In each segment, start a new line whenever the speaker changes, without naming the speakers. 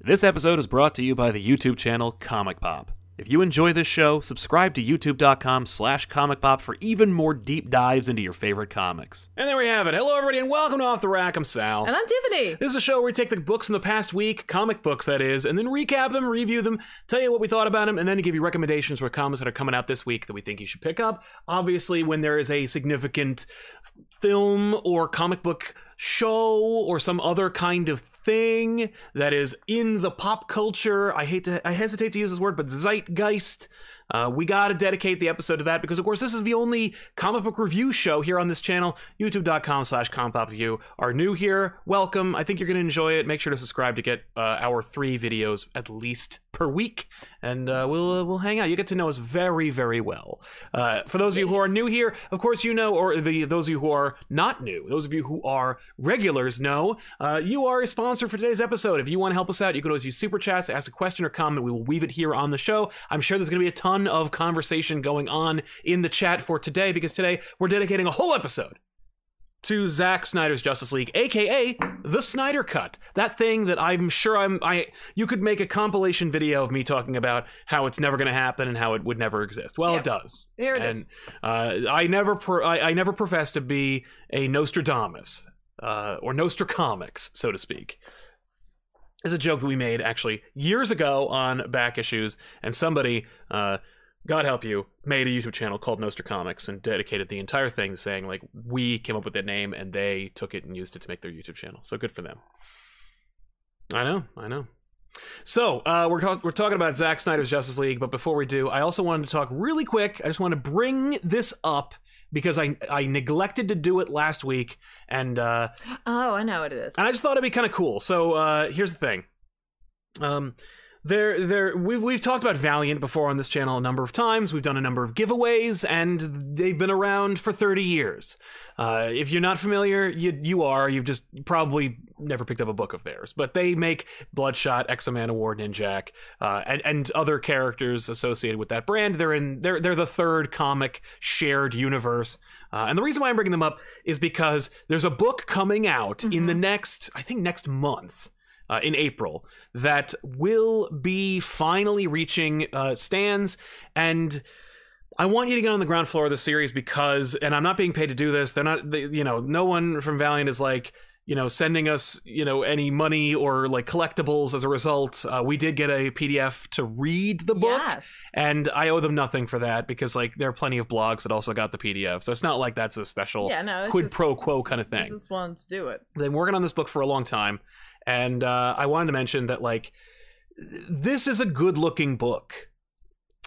This episode is brought to you by the YouTube channel Comic Pop. If you enjoy this show, subscribe to youtube.com slash comic pop for even more deep dives into your favorite comics. And there we have it. Hello, everybody, and welcome to Off the Rack. I'm Sal.
And I'm Tiffany.
This is a show where we take the books in the past week, comic books that is, and then recap them, review them, tell you what we thought about them, and then give you recommendations for comics that are coming out this week that we think you should pick up. Obviously, when there is a significant film or comic book show or some other kind of thing that is in the pop culture, I hate to, I hesitate to use this word, but zeitgeist. Uh, we got to dedicate the episode to that because, of course, this is the only comic book review show here on this channel, youtube.com slash compopview. Are new here, welcome. I think you're going to enjoy it. Make sure to subscribe to get uh, our three videos at least per week, and uh, we'll uh, we'll hang out. You get to know us very, very well. Uh, for those of you who are new here, of course, you know, or the those of you who are not new, those of you who are regulars know, uh, you are a sponsor for today's episode. If you want to help us out, you can always use super chats, ask a question or comment. We will weave it here on the show. I'm sure there's going to be a ton of conversation going on in the chat for today because today we're dedicating a whole episode to Zack Snyder's Justice League, aka the Snyder Cut. That thing that I'm sure I'm I you could make a compilation video of me talking about how it's never going to happen and how it would never exist. Well,
Yeah.
it does.
There it
and,
is.
Uh, I never pro- I, I never profess to be a Nostradamus uh, or Nostracomics, so to speak. It's a joke that we made actually years ago on back issues, and somebody, uh, God help you, made a YouTube channel called Nostracomics and dedicated the entire thing to saying like we came up with that name and they took it and used it to make their YouTube channel. So good for them. I know, I know. So uh, we're talk- we're talking about Zack Snyder's Justice League, but before we do, I also wanted to talk really quick. I just want to bring this up because I I neglected to do it last week, and uh,
Oh, I know what it is.
and I just thought it'd be kind of cool. So uh, here's the thing. Um, there, there. We've we've talked about Valiant before on this channel a number of times. We've done a number of giveaways, and they've been around for 30 years. Uh, if you're not familiar, you you are. You've just probably never picked up a book of theirs. But they make Bloodshot, X-Man, Award, Ninjak, uh, and and other characters associated with that brand. They're in. They're they're the third comic shared universe. Uh, and the reason why I'm bringing them up is because there's a book coming out in the next, I think, next month. Uh, in April, that will be finally reaching uh, stands, and I want you to get on the ground floor of the series because, and I'm not being paid to do this. They're not, they, you know, no one from Valiant is like, you know, sending us, you know, any money or like collectibles as a result. Uh, we did get a PDF to read the book
Yes.
and I owe them nothing for that because like there are plenty of blogs that also got the PDF, so it's not like that's a special
Yeah, no. It's
quid
just,
pro quo kind of thing.
I just wanted to do it.
They've been working on this book for a long time, and uh, I wanted to mention that like this is a good looking book.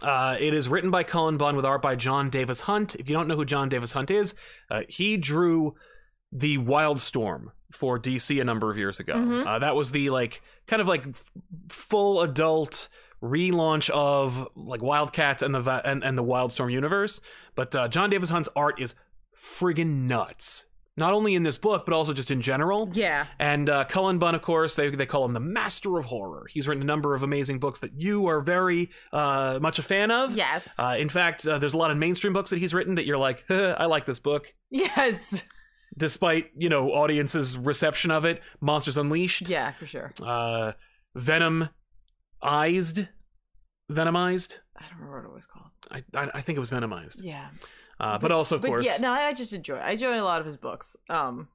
Uh, it is written by Colin Bunn with art by John Davis Hunt. If you don't know who John Davis Hunt is, uh, he drew the Wildstorm for DC a number of years ago.
Mhm.
Uh, that was the like kind of like f- full adult relaunch of like Wildcats and the Va- and, and the Wildstorm universe. But uh, John Davis Hunt's art is friggin' nuts. Not only in this book, but also just in general.
Yeah.
And uh, Cullen Bunn, of course, they, they call him the master of horror. He's written a number of amazing books that you are very uh, much a fan of.
Yes.
Uh, in fact, uh, there's a lot of mainstream books that he's written that you're like, huh, I like this book,
yes.
despite you know audiences' reception of it. Monsters Unleashed,
Yeah, for sure.
uh, Venom, Ized, Venomized.
I don't remember what it was called.
I, I, I think it was Venomized,
Yeah.
uh, but also of
but
course
yeah, no, I just enjoy. I enjoy a lot of his books. Um,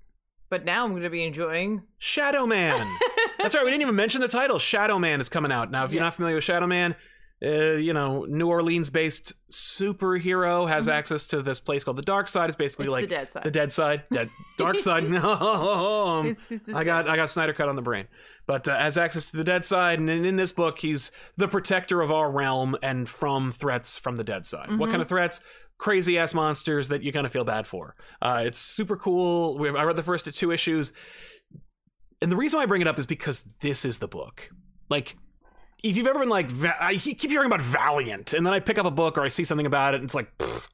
but now I'm going to be enjoying.
Shadow Man. That's right. We didn't even mention the title. Shadow Man is coming out now. If you're
Yeah.
not familiar with Shadow Man, uh, you know New Orleans-based superhero has
Mhm.
access to this place called the Dark Side. It's basically
it's
like
the dead side.
the dead side, dead dark side. No,
It's- it's just-
I got I got Snyder cut on the brain, but uh, has access to the dead side, and in, in this book, he's the protector of our realm and from threats from the dead side. What
Mhm.
kind of threats? Crazy ass monsters that you kind of feel bad for. Uh, it's super cool. We I read the first two issues, and the reason why I bring it up is because this is the book. Like, if you've ever been like, Va- I he- keep hearing about Valiant, and then I pick up a book or I see something about it, and it's like, pfft,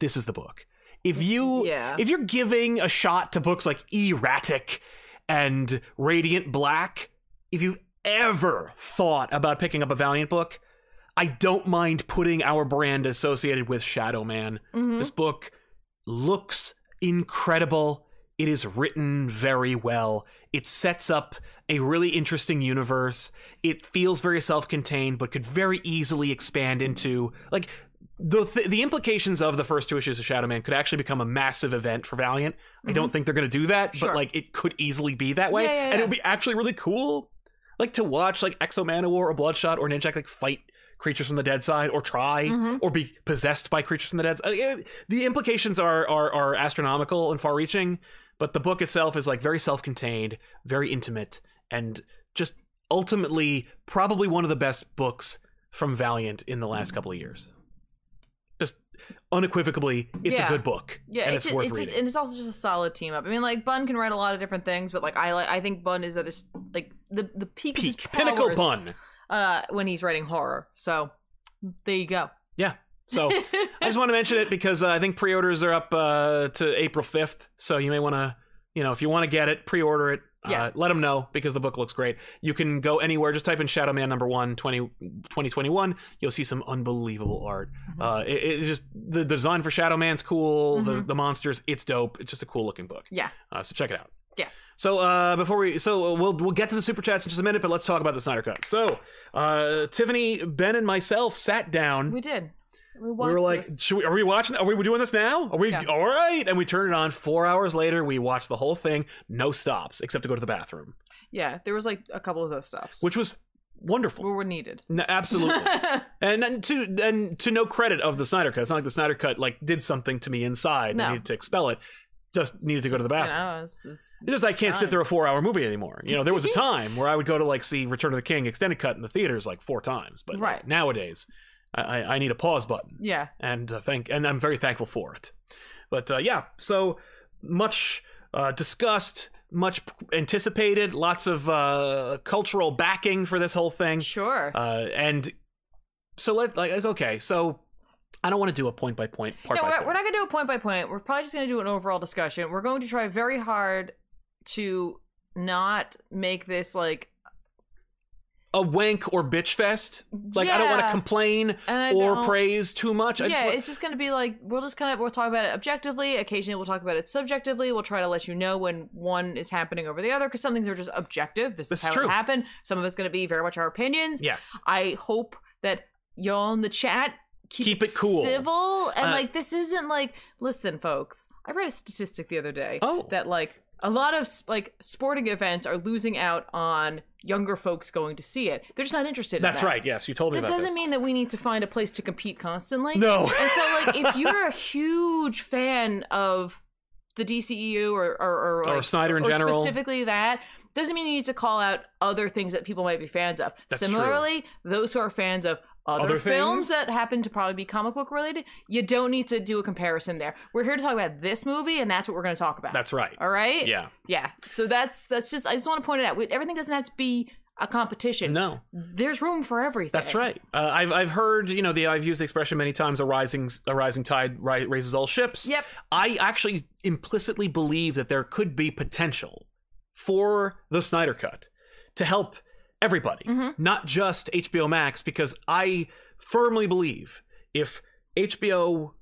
this is the book. If you
Yeah.
if you're giving a shot to books like Erratic and Radiant Black, if you've ever thought about picking up a Valiant book, I don't mind putting our brand associated with Shadow Man.
Mhm.
This book looks incredible. It is written very well. It sets up a really interesting universe. It feels very self-contained, but could very easily expand into like the th- the implications of the first two issues of Shadow Man could actually become a massive event for Valiant. I don't think they're going to do that,
Mm-hmm. Sure.
but like it could easily be that way,
Yeah, yeah,
and it would
yeah.
be actually really cool, like to watch like Exo Manowar or Bloodshot or Ninjak like fight creatures from the dead side or try
Mhm.
or be possessed by creatures from the dead. Side. Uh, The implications are are are astronomical and far reaching, but the book itself is like very self contained, very intimate, and just ultimately probably one of the best books from Valiant in the
Mm.
last couple of years. Just unequivocally, it's
Yeah.
a good book.
Yeah,
and it's,
it's, just,
worth
it's just
reading.
and it's also just a solid team up. I mean, like Bun can write a lot of different things, but like I like I think Bun is at his like the the peak, of his
Peak pinnacle
powers,
pun.
uh when he's writing horror. So there you go.
So I just want to mention it because uh, I think pre-orders are up uh, to April 5th. So you may want to, you know, if you want to get it, pre-order it.
Yeah.
Uh, let them know because the book looks great. You can go anywhere. Just type in Shadow Man number one, 20, 2021. You'll see some unbelievable art.
Mhm.
Uh, it, it's just the design for Shadow Man's cool. The,
Mhm.
the monsters, it's dope. It's just a cool looking book.
Yeah.
Uh, so check it out.
yes.
So uh, before we, so uh, we'll we'll get to the super chats in just a minute, but let's talk about the Snyder Cut. So uh, Tiffany, Ben, and myself sat down
We did. We,
we were like, should we, are we watching? Are we doing this now? Are we
Yeah.
all right? And we turned it on. Four hours later, we watched the whole thing, no stops, except to go to the bathroom,
yeah, there was like a couple of those stops,
which was wonderful.
where we're needed.
No, absolutely. and, and to and to no credit of the Snyder Cut, it's not like the Snyder Cut like did something to me inside.
No.
I needed to expel it. Just needed to go to the bathroom.
You know, it's- it's-
It's just I can't sit
Fine.
through a four-hour movie anymore. You know, there was a time where I would go to like see Return of the King extended cut in the theaters like four times, but like,
Right.
nowadays, I, I I need a pause button.
yeah,
and uh, thank and I'm very thankful for it. But uh, yeah, so much uh, discussed, much anticipated, lots of uh, cultural backing for this whole thing,
sure.
uh, and so let like okay, so I don't want to do a point by point part.
no,
by
we're,
point.
we're not going to do a point by point. We're probably just going to do an overall discussion. We're going to try very hard to not make this like
a wank or bitch fest. Like I don't want to
Yeah.
complain
and I
or
don't-
praise too much. I
yeah,
just want-
it's just going to be like we'll just kind of we'll talk about it objectively. Occasionally, we'll talk about it subjectively. We'll try to let you know when one is happening over the other because some things are just objective. This
That's
is how
true.
it happened. Some of it's going to be very much our opinions.
yes.
I hope that y'all in the chat keep,
Keep it cool.
civil, and
Uh,
like this isn't like listen, folks. I read a statistic the other day
Oh.
that like a lot of like sporting events are losing out on younger folks going to see it. They're just not interested. in
That's
that.
right. Yes, you told me
That
about
doesn't
this.
mean that we need to find a place to compete constantly.
no.
And so, like, if you're a huge fan of the DCEU or or, or,
Or
like,
Snyder in general.
specifically that, doesn't mean you need to call out other things that people might be fans of.
That's
Similarly, those who are fans of other,
Other
films
things?
that happen to probably be comic book related, you don't need to do a comparison there. We're here to talk about this movie, and that's what we're going to talk about.
That's right.
all right.
Yeah.
Yeah. So that's that's just I just want to point it out. We, everything doesn't have to be a competition.
No.
There's room for everything.
That's right. Uh, I've I've heard you know the I've used the expression many times. A rising a rising tide ri- raises all ships.
Yep.
I actually implicitly believe that there could be potential for the Snyder Cut to help everybody,
Mhm.
not just HBO Max, because I firmly believe if HBO,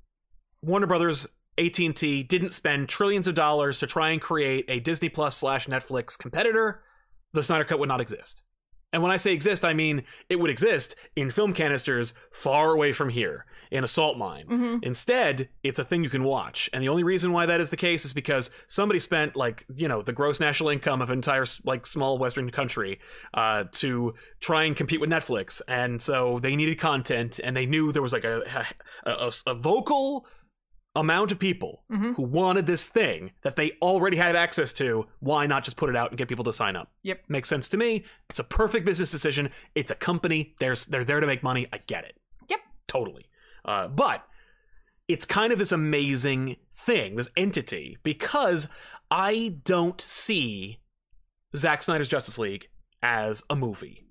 Warner Brothers, AT and T didn't spend trillions of dollars to try and create a Disney Plus slash Netflix competitor, the Snyder Cut would not exist. And when I say exist, I mean it would exist in film canisters far away from here, in a salt mine.
Mm-hmm.
Instead, it's a thing you can watch. And the only reason why that is the case is because somebody spent like, you know, the gross national income of an entire like small western country uh, to try and compete with Netflix. And so they needed content and they knew there was like a a, a, a vocal amount of people
Mhm.
who wanted this thing that they already had access to. Why not just put it out and get people to sign up?
Yep.
Makes sense to me. It's a perfect business decision. It's a company. They're, they're there to make money. I get it.
Yep.
Totally. Uh, but it's kind of this amazing thing, this entity, because I don't see Zack Snyder's Justice League as a movie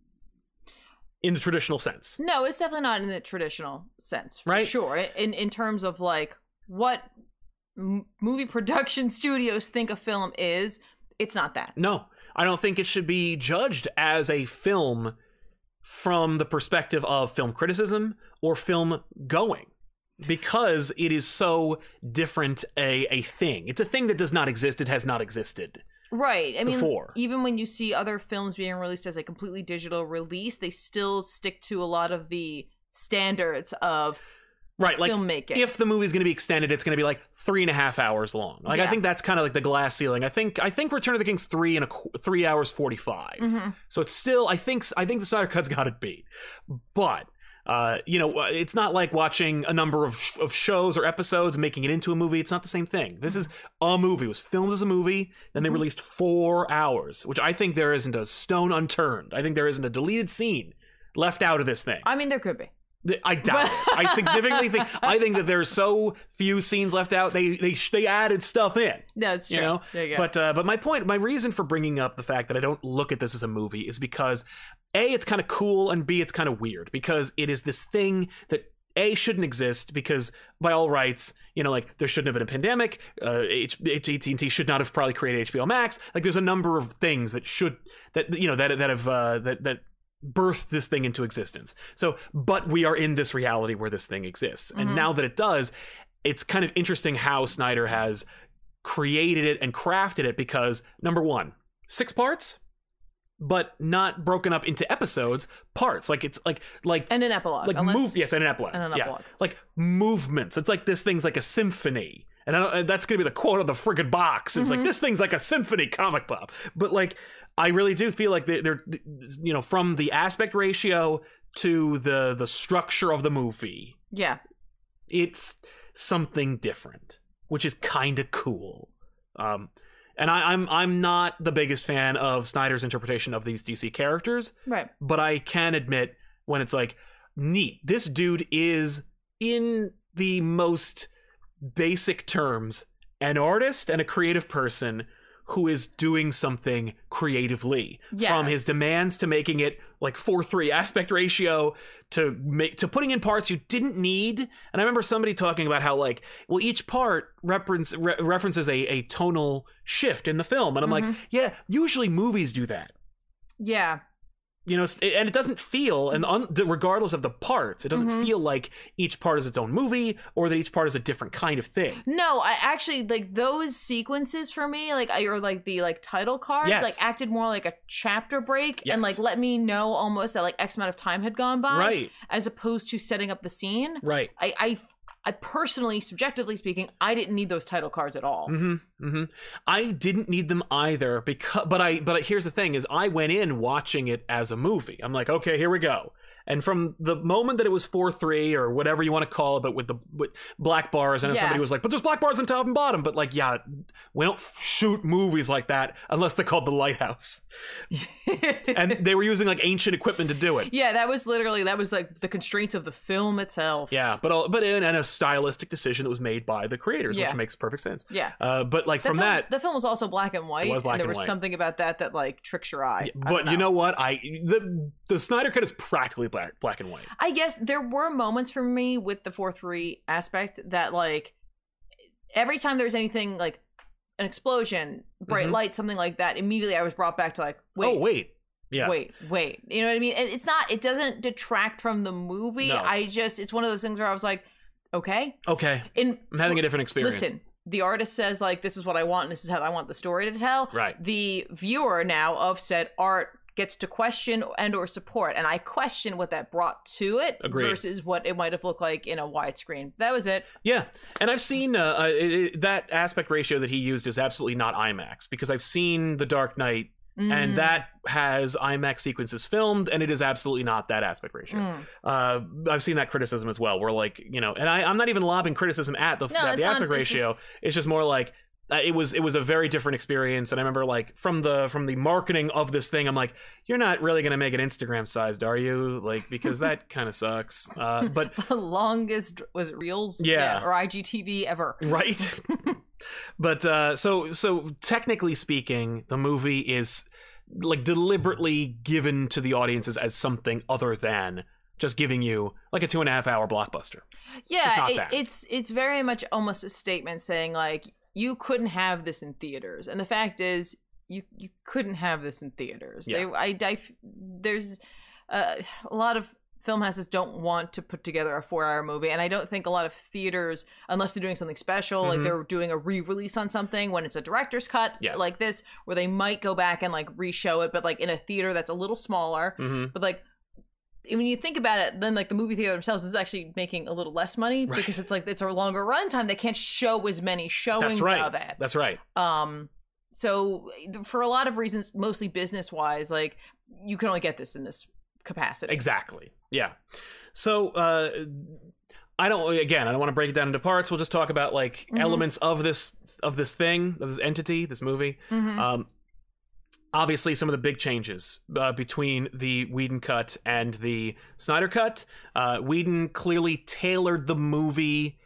in the traditional sense.
No, it's definitely not in the traditional sense, for
Right?
Sure, in in terms of like what m- movie production studios think a film is, it's not that.
No, I don't think it should be judged as a film from the perspective of film criticism or film going because it is so different a, a thing. It's a thing that does not exist, it has not existed.
Right. I mean,
before.
even when you see other films being released as a completely digital release, they still stick to a lot of the standards of
Right, like
filmmaking.
if the movie's going to be extended, it's going to be like three and a half hours long. Like I
Yeah.
think that's kind of like the glass ceiling. I think I think Return of the King's three and a qu- three hours forty five.
Mhm.
So it's still I think I think the Snyder Cut's got it beat, but. Uh, you know, uh, it's not like watching a number of sh- of shows or episodes, making it into a movie. It's not the same thing. This is a movie. It was filmed as a movie, then they
Mhm.
released four hours, which I think there isn't a stone unturned. I think there isn't a deleted scene left out of this thing.
I mean, there could be.
Th- I doubt it. I significantly think I think that there's so few scenes left out. They they sh- they added stuff in,
No, it's true.
you know.
there you go.
But uh, but my point, my reason for bringing up the fact that I don't look at this as a movie is because a it's kind of cool and b it's kind of weird because it is this thing that a shouldn't exist because by all rights, you know, like there shouldn't have been a pandemic. Uh, H- H- AT&T should not have probably created HBO Max. Like there's a number of things that should that you know that that have uh, that that birthed this thing into existence. So, but we are in this reality where this thing exists, and
Mhm.
now that it does, it's kind of interesting how Snyder has created it and crafted it because number one, six parts, but not broken up into episodes, parts like it's like like
and an epilogue.
like
unless,
move yes and an epilogue
And an
yeah
epilogue.
like movements. It's like this thing's like a symphony. And I don't, and that's going to be the quote on the friggin' box. It's like
Mhm.
this thing's like a symphony comic pop. But like, I really do feel like they're, they're you know, from the aspect ratio to the the structure of the movie,
Yeah.
it's something different, which is kind of cool. Um, and I, I'm I'm not the biggest fan of Snyder's interpretation of these DC characters
Right.
but I can admit when it's like, neat, this dude is in the most basic terms an artist and a creative person who is doing something creatively from his
Yes.
demands to making it like 4-3 aspect ratio to make to putting in parts you didn't need and i remember somebody talking about how like well each part reference, re- references a, a tonal shift in the film and i'm like
Mhm.
yeah usually movies do that
Yeah.
you know, s- and it doesn't feel, and un, regardless of the parts, it doesn't
Mhm.
feel like each part is its own movie or that each part is a different kind of thing.
No, I actually like those sequences for me, like I or like the like title cards,
Yes.
like acted more like a chapter break
Yes.
and like let me know almost that like X amount of time had gone by,
Right,
As opposed to setting up the scene.
right.
I, I, I personally, subjectively speaking, I didn't need those title cards at all.
hmm hmm I didn't need them either because, but I, but here's the thing: is I went in watching it as a movie. I'm like, okay, here we go. And from the moment that it was four three or whatever you want to call it, but with the with black bars, I know
Yeah.
somebody was like, but there's black bars on top and bottom. But like, yeah, we don't shoot movies like that unless they're called the Lighthouse, and they were using like ancient equipment to do it.
yeah, that was literally that was like the constraints of the film itself.
Yeah, but all, but in, and a stylistic decision that was made by the creators,
Yeah.
which makes perfect sense.
yeah.
Uh, but like
The
from
film-
that,
the film was also black and white.
It was black
and there
and
was
white.
something about that that like tricks your eye. I
but
don't
you know what? I the the Snyder cut is practically black black and white.
I guess there were moments for me with the 4 3 aspect that, like, every time there's anything like an explosion, bright
Mhm.
light, something like that, immediately I was brought back to, like, wait,
oh wait, yeah,
wait, wait. You know what I mean? And it's not, it doesn't detract from the movie.
No.
I just, it's one of those things where I was like, okay.
okay,
In,
I'm having a different experience.
listen, the artist says, like, this is what I want and this is how I want the story to tell
right?
the viewer now of said art gets to question and or support and i question what that brought to it
Agreed.
versus what it might have looked like in a widescreen that was it
Yeah, and I've seen uh, uh, it, it- that aspect ratio that he used is absolutely not IMAX because I've seen The Dark Knight,
Mm.
and that has IMAX sequences filmed, and it is absolutely not that aspect ratio.
Mm.
uh, I've seen that criticism as well. Where like you know, and I, I'm not even lobbing criticism at the
No,
at
it's
the
not-
aspect
it's
ratio. It's just more like uh, it was it was a very different experience. And I remember like from the from the marketing of this thing, I'm like, you're not really gonna make it Instagram sized, are you? Like because that kind of sucks. Uh, but
the longest was it reels
Yeah.
or igtv ever
right. but uh, so so technically speaking, the movie is like deliberately given to the audiences as something other than just giving you like a two and a half hour blockbuster. just
yeah
not
it-
that.
it's it's very much almost a statement saying like you couldn't have this in theaters and the fact is you you couldn't have this in theaters
Yeah.
they I, I- there's uh, a lot of film houses don't want to put together a four hour movie. And I don't think a lot of theaters, unless they're doing something special, like
Mhm.
they're doing a re release on something when it's a director's cut
Yes.
like this, where they might go back and like re-show it, but like in a theater that's a little smaller.
hmm
But like, when you think about it, then like the movie theater themselves is actually making a little less money
Right.
because it's like it's a longer run time. They can't show as many showings
right.
of it.
That's right.
Um, so for a lot of reasons, mostly business wise, like you can only get this in this capacity.
Exactly. Yeah. So uh I don't again, I don't want to break it down into parts. We'll just talk about like
Mhm.
elements of this of this thing, of this entity, this movie.
Mhm.
Um obviously some of the big changes uh, between the Whedon cut and the Snyder cut. Uh Whedon clearly tailored the movie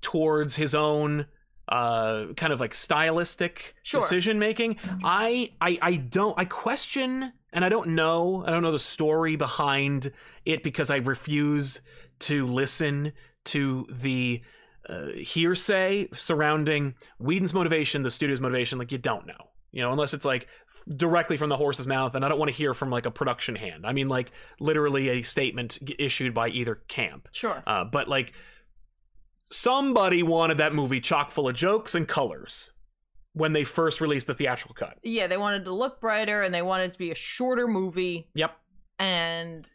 towards his own uh kind of like stylistic
Sure.
decision making. I I I don't I question and I don't know. I don't know the story behind it because I refuse to listen to the uh, hearsay surrounding Whedon's motivation, the studio's motivation. Like you don't know, you know, unless it's like directly from the horse's mouth. And I don't want to hear from like a production hand. I mean, like literally a statement g- issued by either camp.
Sure.
Uh, but like somebody wanted that movie chock full of jokes and colors when they first released the theatrical cut.
yeah, they wanted to look brighter and they wanted it to be a shorter movie.
Yep.
And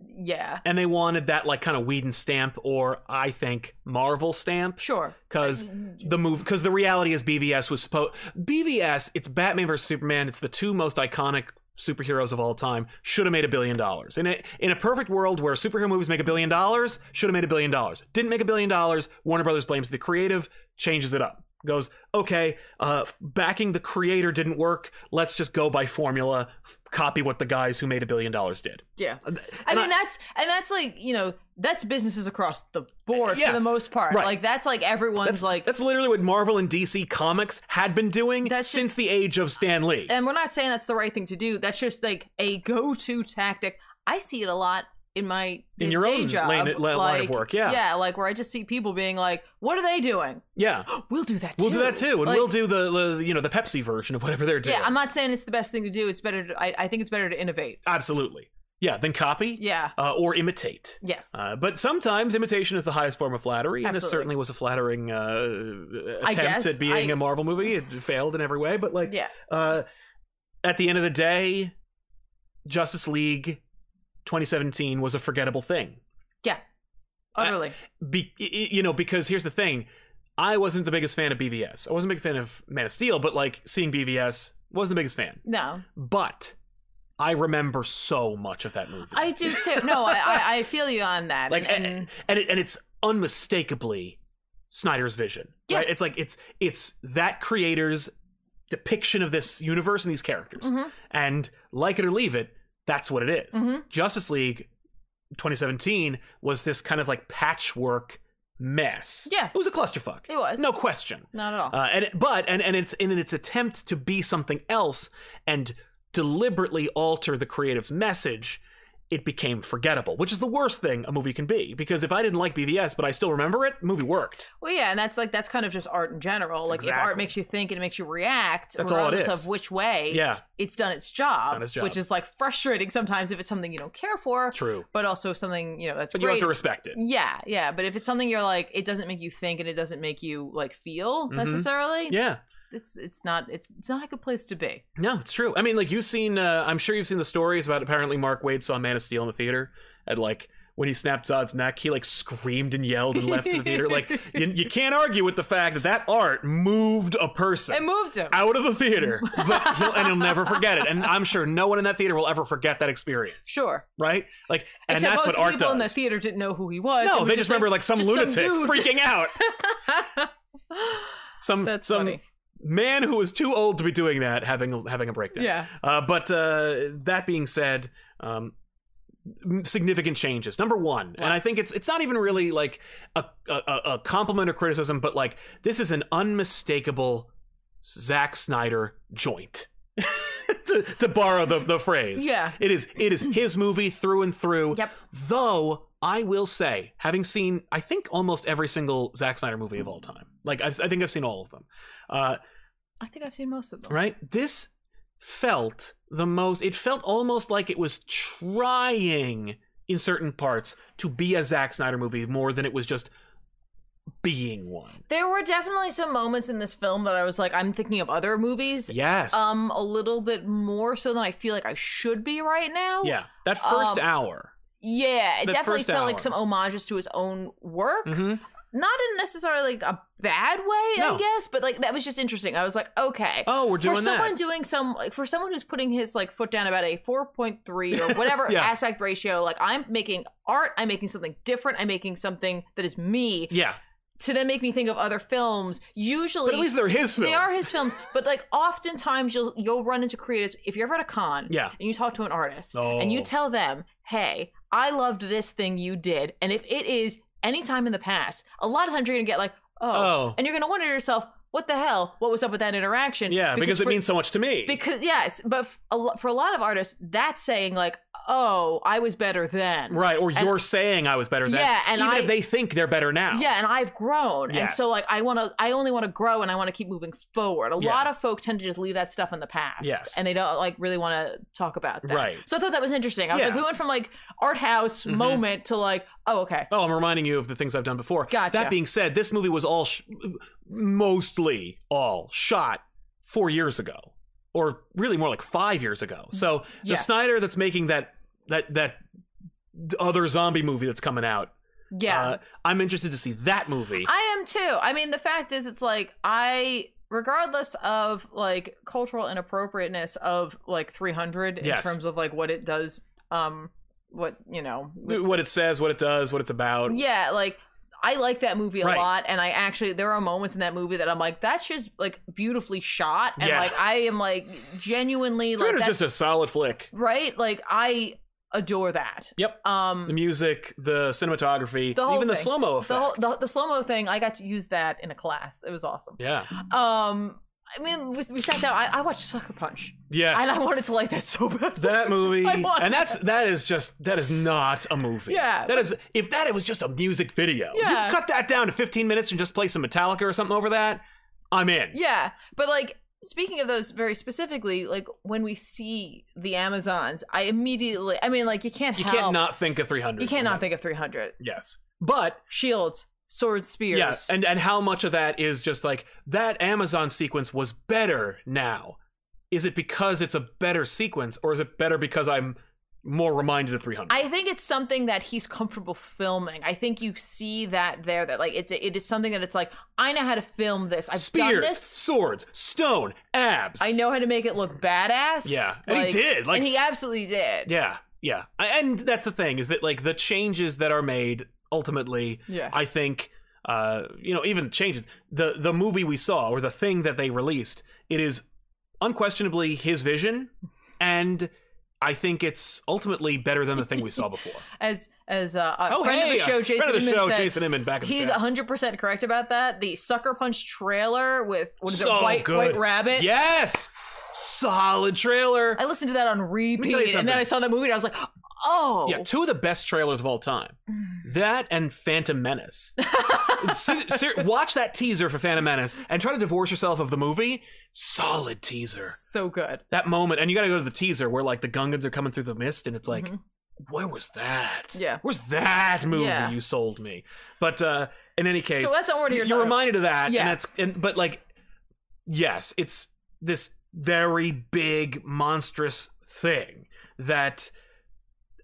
yeah,
And they wanted that like kind of Whedon stamp or I think Marvel stamp
sure. Mm-hmm.
because the move because the reality is BVS was supposed BVS it's Batman versus Superman it's the two most iconic superheroes of all time should have made a billion dollars in a in a perfect world where superhero movies make a billion dollars should have made a billion dollars didn't make a billion dollars Warner Brothers blames the creative changes it up goes okay uh backing the creator didn't work let's just go by formula f- copy what the guys who made a billion dollars did
Yeah.
And-
I
and
mean that's and that's like you know that's businesses across the board
Yeah.
for the most part.
Right.
Like that's like everyone's like
that's literally what Marvel and DC comics had been doing
That's
since
just- Uh,
the age of Stan Lee
and we're not saying that's the right thing to do. That's just like a go-to tactic. I see it a lot in my
In your
day
own
job,
lane- li- line of
like,
work, yeah.
yeah, like where I just see people being like, "What are they doing?
yeah
We'll do that.
We'll
too.
do that too, and
Like,
we'll do the, the you know the Pepsi version of whatever they're doing.
Yeah, I'm not saying it's the best thing to do. It's better. To, I, I think it's better to innovate.
Absolutely, yeah. Then copy
Yeah.
uh, or imitate.
Yes.
Uh, but sometimes imitation is the highest form of flattery, and this
Absolutely.
certainly was a flattering uh,
I
attempt
guess,
at being
I-
a Marvel movie. It failed in every way, but like
yeah.
uh, at the end of the day, Justice League 2017 was a forgettable thing.
Utterly.
be, y- y- you know because here's the thing i wasn't the biggest fan of bvs i wasn't a big fan of man of steel but like seeing bvs wasn't the biggest fan
no,
but i remember so much of that movie
I do too. No, I, I, I feel you on that.
like eh,
and,
and, and, it, and it's unmistakably snyder's vision
Yeah.
right it's like it's it's that creator's depiction of this universe and these characters
Mhm.
and like it or leave it that's what it is.
Mhm.
justice league 2017 was this kind of like patchwork mess
Yeah.
it was a clusterfuck
it was
no question.
not at all.
Uh, and but and and it's in its attempt to be something else and deliberately alter the creative's message, it became forgettable, which is the worst thing a movie can be. Because if I didn't like BVS but I still remember it, movie worked.
Well, yeah, and that's like that's kind of just art in general. Like if
Exactly.
art makes you think and it makes you react,
That's all it
regardless
is.
of which way,
Yeah,
it's done its job,
done its job.
which is like frustrating sometimes if it's something you don't care for,
true.
but also something you know that's
But you have
great.
to respect it.
yeah, yeah, but if it's something you're like, it doesn't make you think and it doesn't make you like feel
Mhm.
necessarily.
Yeah,
it's it's not it's it's not a good place to be.
no, it's true. I mean, like you've seen, uh, I'm sure you've seen the stories about apparently Mark Wade saw Man of Steel in the theater and like. When he snapped Zod's neck, he like screamed and yelled and left the theater. Like you, you can't argue with the fact that that art moved a person.
It moved him.
out of the theater, but he'll, and he'll never forget it. And I'm sure no one in that theater will ever forget that experience,
Sure.
right? Like, and
Except
that's
most
what art
people
does.
in the theater didn't know who he was. It
no,
was
they just remember like, some
just some
lunatic
dude.
freaking out,
like-
some
That's
some
funny.
man who was too old to be doing that having having a breakdown.
Yeah.
Uh, but uh, that being said, um, m- significant changes. Number one, and I think it's it's not even really like a, a a compliment or criticism, but like this is an unmistakable Zack Snyder joint. to, to borrow the, the phrase,
Yeah.
it is it is his movie through and through.
Yep.
Though I will say, having seen I think almost every single Zack Snyder movie of all time, like I've, I think I've seen all of them. Uh,
I think I've seen most of them.
right? This felt the most. It felt almost like it was trying in certain parts to be a Zack Snyder movie more than it was just being one.
There were definitely some moments in this film that I was like, I'm thinking of other movies.
Yes.
Um, a little bit more so than I feel like I should be right now.
yeah. That first
um,
hour.
Yeah, it
The
definitely
first
felt like
hour.
some homages to his own work.
Mhm.
Not in necessarily like a bad way, I
No.
guess, but like that was just interesting. I was like, okay.
Oh, we're doing
for
that.
someone doing some like for someone who's putting his like foot down about a 4.3 or whatever
Yeah.
aspect ratio like i'm making art i'm making something different i'm making something that is me
yeah.
to then make me think of other films usually
But at least they're his films.
they are his films but like oftentimes you'll you'll run into creatives if you're ever at a con
Yeah.
and you talk to an artist and you
Oh.
tell them hey i loved this thing you did and if it is any time in the past a lot of times you're gonna get like oh,
Oh.
and you're gonna wonder to yourself what the hell what was up with that interaction
yeah, because, it
for-
means so much to me.
because yes but f- a lo- for a lot of artists that's saying like oh i was better then
right, or
and-
you're saying I was better than
Yeah, and
even
I-
if they think they're better now.
yeah and i've grown and so
Yes.
like i want to i only want to grow and i want to keep moving forward a
Yeah.
lot of folk tend to just leave that stuff in the past
Yes.
and they don't like really want to talk about that
Right.
so i thought that was interesting i was
Yeah.
like we went from like art house
Mhm.
moment to like oh okay
Oh, I'm reminding you of the things I've done before.
Gotcha.
That being said, this movie was all, sh- mostly all shot four years ago, or really more like five years ago. So the
Yes.
Snyder that's making that that that other zombie movie that's coming out.
yeah
uh, I'm interested to see that movie.
I am too. I mean, the fact is, it's like I, regardless of like cultural inappropriateness of like 300 in
Yes.
terms of like what it does, um, what you know, with-
what it says, what it does, what it's about.
yeah, like. I like that movie a
Right.
lot, and I actually there are moments in that movie that I'm like, that's just like beautifully shot, and
Yeah.
like I am like genuinely like
Predator's
that's
just a solid flick.
right, like I adore that.
Yep.
Um,
The music, the cinematography,
The whole
even the
thing.
slow mo effects.
the whole the, the slow mo thing, I got to use that in a class. It was awesome.
yeah.
Um, I mean, we, we sat down. I, I watched Sucker Punch,
Yes.
and I wanted to like that so bad.
that movie
I want
and that's that is just that is not a movie
Yeah,
that is if that it was just a music video you
Yeah.
cut that down to 15 minutes and just play some metallica or something over that i'm in
yeah, but like speaking of those very specifically, like when we see the Amazons, I immediately, I mean, like you can't,
you
help.
can't not think of 300
you can't not think of three hundred
yes but
shields, swords, spears.
yes and and how much of that is just like that amazon sequence was better now is it because it's a better sequence or is it better because i'm more reminded of 300
I think it's something that he's comfortable filming. I think you see that there that like it's it is something that it's like I know how to film this. I've
spears
done this.
swords stone abs
I know how to make it look badass.
Yeah, and he did, like-
and he absolutely did.
Yeah, yeah, I- and that's the thing is that like the changes that are made ultimately,
Yeah.
I think, uh, you know, even changes the the movie we saw or the thing that they released, it is unquestionably his vision, and I think it's ultimately better than the thing we saw before.
as as uh, a
oh,
friend
hey,
of the show,
a
Jason
friend of the
Inman
show,
said,
Jason Inman, back in
he's
the chat.
hundred percent correct about that. The Sucker Punch trailer with what is
So
it, White
good.
White Rabbit.
yes, solid trailer.
I listened to that on
me tell you
repeat, and
something.
then I saw that movie, and I was like, oh,
Yeah, two of the best trailers of all time. That and Phantom Menace. Ser- ser- watch that teaser for Phantom Menace and try to divorce yourself of the movie. Solid teaser.
so good.
That moment, and you got to go to the teaser where like the Gungans are coming through the mist, and it's like,
Mhm.
where was that?
Yeah.
where's that movie
Yeah.
you sold me? But uh in any case,
So that's not what
you-
you're,
you're,
talking about.
reminded of that,
Yeah.
and that's and but like, yes, it's this very big monstrous thing that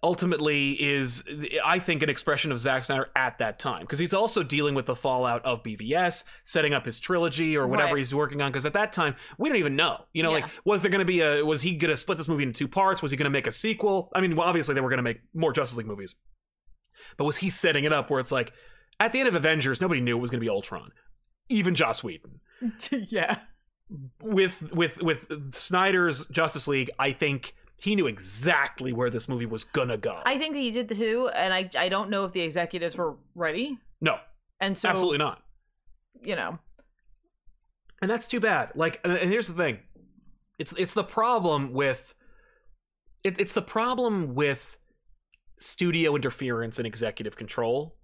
ultimately is i think an expression of Zack Snyder at that time because he's also dealing with the fallout of BVS setting up his trilogy or whatever
Right.
he's working on because at that time we don't even know you know
Yeah.
like was there going to be a was he going to split this movie into two parts was he going to make a sequel i mean well, obviously they were going to make more Justice League movies but was he setting it up where it's like at the end of Avengers nobody knew it was going to be Ultron even Joss Whedon
yeah,
with with with Snyder's Justice League, I think he knew exactly where this movie was gonna go.
I think that he did the two, and I I don't know if the executives were ready,
no,
and so
absolutely not.
you know,
And that's too bad. Like, and and here's the thing, it's it's the problem with it, it's the problem with studio interference and executive control.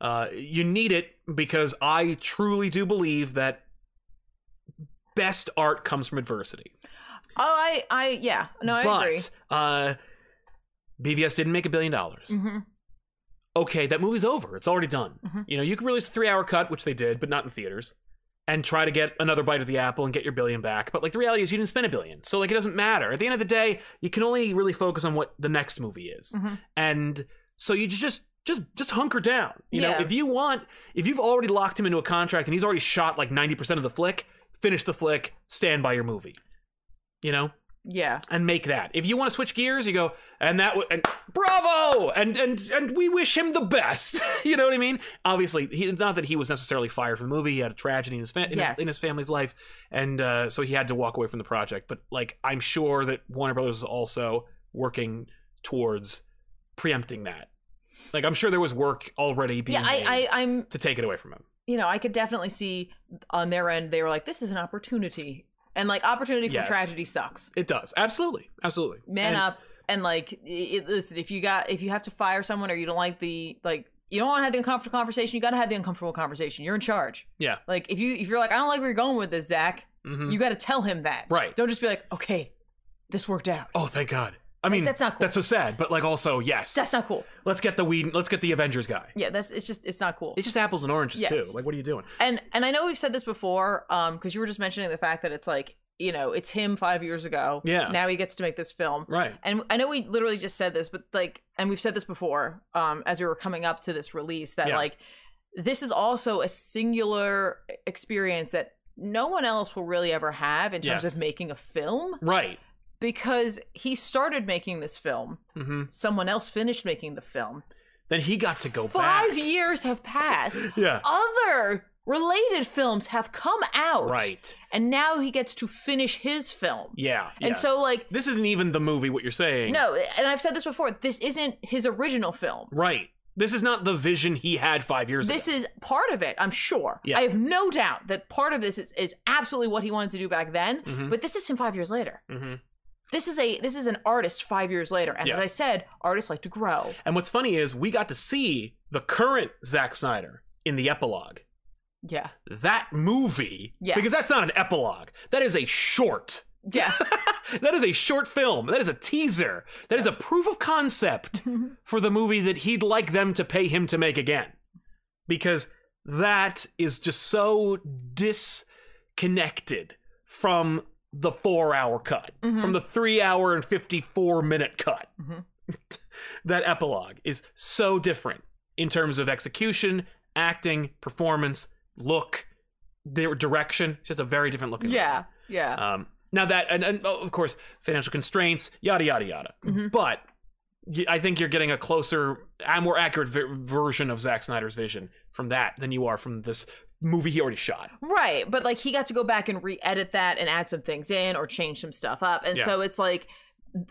Uh, you need it because I truly do believe that best art comes from adversity.
oh I I yeah no I
but
agree
uh, BVS didn't make a billion dollars.
hmm
Okay, that movie's over. It's already done.
Mhm.
You know, you can release a three hour cut, which they did, but not in theaters, and try to get another bite of the apple and get your billion back. But like the reality is you didn't spend a billion. So like it doesn't matter. At the end of the day, you can only really focus on what the next movie is.
Mhm.
And so you just just just hunker down. You know,
Yeah.
if you want if you've already locked him into a contract and he's already shot like 90% of the flick, finish the flick, stand by your movie. You know?
Yeah.
and make that. If you want to switch gears, you go and that w- and bravo and and and we wish him the best. you know what I mean? Obviously, he, it's not that he was necessarily fired from the movie. He had a tragedy in his fa- in, his,
Yes.
in his family's life, and uh, so he had to walk away from the project. But like, I'm sure that Warner Brothers is also working towards preempting that. Like, I'm sure there was work already being
Yeah, I,
made
I, I'm,
to take it away from him.
you know, I could definitely see on their end they were like, this is an opportunity, and like opportunity from
Yes.
tragedy sucks.
It does absolutely, absolutely.
Man
And-
up, and like, i i listen, if you got, if you have to fire someone or you don't like the like. You don't want to have the uncomfortable conversation. You got to have the uncomfortable conversation. You're in charge.
Yeah.
Like if you if you're like I don't like where you're going with this, Zach.
Mhm.
You got to tell him that.
Right.
Don't just be like, okay, this worked out.
Oh, thank God. I
Like,
mean,
that's not cool.
that's so sad, but like also yes,
That's not cool.
Let's get the weed. Let's get the Avengers guy.
Yeah, that's it's just it's not cool.
It's just apples and oranges
Yes.
too. Like, what are you doing?
and and I know we've said this before, um, because you were just mentioning the fact that it's like you know it's him five years ago.
Yeah.
Now he gets to make this film,
Right.
and I know we literally just said this, but like, and we've said this before, um, as we were coming up to this release, that
Yeah.
like this is also a singular experience that no one else will really ever have in terms
Yes.
of making a film
Right.
because he started making this film
hmm
someone else finished making the film.
Then he got to go
Five
back.
years have passed.
Yeah.
Other related films have come out.
Right.
And now he gets to finish his film.
Yeah. yeah.
And so, like,
this isn't even the movie. What you're saying?
no, and I've said this before this isn't his original film.
Right. This is not the vision he had five years
This
ago.
is part of it, I'm sure.
Yeah.
I have no doubt that part of this is, is absolutely what he wanted to do back then.
Mhm.
But this is him five years later.
hmm
This is a this is an artist five years later. And
Yeah.
as I said, artists like to grow.
And what's funny is we got to see the current Zack Snyder in the epilogue.
Yeah.
That movie,
Yeah.
because that's not an epilogue. That is a short.
Yeah.
That is a short film. That is a teaser. That is a proof of concept for the movie that he'd like them to pay him to make again. Because that is just so disconnected from the four hour cut,
Mhm.
from the three hour and 54 minute cut.
Mhm.
that epilogue is so different in terms of execution, acting, performance, look, their direction. It's just a very different look.
yeah. Yeah.
Um, now that, and, and oh, of course, financial constraints, yada yada yada.
Mhm.
But y- I think you're getting a closer, a more accurate ver- version of Zack Snyder's vision from that than you are from this movie he already shot.
Right, but like he got to go back and re-edit that and add some things in or change some stuff up. And
Yeah.
so it's like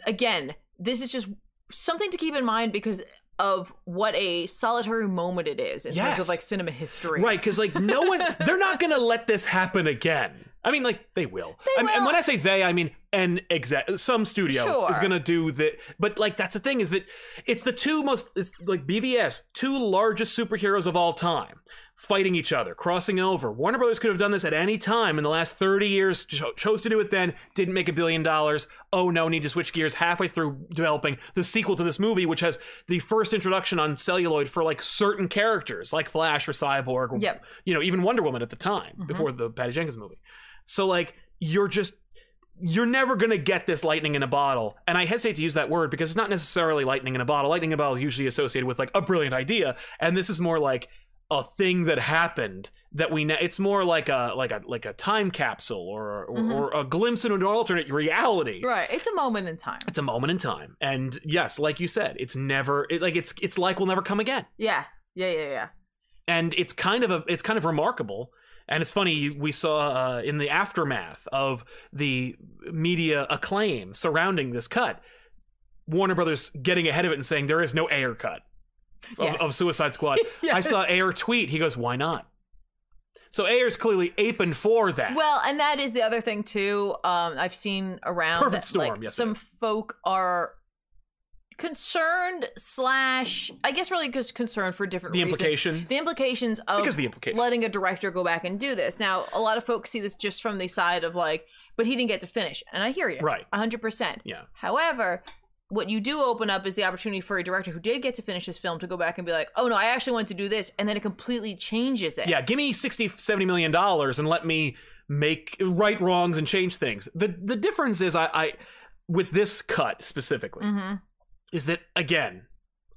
again, this is just something to keep in mind because of what a solitary moment it is in terms
Yes.
of like cinema history.
Right, because like no one, they're not gonna let this happen again. I mean, like they will. I mean, and
will.
when I say they, I mean an exact some studio
Sure.
is gonna do the. But like that's the thing is that it's the two most. It's like BVS, two largest superheroes of all time, fighting each other, crossing over. Warner Brothers could have done this at any time in the last thirty years. cho- chose to do it then. Didn't make a billion dollars. Oh no, need to switch gears halfway through developing the sequel to this movie, which has the first introduction on celluloid for like certain characters, like Flash or Cyborg, or,
Yep.
you know, even Wonder Woman at the time
Mhm.
before the Patty Jenkins movie. So like you're just you're never going to get this lightning in a bottle. And I hesitate to use that word because it's not necessarily lightning in a bottle. Lightning in a bottle is usually associated with like a brilliant idea, and this is more like a thing that happened that we now it's more like a like a like a time capsule or or,
Mhm.
or a glimpse into an alternate reality.
Right. It's a moment in time.
It's a moment in time. And yes, like you said, it's never it, like it's it's like will never come again
Yeah. Yeah, yeah, yeah.
and it's kind of a it's kind of remarkable and it's funny you- we saw uh, in the aftermath of the media acclaim surrounding this cut warner brothers getting ahead of it and saying there is no air cut of,
Yes.
of suicide squad i saw air tweet he goes why not so Ayer's clearly aping for that.
Well, and that is the other thing too. Um, I've seen around
Perfect
that, like
storm, yes, it
some
is.
folk are concerned slash I guess really just concerned for different
the
reasons.
implication,
the implications of
because the implication,
letting a director go back and do this. Now, a lot of folks see this just from the side of like, but he didn't get to finish. And I hear you.
right?
100%.
Yeah.
However, what you do open up is the opportunity for a director who did get to finish this film to go back and be like, oh no, I actually wanted to do this. And then it completely changes it.
yeah give me 60 70 million dollars and let me make right wrongs and change things the the difference is i i with this cut specifically
hmm
is that again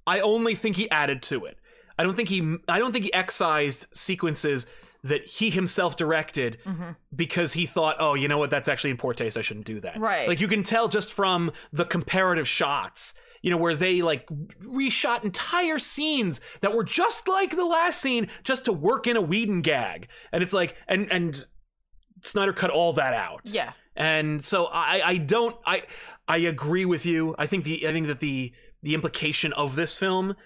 i only think he added to it i don't think he i don't think he excised sequences that he himself directed
hmm
because he thought oh you know what that's actually in poor taste i shouldn't do that
Right.
like you can tell just from the comparative shots you know where they like reshot entire scenes that were just like the last scene just to work in a Whedon gag and it's like and and Snyder cut all that out
yeah.
and so I, I don't I I agree with you. I think the I think that the the implication of this film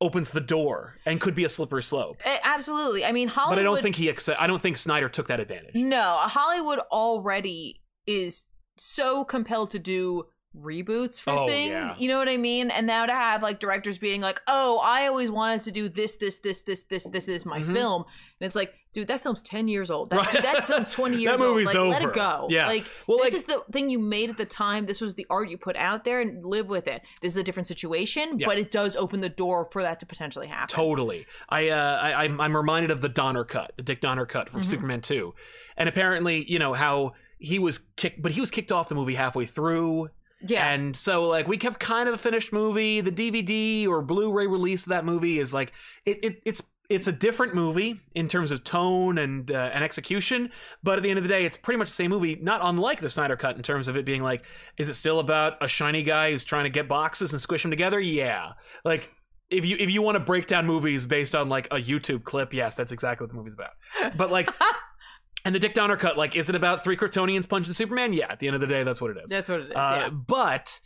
opens the door and could be a slippery slope.
A- absolutely. I mean, Hollywood.
But I don't think he accept, I don't think Snyder took that advantage.
No, Hollywood already is so compelled to do reboots for
Oh,
things.
yeah.
You know what I mean? And now to have like directors being like, "Oh, I always wanted to do this, this, this, this, this, this is my
Mhm.
film," and it's like, dude, that film's ten years old. That,
Right.
that film's twenty
That
years
movie's
old. Like, Let
over.
it go.
Yeah.
Like,
Well,
this
like-
is the thing you made at the time. This was the art you put out there, and live with it. This is a different situation,
Yeah.
but it does open the door for that to potentially happen.
Totally. I, uh, I I'm, I'm reminded of the Donner cut, the Dick Donner cut from
Mhm.
Superman 2. And apparently, you know, how he was kicked but he was kicked off the movie halfway through
Yeah.
And so like we have kind of a finished movie. The DVD or Blu-ray release of that movie is like it, it it's it's a different movie in terms of tone and uh, and execution, but at the end of the day, it's pretty much the same movie. Not unlike the Snyder Cut in terms of it being like, is it still about a shiny guy who's trying to get boxes and squish them together? Yeah, like if you if you want to break down movies based on like a YouTube clip, yes, that's exactly what the movie's about. But like, and the Dick Donner Cut, like, is it about three Kryptonians punching Superman? Yeah, at the end of the day, that's what it is.
that's what it is.
Uh, But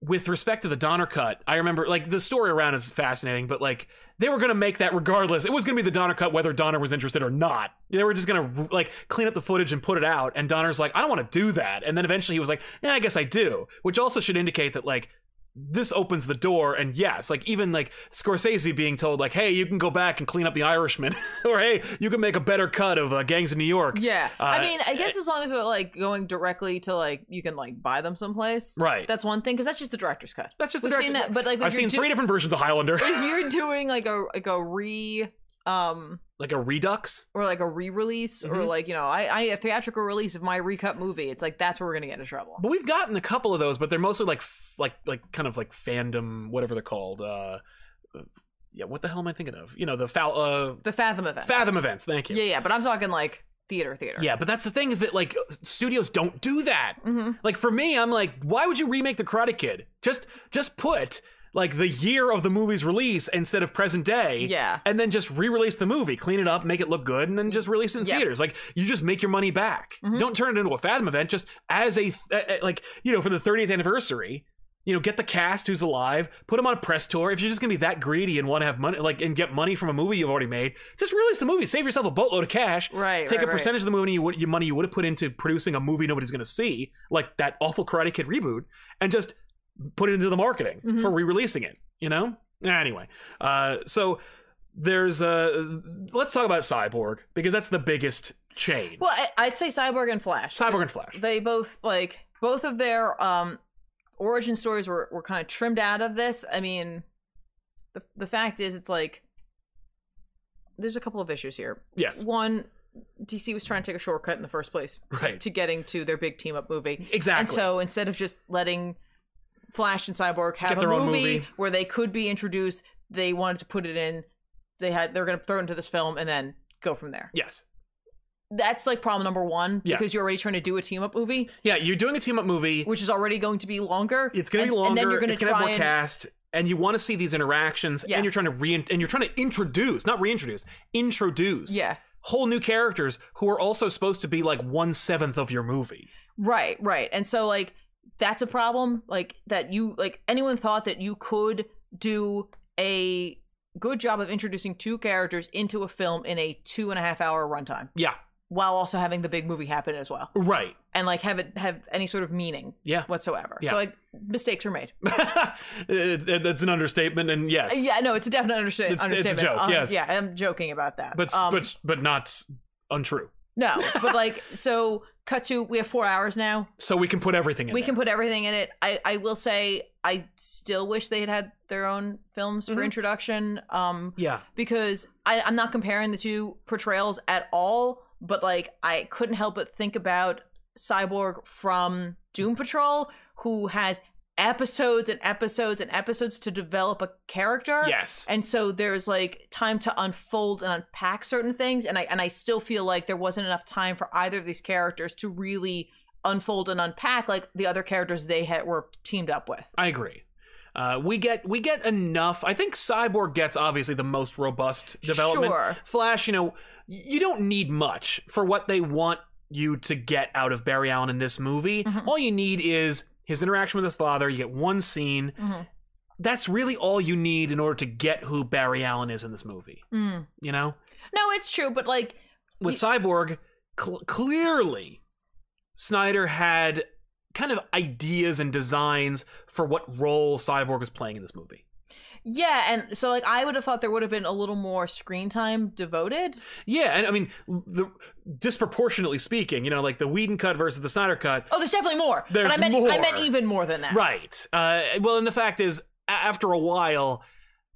with respect to the Donner cut, I remember like the story around is fascinating, but like they were going to make that regardless. It was going to be the Donner cut whether Donner was interested or not. They were just going to like clean up the footage and put it out. And Donner's like, I don't want to do that. And then eventually he was like, Yeah, I guess I do. Which also should indicate that like this opens the door and yes like even like scorsese being told like hey you can go back and clean up the irishman or hey you can make a better cut of uh, gangs in new york
Yeah.
Uh,
I mean, I guess as long as they're like going directly to like you can like buy them someplace.
right
That's one thing because that's just the director's cut.
that's just the
We've
director
seen that, but like if
i've
you're
seen
do-
three different versions of highlander
if you're doing like a like a re um
like a redux
or like a re-release or
Mhm.
like you know I I need a theatrical release of my recut movie. It's like that's where we're gonna get into trouble.
but we've gotten a couple of those but they're mostly like f- like like kind of like fandom whatever they're called uh uh, yeah what the hell am i thinking of you know the foul uh
The Fathom event.
fathom events thank you
yeah, yeah. But I'm talking like theater, theater.
yeah but that's the thing is that like studios don't do that
hmm
like for me i'm like why would you remake the karate kid just just put like the year of the movie's release instead of present day
Yeah.
and then just re-release the movie, clean it up, make it look good, and then just release it in
Yep.
theaters. Like you just make your money back.
Mhm.
Don't turn it into a Fathom event. Just as a th- uh, uh, like you know for the 30th anniversary, you know get the cast who's alive, put them on a press tour. If you're just gonna be that greedy and want to have money like and get money from a movie you've already made, just release the movie, save yourself a boatload of cash.
Right.
Take
right,
a
right.
percentage of the money you would, your money you would have put into producing a movie nobody's going to see, like that awful Karate Kid reboot, and just put it into the marketing
Mhm.
for re-releasing it. You know. Anyway, uh, so there's uh, let's talk about Cyborg because that's the biggest change.
Well, I, I'd say Cyborg and Flash.
Cyborg and Flash.
they both like both of their um origin stories were, were kind of trimmed out of this i mean the, the fact is it's like there's a couple of issues here
yes.
one dc was trying to take a shortcut in the first place
Right.
to getting to their big team up movie
Exactly.
and so instead of just letting flash and cyborg have
Get
a
their own
movie,
movie.
where they could be introduced they wanted to put it in they had they're going to throw it into this film and then go from there
yes.
that's like problem number one
Yeah.
because you're already trying to do a team up movie
Yeah, you're doing a team up movie.
which is already going to be longer.
It's going to
and-
be longer.
And then you're going to
it's gonna
try
have more
and
cast. And you want to see these interactions,
Yeah.
and you're trying to re and you're trying to introduce, not reintroduce, introduce,
yeah,
whole new characters who are also supposed to be like one seventh of your movie.
right, right. And so like that's a problem. Like that you like anyone thought that you could do a good job of introducing two characters into a film in a two and a half hour runtime
Yeah,
while also having the big movie happen as well
right.
and like have it have any sort of meaning
Yeah.
whatsoever
Yeah.
so like mistakes are made
It- it- That's an understatement, and yes,
yeah no it's a definite understa-
It's- it's a
understatement
joke,
Uh,
yes.
um, yeah i'm joking about that
but
Um,
but but not untrue.
No, but like so cut to we have four hours now.
so we can put everything in
we
there.
can put everything in it. I, I will say I still wish they had had their own films for
Mhm.
introduction. Um,
yeah
because I, I'm not comparing the two portrayals at all, but like I couldn't help but think about Cyborg from Doom Patrol, who has episodes and episodes and episodes to develop a character.
yes
And so there's like time to unfold and unpack certain things, and I and I still feel like there wasn't enough time for either of these characters to really unfold and unpack like the other characters they had were teamed up with.
i agree uh, we get we get enough i think cyborg gets obviously the most robust development
Sure.
Flash, you know, y- you don't need much for what they want you to get out of Barry Allen in this movie.
Mhm.
All you need is his interaction with his father. You get one scene.
Mhm.
That's really all you need in order to get who Barry Allen is in this movie.
Mm.
You know,
No, it's true, but like
with Cyborg, cl- clearly Snyder had kind of ideas and designs for what role Cyborg was playing in this movie.
Yeah, and so like I would have thought there would have been a little more screen time devoted.
Yeah, and I mean, the disproportionately speaking, you know, like the Whedon cut versus the Snyder cut,
Oh, there's definitely more.
There's
but I meant I
more.
meant even more than that.
Right. Uh, well, and the fact is, a- after a while,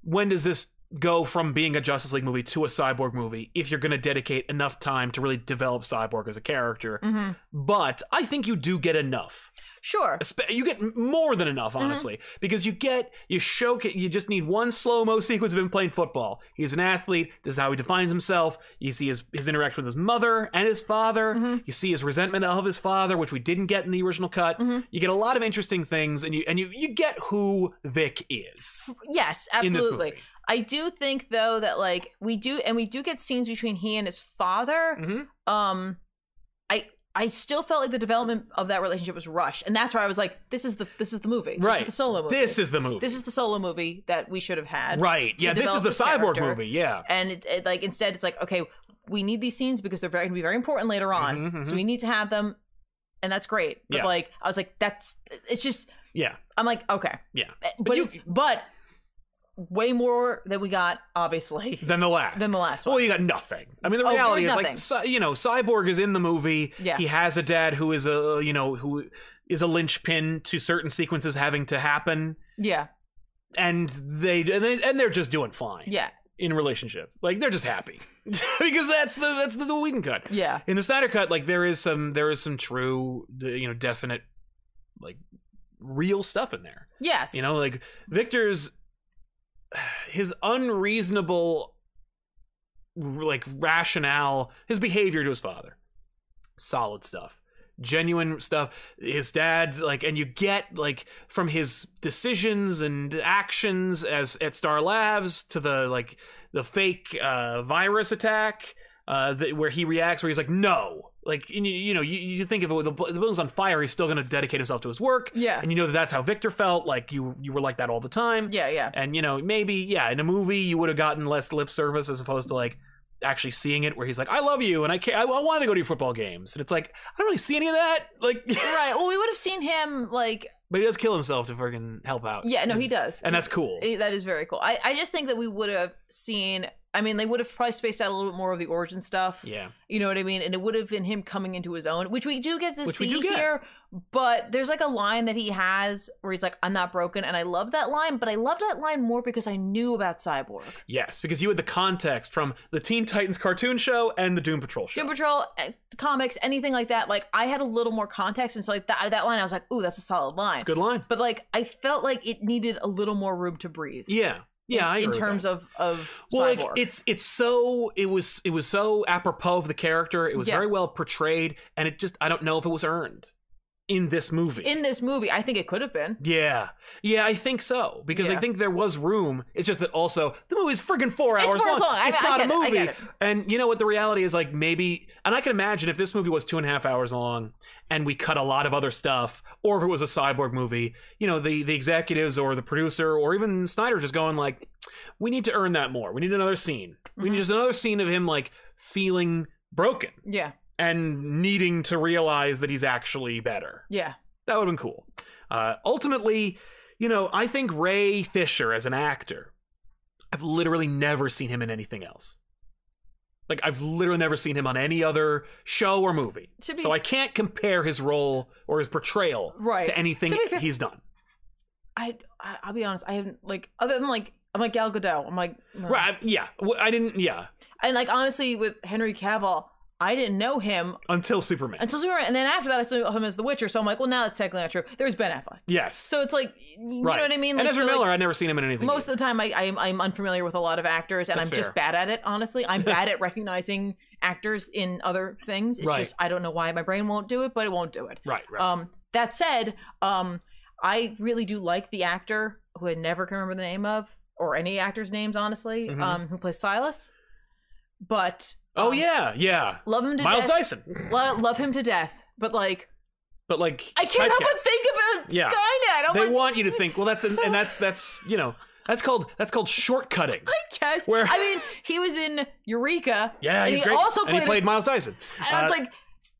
when does this go from being a Justice League movie to a cyborg movie if you're going to dedicate enough time to really develop cyborg as a character?
hmm
But I think you do get enough.
Sure.
Espe- You get more than enough,
Mm-hmm.
honestly, because you get, you show, you just need one slow mo sequence of him playing football. He's an athlete. This is how he defines himself. You see his, his interaction with his mother and his father.
Mhm.
You see his resentment of his father, which we didn't get in the original cut.
Mhm.
You get a lot of interesting things, and you and you you get who Vic is
Yes,
in this
absolutely.
movie.
I do think though that like we do and we do get scenes between he and his father.
Mhm.
Um I I still felt like the development of that relationship was rushed. And that's why I was like, this is the this is the movie. This
Right.
is the solo movie.
This is the movie.
this is the solo movie that we should have had.
right.
to
Yeah, this is
develop
the
this
cyborg
character.
movie. Yeah.
and it, it, like instead it's like okay we need these scenes because they're very, going to be very important later on
Mhm, mhm.
so we need to have them and that's great but
Yeah.
like i was like that's it's just
Yeah.
i'm like okay Eh,
Yeah.
but,
you-
it's, but way more than we got obviously
Then the last.
than the last one
well, you got nothing. I mean, the
Oh,
reality is
there's
like, Cy- you know, Cyborg is in the movie.
Yeah.
He has a dad who is a, you know, who is a linchpin to certain sequences having to happen,
yeah
and they and, they, and they're just doing fine
yeah
in relationship. Like they're just happy because that's the that's the, the Whedon cut.
yeah
in the Snyder cut, like there is some there is some true, you know, definite, like real stuff in there.
yes
You know, like Victor's his unreasonable like rationale, his behavior to his father. Solid stuff. Genuine stuff. His dad, like, and you get like from his decisions and actions as at Star Labs to the like the fake uh, virus attack, uh, that where he reacts, where he's like, "No!" Like, and you, you know, you, you think of it, the, bu- the building's on fire. He's still going to dedicate himself to his work
yeah
and you know that that's how Victor felt. Like you you were like that all the time.
yeah yeah
And you know maybe yeah in a movie you would have gotten less lip service as opposed to like actually seeing it where he's like I love you and I care I, want to go to your football games and it's like I don't really see any of that like
right well we would have seen him like
but he does kill himself to freaking help out.
yeah no he
It's-
does
And that's cool.
Eh, That is very cool. I, I just think that we would have seen. I mean, they would have probably spaced out a little bit more of the origin stuff.
yeah.
You know what I mean? And it would have been him coming into his own, which we do get to
Which we
see
do get.
here. But there's like a line that he has where he's like, "I'm not broken," and I love that line. But I love that line more because I knew about Cyborg.
Yes, because you had the context from the Teen Titans cartoon show and the Doom Patrol show.
Doom Patrol, eh, comics, anything like that. Like I had a little more context, and so like that that line, I was like, "Ooh, that's a solid line."
it's a good line.
But like I felt like it needed a little more room to breathe.
Yeah. Yeah, I
In, in
agree with that.
terms of of
well
Cyborg.
like it's it's so it was it was so apropos of the character it was
Yeah.
very well portrayed and it just i don't know if it was earned in this movie
in this movie, I think it could have been.
yeah yeah i think so because i
Yeah.
think there was room it's just that also the movie's friggin' four
It's
hours
four hours long. I-
it's
I
not a
get it. I
movie
get it.
and you know what the reality is like maybe and i can imagine if this movie was two and a half hours long and we cut a lot of other stuff or if it was a cyborg movie you know the the executives or the producer or even snyder just going like we need to earn that more we need another scene we need
Mhm.
just another scene of him like feeling broken
Yeah,
and needing to realize that he's actually better
yeah,
that would have been cool uh, ultimately you know i think ray fisher as an actor i've literally never seen him in anything else Like I've literally never seen him on any other show or movie.
To be
so I can't compare his role or his portrayal
Right.
to anything
To be fair-
he's done.
I, I I'll be honest. I haven't like other than like I'm like Gal Gadot. I'm like uh,
Right? I- Yeah. W- I didn't. Yeah.
And like honestly, with Henry Cavill, I didn't know him
Until Superman.
until Superman, and then after that, I saw him as The Witcher. So I'm like, well, now that's technically not true. There's Ben Affleck.
yes.
So it's like, you
right.
know what I mean? Like,
and Ezra
so, like,
Miller, I'd never seen him in anything.
most of the time, I, I'm I'm unfamiliar with a lot of actors, and
That's
I'm just
fair.
bad at it. Honestly, I'm bad at recognizing actors in other things. It's
Right.
just I don't know why my brain won't do it, but it won't do it.
right. Right.
Um, that said, um, I really do like the actor who I never can remember the name of, or any actors' names, honestly,
Mhm.
um, who plays Silas. But
oh
um,
yeah. Yeah.
love him to
Miles
death.
Dyson.
Lo- love him to death. But like,
But like,
I can't help
typecast.
but think about
Yeah.
Skynet. Oh I'm
they
like,
want you to think. Well, that's and that's that's you know that's called that's called shortcutting.
I guess.
Where-
I mean, he was in Eureka.
Yeah,
and
he's
he
great.
also
and he
played-
played Miles Dyson.
And I was
Uh,
like,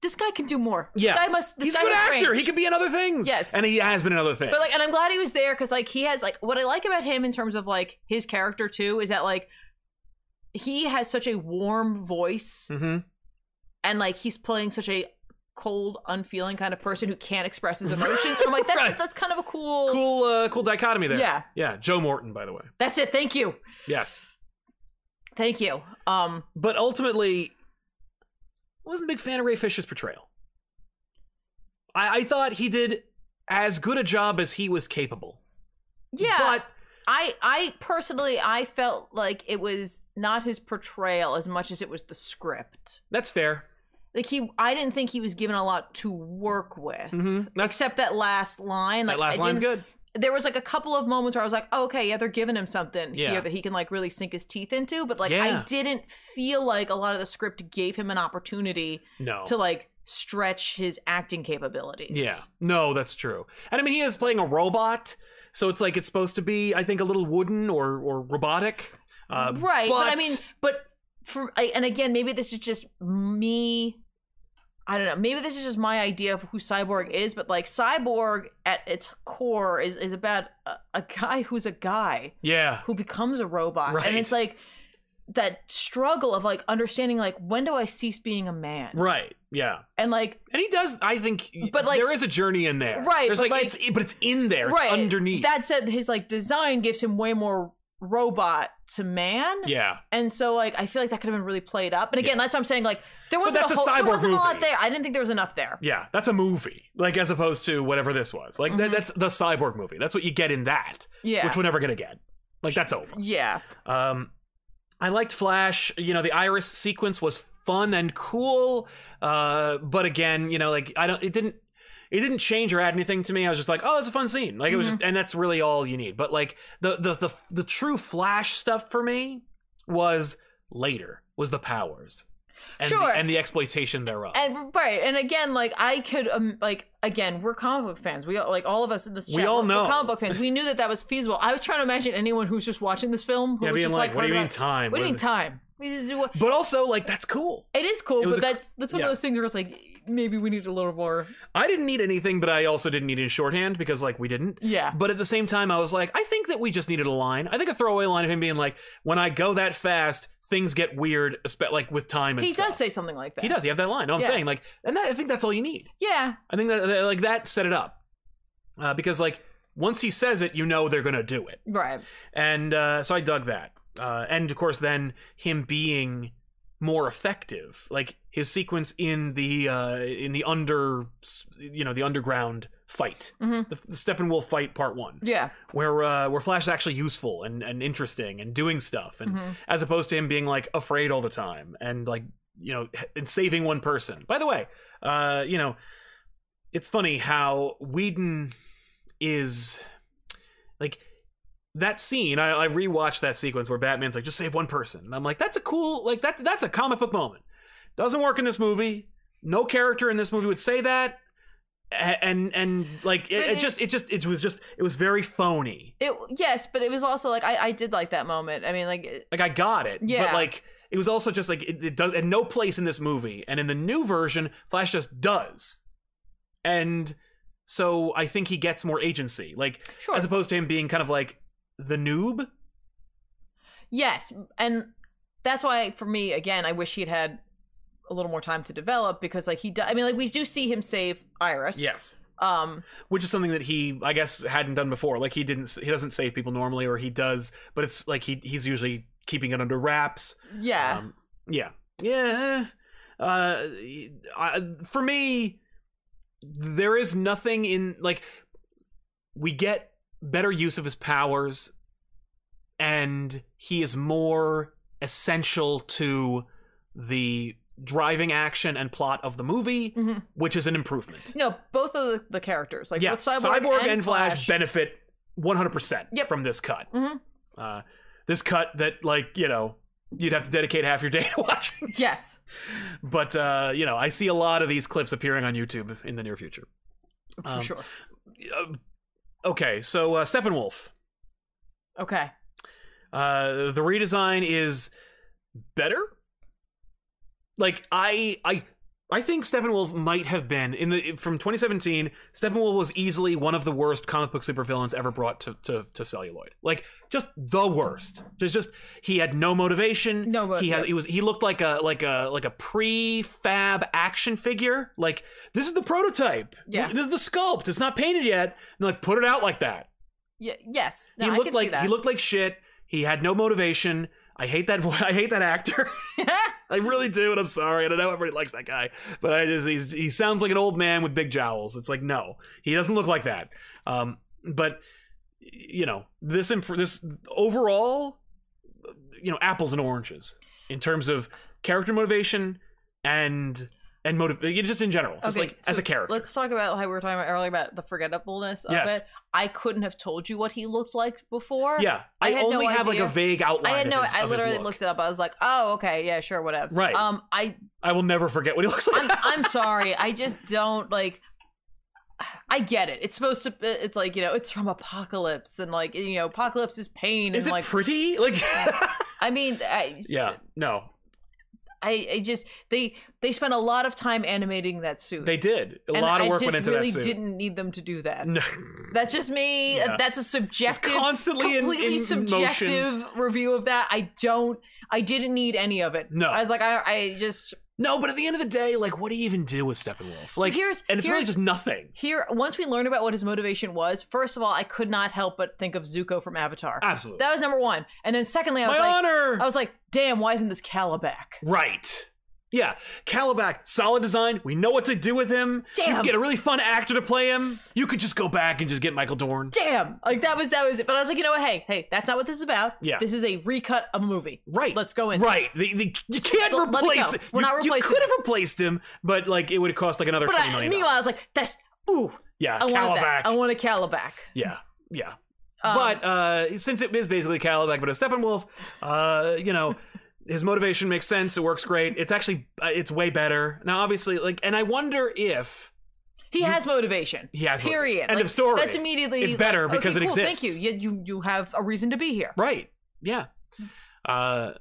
this guy can do more.
Yeah.
This guy must. This
he's a
guy
good
has
actor.
range.
He could be in other things.
Yes.
and he has been in other things.
But like, and I'm glad he was there because like he has like what I like about him in terms of like his character too is that like he has such a warm voice
hmm
and like he's playing such a cold, unfeeling kind of person who can't express his emotions. I'm like that's
Right.
that's kind of a cool.
cool, uh, cool dichotomy there.
Yeah.
yeah. Joe Morton, by the way.
That's it. Thank you.
Yes,
Thank you. Um,
but ultimately, I wasn't a big fan of Ray Fisher's portrayal. I, I thought he did as good a job as he was capable.
yeah.
but
I I personally I felt like it was not his portrayal as much as it was the script.
that's fair.
Like he I didn't think he was given a lot to work with.
Mm-hmm. That's
Except that last line. Like
that last
I
line's
didn't-
good.
There was like a couple of moments where I was like, oh, okay, yeah, they're giving him something
Yeah.
here that he can like really sink his teeth into. But like
Yeah.
I didn't feel like a lot of the script gave him an opportunity
No,
to like stretch his acting capabilities.
Oh. Yeah. No, that's true. And I mean, he is playing a robot, so it's like it's supposed to be, I think, a little wooden or or robotic. Uh,
right but, i mean but for I- and again maybe this is just me i don't know maybe this is just my idea of who cyborg is but like cyborg at its core is is about a, a guy who's a guy
yeah,
who becomes a robot
Right.
and it's like that struggle of like understanding like when do i cease being a man
right, yeah.
and like
And he does. I think,
But, like-
there is a journey in there.
Right,
There's
but,
like,
like-
it's but it's in there. It's
right
underneath.
that said his like design gives him way more robot to man
yeah.
And so like I feel like that could have been really played up. And again,
Yeah.
that's what I'm saying. Like there wasn't
that's a
whole, there
cyborg
wasn't a lot
movie.
there. I didn't think there was enough there.
Yeah, that's a movie, like as opposed to whatever this was. Like that,
Mhm.
that's the cyborg movie. That's what you get in that,
Yeah.
which we're never gonna get. Like that's over.
yeah.
Um, I liked Flash. You know, the Iris sequence was fun and cool. Uh, but again, you know, like I don't, it didn't, it didn't change or add anything to me. I was just like, oh, it's a fun scene. Like it
Mm-hmm.
was just, and that's really all you need. But like the the the the true Flash stuff for me was later. Was the powers. And
Sure.
The, and the exploitation thereof.
And right. And again, like I could um, like again, we're comic book fans. We all like all of us in this
We
chat,
all
we're-
know.
we're comic book fans. We knew that that was feasible. I was trying to imagine anyone who's just watching this film who
yeah,
was
being
just
like,
like,
what do you
heard
mean
about-
time?
What do you
Was
mean
it-
time? We just do what-
But also, like, that's cool.
It is cool,
It was
but
a-
that's that's one
yeah.
of those things where it's like maybe we need a little more.
I didn't need anything, but I also didn't need it in shorthand because, like, we didn't.
Yeah.
But at the same time, I was like, I think that we just needed a line. I think a throwaway line of him being like, "When I go that fast, things get weird, espe- like with time and
He
stuff."
does say something like that.
He does. You have that line. No, I'm
Yeah.
saying like, and that, I think that's all you need.
Yeah.
I think that, that- like that set it up, uh, because like once he says it, you know they're gonna do it,
Right.
and uh, so I dug that. Uh, and of course, then him being more effective, like his sequence in the uh, in the under, you know, the underground fight,
Mhm.
the, the Steppenwolf fight, part one
Yeah.
where uh, where Flash is actually useful and, and interesting and doing stuff, and
Mhm.
as opposed to him being like afraid all the time and like you know and saving one person. By the way, uh, you know, it's funny how Whedon is like that scene. I, I rewatched that sequence where Batman's like, "Just save one person," and I'm like, "That's a cool like that. That's a comic book moment." Doesn't work in this movie. No character in this movie would say that. A- And and like it, it
But it-
just it just it was just it was very phony.
It yes, but it was also like I, I did like that moment. I mean, like it-
Like I got it, but
Yeah.
like it was also just like it, it does at no place in this movie, and in the new version, Flash just does, and so I think he gets more agency, like
sure.
as opposed to him being kind of like the noob.
yes, and that's why for me again, I wish he'd had a little more time to develop because like he, di- I mean, like we do see him save Iris.
Yes.
Um.
Which is something that he, I guess, hadn't done before. Like he didn't, he doesn't save people normally, or he does, but it's like he he's usually keeping it under wraps.
Yeah.
Um, yeah. Yeah. Uh, I, for me, there is nothing in like we get better use of his powers, and he is more essential to the driving action and plot of the movie,
Mhm.
which is an improvement.
No, both of the, the characters, like
yeah,
both Cyborg,
Cyborg, and, Flash benefit 100%
Yep.
from this cut.
Mhm.
Uh, this cut that, like, you know, you'd have to dedicate half your day to watching.
yes.
But uh, you know, I see a lot of these clips appearing on YouTube in the near future.
For
Um,
sure.
Uh, okay, so uh, Steppenwolf.
Okay.
Uh, the redesign is better. Like I, I, I think Steppenwolf might have been in the from 2017. Steppenwolf was easily one of the worst comic book supervillains ever brought to to, to celluloid. Like just the worst. Just just he had no motivation.
No mo-
he had he was he looked like a like a like a prefab action figure. Like this is the prototype.
Yeah.
This is the sculpt. It's not painted yet. And like put it out like that
Yeah. Yes. No,
he
I
looked
can
like
see that.
he looked like shit. He had no motivation. I hate that. vo- I hate that actor. I really do, and I'm sorry. I don't know everybody likes that guy, but I just, he's, he sounds like an old man with big jowls. It's like no, he doesn't look like that. Um, but you know, this imp- this overall, you know, apples and oranges in terms of character motivation and and motive just in general, just
Okay,
like as
so
a character.
Let's talk about how we were talking about earlier about the forgettableness of
Yes.
it. I couldn't have told you what he looked like before.
yeah,
I
I,
had no
only have like
idea.
a vague outline.
I had
of
no.
his-
I
of his
literally
look.
looked it up. I was like, "Oh, okay, yeah, sure, whatever."
Right.
Um, I,
I will never forget what he looks like.
I'm, I'm sorry. I just don't like. I get it. It's supposed to. uh, It's like you know, it's from Apocalypse, and like you know, Apocalypse is pain,
Is
and
it
like
pretty? Like,
I mean, I,
yeah, no,
I, I just they they spent a lot of time animating that suit.
they did. A
And
lot of
I
work
just
went into
really
that suit.
Didn't need them to do that.
No.
That's just me.
Yeah.
That's a
It's
subjective,
constantly in,
completely
in motion.
subjective review of that. I don't. I didn't need any of it.
No.
I was like, I, I just
No, but at the end of the day, like, what do you even do with Steppenwolf?
So
Like,
here's-
and it's
here's-
really just nothing.
here. Once we learned about what his motivation was, first of all, I could not help but think of Zuko from Avatar.
Absolutely,
that was number one. And then secondly, I
my
was like,
honor.
I was like, damn, why isn't this Calabac?
right. Yeah, Calabac, solid design. We know what to do with him. You
Damn.
can get a really fun actor to play him. You could just go back and just get Michael Dorn.
Damn, like that was that was it. But I was like, you know what? Hey, hey, that's not what this is about.
Yeah.
this is a recut of a movie.
Right.
Let's go in.
Right. The, the, you can't
Let- let it
replace
go.
it.
We're
you,
not
You
replacing
could
it.
have replaced him, but like it would have cost like another
But
twenty
I,
million.
meanwhile, I was like, that's ooh,
yeah,
I wanted
Calabac.
that. I want a Calabac.
Yeah, yeah.
Um,
but uh, since it is basically Cadillac, but a Steppenwolf, uh, you know, his motivation makes sense. It works great. It's actually uh, it's way better now. Obviously, like, and I wonder if
He has motivation.
he has motivation.
Period.
End
Like,
of story.
That's immediately.
It's better
like, okay,
because it
cool, Thank
exists.
you. you. You you have a reason to be here.
right. Yeah. Uh,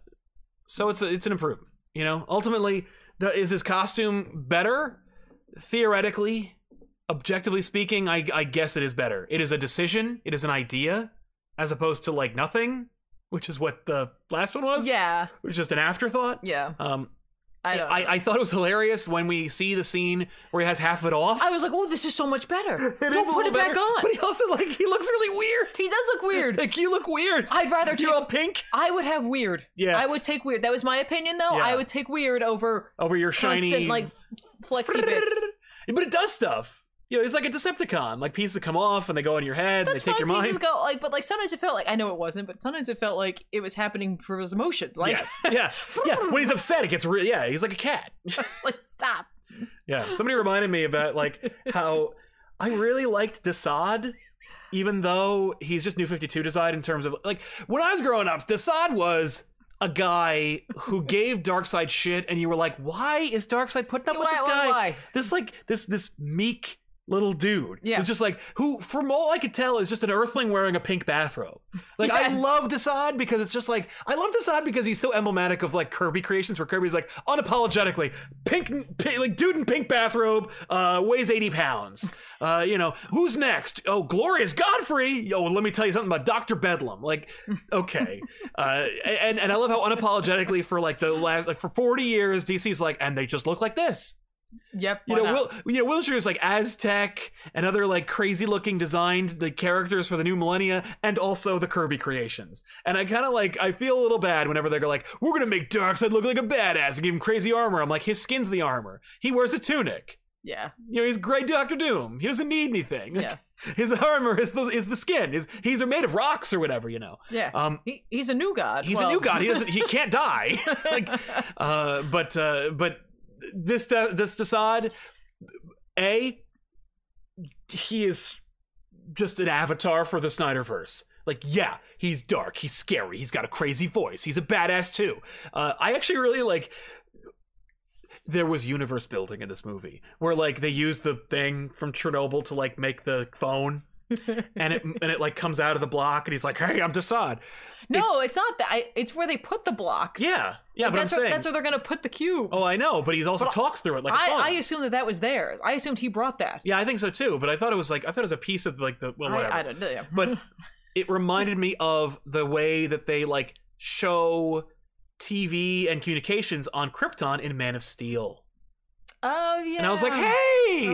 so it's a, it's an improvement. You know, ultimately, th- is his costume better? Theoretically, objectively speaking, I, I guess it is better. It is a decision. It is an idea, as opposed to like nothing, which is what the last one was.
Yeah.
It was just an afterthought.
Yeah.
Um,
I
I,
don't.
I,
know.
thought it was hilarious when we see the scene where he has half of it off.
I was like, oh, this is so much better.
It
Don't
is a
put
little
it back
better,
on.
But he also like he looks really weird.
He does look weird.
Like you look weird.
I'd rather take.
You're all pink
I would have weird.
Yeah.
I would take weird. That was my opinion, though.
Yeah.
I would take weird over
over your shiny
constant like f- flexy bits.
But it does stuff. You know, it's like a Decepticon. Like pieces come off and they go in your head.
That's
they take your
fine.
mind.
Pieces go like, but like sometimes it felt like I know it wasn't, but sometimes it felt like it was happening for his emotions. Like,
yes. Yeah. Yeah. When he's upset, it gets real. Yeah. He's like a cat.
it's like stop.
Yeah, somebody reminded me about like how I really liked Desaad, even though he's just New Fifty Two Desaad in terms of like when I was growing up, Desaad was a guy who gave Darkseid shit, and you were like, why is Darkseid putting up with
why,
this
why,
guy?
why?
This like this this meek little dude.
Yeah.
It's just like who, from all I could tell, is just an earthling wearing a pink bathrobe. Like I
Yes.
love Desaad because it's just like I love Desaad because he's so emblematic of like Kirby creations, where Kirby's like unapologetically pink, pi- like dude in pink bathrobe, uh, weighs eighty pounds. Uh, you know who's next? Oh, Glorious Godfrey. Yo, let me tell you something about Doctor Bedlam. Like, okay, uh, and and I love how unapologetically for like the last like for forty years, DC's like, and they just look like this.
Yep.
You
why
know,
not?
Will, you know, Wilshire is like Aztec and other like crazy looking designed like characters for the new millennia, and also the Kirby creations. And I kind of like I feel a little bad whenever they're like, "We're gonna make Darkseid look like a badass and give him crazy armor." I'm like, his skin's the armor. He wears a tunic.
yeah.
You know, he's great Doctor Doom. He doesn't need anything. Like,
Yeah.
His armor is the is the skin. His he's made of rocks or whatever. You know.
Yeah.
Um,
he, he's a new god.
he's
Well,
a new god. He doesn't. He can't die. like, uh, but uh, but this De- this Desaad, a he is just an avatar for the Snyderverse. Like, yeah, he's dark. He's scary. He's got a crazy voice. He's a badass too. Uh, I actually really like. There was universe building in this movie, where like they used the thing from Chernobyl to like make the phone, and it and it like comes out of the block, and he's like, "Hey, I'm Desaad."
no, it's not that. I, it's where they put the blocks.
Yeah, yeah, but I'm
that's where,
saying
that's where they're gonna put the cubes.
Oh, I know, but he also talks through it like a
I,
phone.
I assumed that that was theirs. I assumed he brought that.
yeah, I think so too. But I thought it was like I thought it was a piece of like the well, whatever.
I, I don't know. Yeah.
but it reminded me of the way that they like show TV and communications on Krypton in Man of Steel,
oh yeah.
and I was like, hey.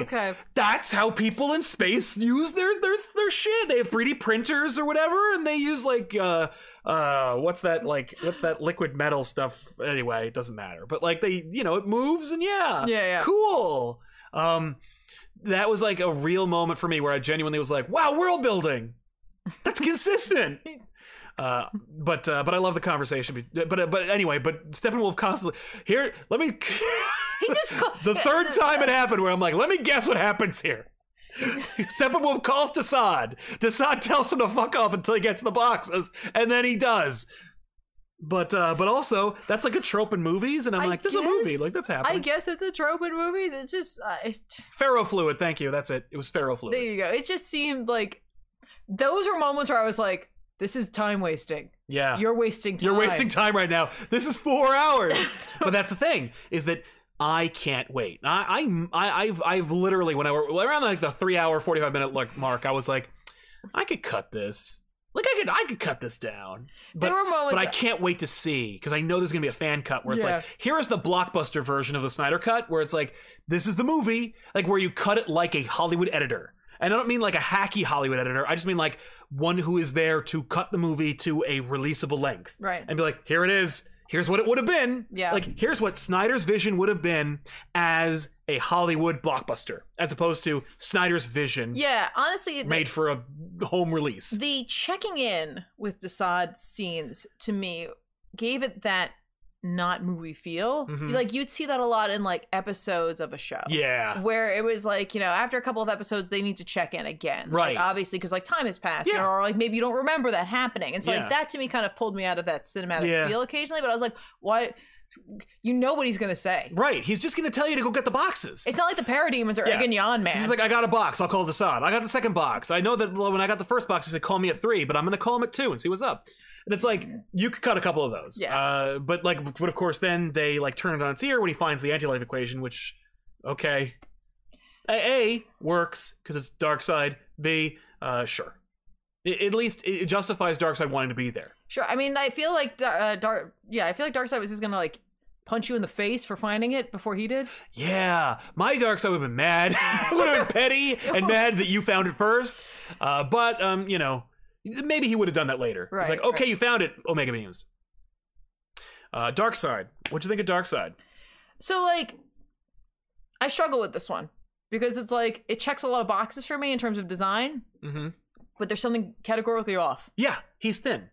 Okay.
That's how people in space use their their their shit. They have 3D printers or whatever, and they use like uh uh what's that like what's that liquid metal stuff anyway, it doesn't matter. But like they you know, it moves and yeah.
Yeah, yeah.
Uh, cool. Um, that was like a real moment for me where I genuinely was like, wow, world building. That's consistent. Uh, but uh, but I love the conversation. be- But uh, but anyway, but Steppenwolf constantly here. Let me
He just ca-
the third time it happened where I'm like, let me guess what happens here. Steppenwolf calls Desaad. Desaad tells him to fuck off until he gets the boxes, and then he does. But uh, but also that's like a trope in movies, and I'm
I
like, this is a movie,
guess-
like that's
I
happening.
guess it's a trope in movies. It's just, uh, it's just
Ferrofluid, thank you. That's it. It was ferrofluid.
there you go. It just seemed like those were moments where I was like, "This is time wasting.
yeah.
You're wasting time.
You're wasting time right now. This is four hours. but that's the thing is that I can't wait. I, I, I I've, I've literally when I were around like the three hour, forty five minute like mark, I was like, I could cut this. Like I could, I could cut this down. But
there were moments.
but I can't wait to see because I know there's gonna be a fan cut where it's like,
Yeah.
here is the blockbuster version of the Snyder cut, where it's like, this is the movie, like where you cut it like a Hollywood editor. And I don't mean like a hacky Hollywood editor. I just mean like one who is there to cut the movie to a releasable length
right.
and be like, here it is. Here's what it would have been.
Yeah.
Like, here's what Snyder's vision would have been as a Hollywood blockbuster, as opposed to Snyder's vision
Yeah, honestly, it-
made for a home release.
the checking in with Desaad scenes to me gave it that not movie feel.
Mhm.
Like you'd see that a lot in like episodes of a show.
yeah.
Where it was like, you know, after a couple of episodes, they need to check in again. Like,
Right.
obviously, because like time has passed, you
Yeah.
know, or like maybe you don't remember that happening. And so,
Yeah.
like, that to me kind of pulled me out of that cinematic
Yeah.
feel occasionally. But I was like, why? You know what he's going to say.
Right. He's just going to tell you to go get the boxes.
It's not like the parademons or
Yeah.
Egg and Yon Man.
He's like, I got a box. I'll call this on. I got the second box. I know that when I got the first box, he said, call me at three, but I'm going to call him at two and see what's up. And it's like, you could cut a couple of those.
Yes.
Uh, but like, but of course, then they like turn it on its ear when he finds the anti-life equation, which, okay. A, a works because it's dark side. B, uh, sure. It, at least it it justifies dark side wanting to be there.
Sure. I mean, I feel like Dar- uh, Dark. Yeah, I feel like Darkseid was just gonna like punch you in the face for finding it before he did.
Yeah, my dark side would have been mad. would have been petty and mad that you found it first. Uh, but um, you know, maybe he would have done that later. It's
Right,
like, okay,
right.
you found it, Omega Beams. Uh, dark side. What'd you think of dark side?
So like, I struggle with this one because it's like it checks a lot of boxes for me in terms of design,
Mm-hmm.
but there's something categorically off.
Yeah, he's thin.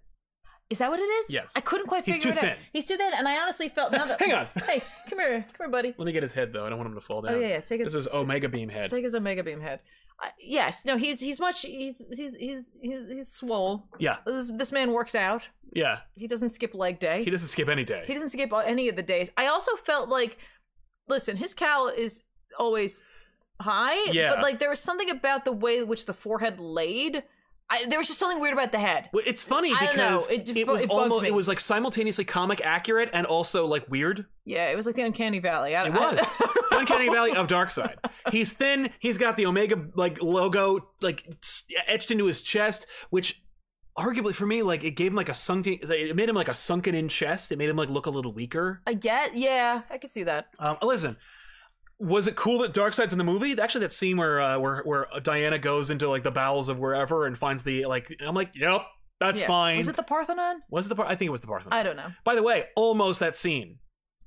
Is that what it is?
Yes.
I couldn't quite
He's
figure
too
it out.
thin.
He's too thin, and I honestly felt now that.
Hang on.
Hey, come here, come here, buddy.
Let me get his head though. I don't want him to fall down.
Oh yeah, yeah. Take his
This is Omega Beam head.
take his Omega Beam head. I yes, no, he's he's much he's he's he's he's, he's swole.
Yeah,
This, this man works out.
yeah.
He doesn't skip leg day.
He doesn't skip any day.
He doesn't skip any of the days. I also felt like, listen, his cowl is always high.
Yeah.
But like there was something about the way in which the forehead laid. I, there was just something weird about the head.
Well, it's funny
I don't know.
because
It- it
was
bugs
almost
me.
it was like simultaneously comic accurate and also like weird.
Yeah, it was like the Uncanny Valley. I,
It
I-
was. Uncanny Valley of Darkseid. He's thin. He's got the Omega like logo like s- etched into his chest, which arguably for me like it gave him like a sunken. It made him like a sunken in chest. It made him like look a little weaker.
I get. Yeah, I could see that.
Um, listen, was it cool that Darkseid's in the movie? Actually, that scene where uh, where where Diana goes into like the bowels of wherever and finds the like. I'm like, yep, that's
Yeah.
fine.
Was it the Parthenon?
Was it the part? I think it was the Parthenon.
I don't know.
By the way, almost that scene.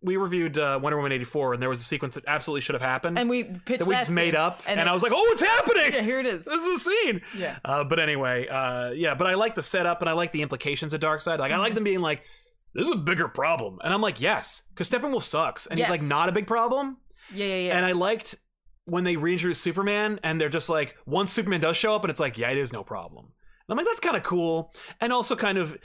We reviewed uh, Wonder Woman 84, and there was a sequence that absolutely should have happened
And we pitched
Mm-hmm. that we
that
just made
scene,
up, and,
then-
I was like, oh, it's happening!
yeah, here it is.
This is a scene!
Yeah.
Uh, but anyway, uh, yeah, but I like the setup, and I like the implications of Darkseid. Like, I
Mm-hmm.
like them being like, this is a bigger problem. And I'm like, yes, because Steppenwolf sucks, and he's like,
Yes.
not a big problem.
Yeah, yeah, yeah.
And uh, I liked when they reintroduced Superman and they're just like, once Superman does show up and it's like, yeah, it is no problem. And I'm like, that's kind of cool. And also kind of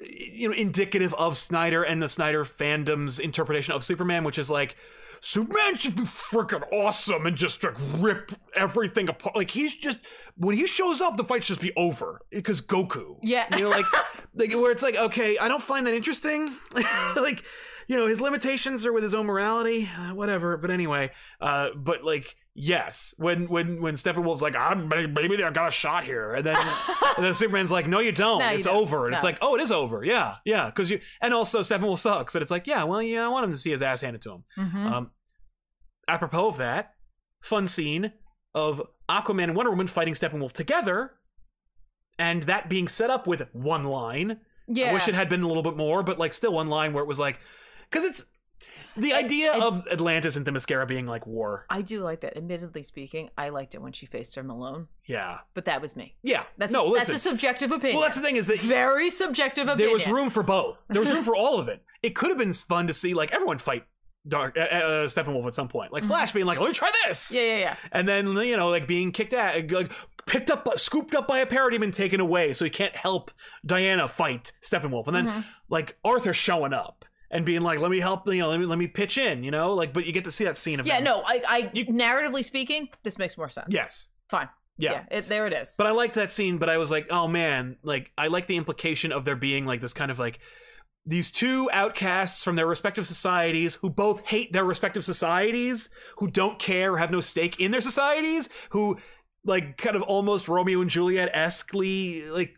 you know, indicative of Snyder and the Snyder fandom's interpretation of Superman, which is like Superman should be freaking awesome and just like rip everything apart. Like he's just when he shows up, the fight should just be over because Goku.
Yeah.
you know, like like where it's like okay, I don't find that interesting. like you know, his limitations are with his own morality, uh, whatever. But anyway, uh, but like yes, when when when Steppenwolf's like, ah, may- maybe I got a shot here, and then and then Superman's like, no, you don't.
No, you
it's
don't.
over, and
No,
it's like,
it's-
oh, it is over. Yeah, yeah, because you and also Steppenwolf sucks, and it's like, yeah, well, yeah, I want him to see his ass handed to him.
Mhm.
Um, apropos of that, fun scene of Aquaman and Wonder Woman fighting Steppenwolf together, and that being set up with one line.
yeah.
I wish it had been a little bit more, but like still one line where it was like, because it's the idea
and-
of Atlantis and Themyscira being like war.
I do like that. Admittedly speaking, I liked it when she faced her Malone,
Yeah,
but that was me.
yeah.
That's
no,
a, that's
listen.
a subjective opinion.
well, that's the thing is that
very subjective opinion.
there was room for both. There was room for all of it. It could have been fun to see like everyone fight Dark uh, uh, Steppenwolf at some point, like
Mhm.
Flash being like, "Let me try this,"
Yeah, yeah, yeah.
and then you know like being kicked out, like picked up, scooped up by a parademon, and taken away, so he can't help Diana fight Steppenwolf, and then
Mhm.
like Arthur showing up and being like, "Let me help," you know, "Let me let me pitch in," you know, like. But you get to see that scene of
yeah,
him.
no, I, I
You-
narratively speaking, this makes more sense.
yes,
Fine.
yeah.
it, there it is.
But I liked that scene, but I was like, oh man, like I like the implication of there being like this kind of like these two outcasts from their respective societies who both hate their respective societies, who don't care, have no stake in their societies, who like kind of almost Romeo and Juliet esquely like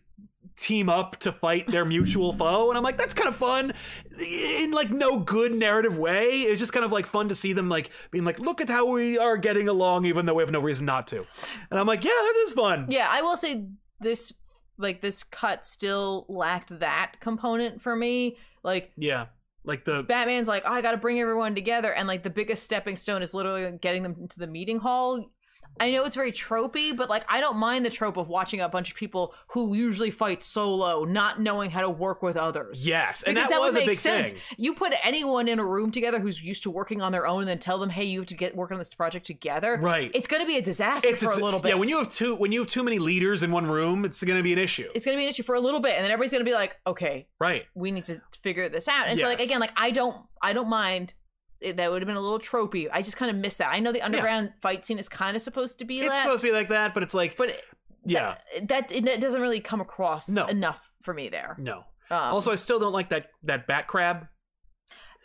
team up to fight their mutual foe and i'm like that's kind of fun in like no good narrative way it's just kind of like fun to see them like being like look at how we are getting along even though we have no reason not to and i'm like yeah that is fun
yeah, I will say this, like this cut still lacked that component for me. Like
Yeah, like the
Batman's like, oh, I got to bring everyone together, and like the biggest stepping stone is literally getting them into the meeting hall. I know it's very tropey, but like I don't mind the trope of watching a bunch of people who usually fight solo, not knowing how to work with others.
yes, and
because
that,
that would
was a
make
big
sense.
thing.
You put anyone in a room together who's used to working on their own, and then tell them, "Hey, you have to get working on this project together."
Right.
It's going to be a disaster for a little bit.
Yeah, when you have two when you have too many leaders in one room, it's going to be an issue.
it's going to be an issue for a little bit, and then everybody's going to be like, "Okay,
right.
we need to figure this out." And so, like
Yes.
again, like I don't, I don't mind. It, that would have been a little tropey. I just kind of miss that. I know the underground fight scene is kind of supposed to be
It's
that,
supposed to be like that, but it's like
but it-
yeah.
that it, it doesn't really come across
No.
enough for me there.
No.
Um,
Also, I still don't like that that bat crab.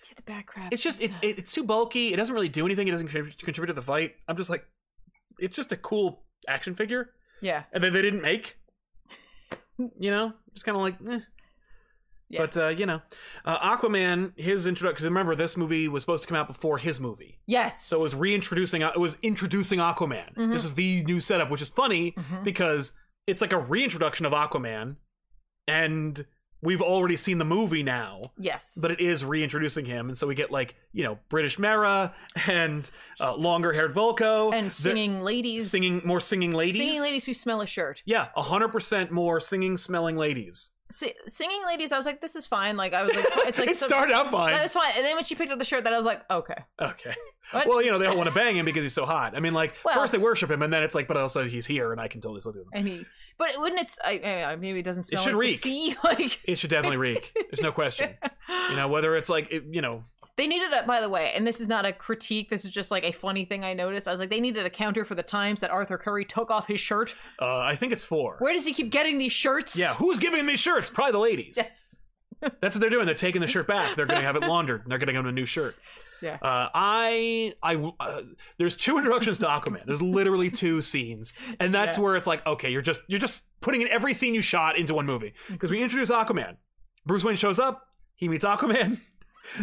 Yeah, the back crap.
It's just it's
Yeah.
it, it's too bulky. It doesn't really do anything. It doesn't contribute, contribute to the fight. I'm just like, it's just a cool action figure
yeah.
and that they didn't make. You know, just kind of like, eh.
Yeah.
But uh, you know, uh, Aquaman, his intro. Because remember, this movie was supposed to come out before his movie.
Yes.
So it was reintroducing, it was introducing Aquaman.
Mhm.
This is the new setup, which is funny
Mhm.
because it's like a reintroduction of Aquaman, and we've already seen the movie now,
Yes.
but it is reintroducing him, and so we get like you know British Mara and uh, longer-haired Volko
and
They're
singing ladies,
singing more singing ladies.
singing ladies who smell a shirt.
yeah, hundred percent more singing, smelling ladies.
Si- singing ladies, I was like, this is fine. Like I was like, it's like
it
some-
started out
that
fine.
was fine. And then when she picked up the shirt, that I was like, okay,
Okay.
What?
Well, you know they all want to bang him because he's so hot. I mean, like
Well-
first they worship him, and then it's like, but also he's here, and I can totally still do them.
and he. But wouldn't it? I, I- I- maybe it doesn't smell.
should
like the
reek.
sea, like
It should definitely reek. There's no question. You know, whether it's like, it, you know,
They needed a, by the way, and this is not a critique. This is just like a funny thing I noticed. I was like, they needed a counter for the times that Arthur Curry took off his shirt.
Uh, I think it's four.
Where does he keep getting these shirts?
yeah, who's giving him these shirts? Probably the ladies.
Yes.
That's what they're doing. They're taking the shirt back. They're going to have it laundered. They're going to give him a new shirt.
Yeah.
Uh, I, I, uh, there's two introductions to Aquaman. There's literally two scenes, and that's
Yeah.
where it's like, okay, you're just you're just putting in every scene you shot into one movie because we introduce Aquaman. Bruce Wayne shows up. He meets Aquaman.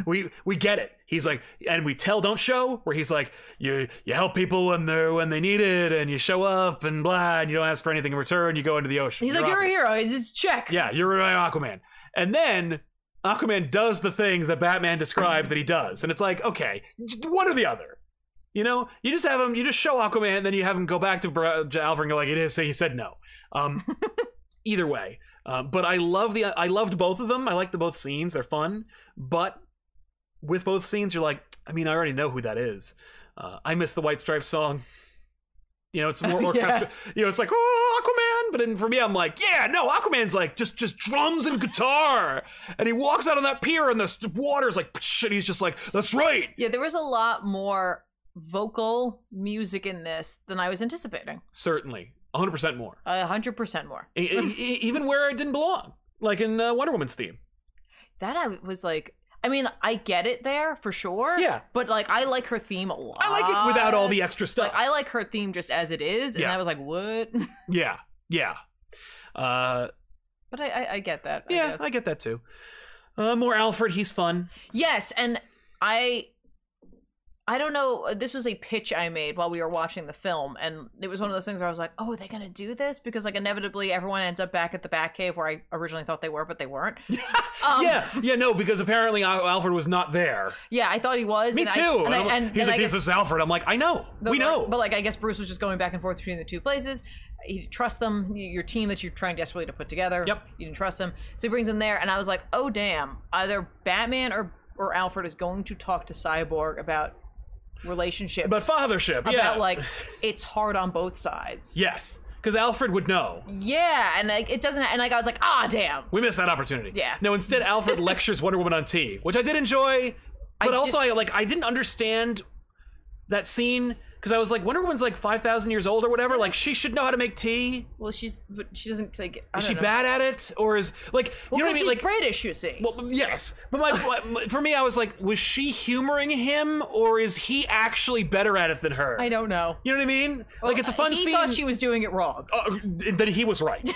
We we get it. He's like, and we tell don't show where he's like, you you help people when they are when they need it, and you show up and blah, and you don't ask for anything in return. You go into the ocean.
He's like,
Aquaman."
you're a hero. It's his check.
Yeah, you're right, Aquaman. And then Aquaman does the things that Batman describes that he does. And it's like, okay, j- one or the other. You know, you just have him, you just show Aquaman, and then you have him go back to Bra- to Alfred and go like, it is, so he said no. Um, either way. Uh, but I love the, I loved both of them. I like the both scenes. They're fun. But with both scenes, you're like, I mean, I already know who that is. Uh, I miss the White Stripes song. You know, it's more orchestra.
Yes.
You know, it's like oh, Aquaman, but then for me, I'm like, yeah, no, Aquaman's like just just drums and guitar, and he walks out on that pier, and the s- water's like, psh, and he's just like, that's right.
Yeah, there was a lot more vocal music in this than I was anticipating.
Certainly, 100 percent more,
A hundred percent more.
E- e- e- even where it didn't belong, like in uh, Wonder Woman's theme.
That I was like, I mean, I get it there for sure.
Yeah.
But like, I like her theme a lot.
I like it without all the extra stuff.
Like, I like her theme just as it is, and
Yeah.
I was like, what?
yeah, yeah. Uh,
but I, I, I get that. I
yeah,
guess.
I, get that too. Uh, more Alfred, he's fun.
Yes, and I I don't know, this was a pitch I made while we were watching the film and it was one of those things where I was like, "Oh, are they going to do this?" because like inevitably everyone ends up back at the Batcave where I originally thought they were, but they weren't. Um,
yeah, yeah, no, because apparently Al- Alfred was not there.
Yeah, I thought he was.
Me
and
too.
I, and, I,
I'm-
and,
he's
and
like,
I
this
guess-
is Alfred. I'm like, I know,
but
we
like-
know.
But like I guess Bruce was just going back and forth between the two places. He trust them, y- your team that you're trying desperately to put together.
Yep.
You didn't trust them. So he brings him there and I was like, "Oh damn, either Batman or or Alfred is going to talk to Cyborg about relationships."
But fathership,
about
yeah.
like it's hard on both sides.
yes, because Alfred would know.
Yeah, and like it doesn't and like I was like, ah damn.
We missed that opportunity.
Yeah.
No, instead Alfred lectures Wonder Woman on tea, which I did enjoy,
I
but
did-
also I like I didn't understand that scene because I was like Wonder Woman's like five thousand years old or whatever.
So-
Like she should know how to make tea.
Well she's but she doesn't like I
Is
don't
she
know.
bad at it or is like you
Well,
know what I mean?
'cause he's
Like
British, you see.
well, yes, but my, my for me I was like, was she humoring him or is he actually better at it than her?
I don't know.
You know what I mean? like it's a fun
he
scene.
thought she was doing it wrong.
uh, then he was right.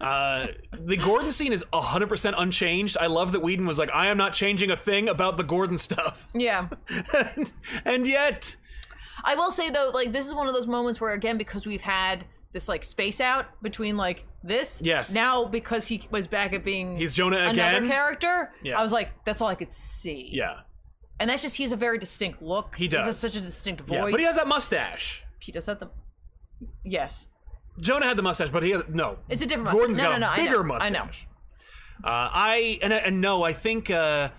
uh, the Gordon scene is 100% unchanged. I love that Whedon was like, I am not changing a thing about the Gordon stuff.
Yeah.
and, and yet,
I will say though, like this is one of those moments where again, because we've had this like space out between like this.
Yes.
Now because he was back at being
he's Jonah
another
again.
character,
Yeah.
I was like, that's all I could see.
Yeah.
And that's just he's a very distinct look.
He
He's a-
does.
such a distinct voice.
yeah. But he has that mustache.
He does have the. Yes,
Jonah had the mustache, but he had, no.
it's a different.
Gordon's
no,
got
no, no,
a
I
bigger
know,
mustache.
I know.
Uh, I and, and no, I think uh,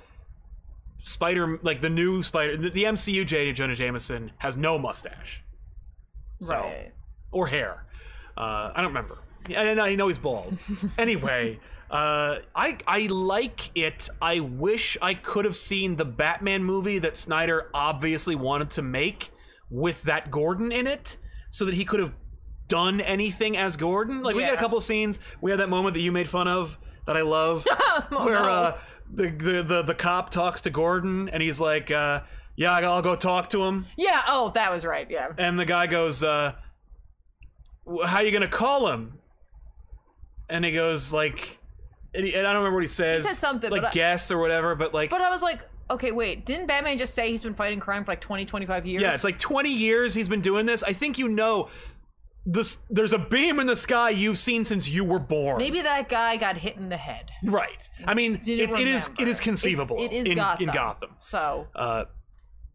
Spider, like the new Spider, the, the MCU J. Jonah Jameson has no mustache. So-
Right.
or hair. Uh, I don't remember. And I know he's bald. anyway, uh, I I like it. I wish I could have seen the Batman movie that Snyder obviously wanted to make with that Gordon in it, so that he could have done anything as Gordon. Like we got a
Yeah.
couple of scenes. We had that moment that you made fun of that I love, where
Oh, no.
uh, the, the the the cop talks to Gordon and he's like, uh, "Yeah, I'll go talk to him."
Yeah. Oh, that was right. Yeah.
and the guy goes, uh, "Wh- "How you gonna call him?" And he goes like, and, he, and I don't remember what he says.
said something,
like
but I-
guess or whatever. But like,
But I was like, okay, wait, didn't Batman just say he's been fighting crime for like 20, 25 years?
yeah, it's like twenty years he's been doing this. I think you know, this there's a beam in the sky you've seen since you were born.
maybe that guy got hit in the head.
right. I mean, it,
Didn't
it is it
remember.
is conceivable.
It's, it is
in
Gotham.
in Gotham.
So
Uh,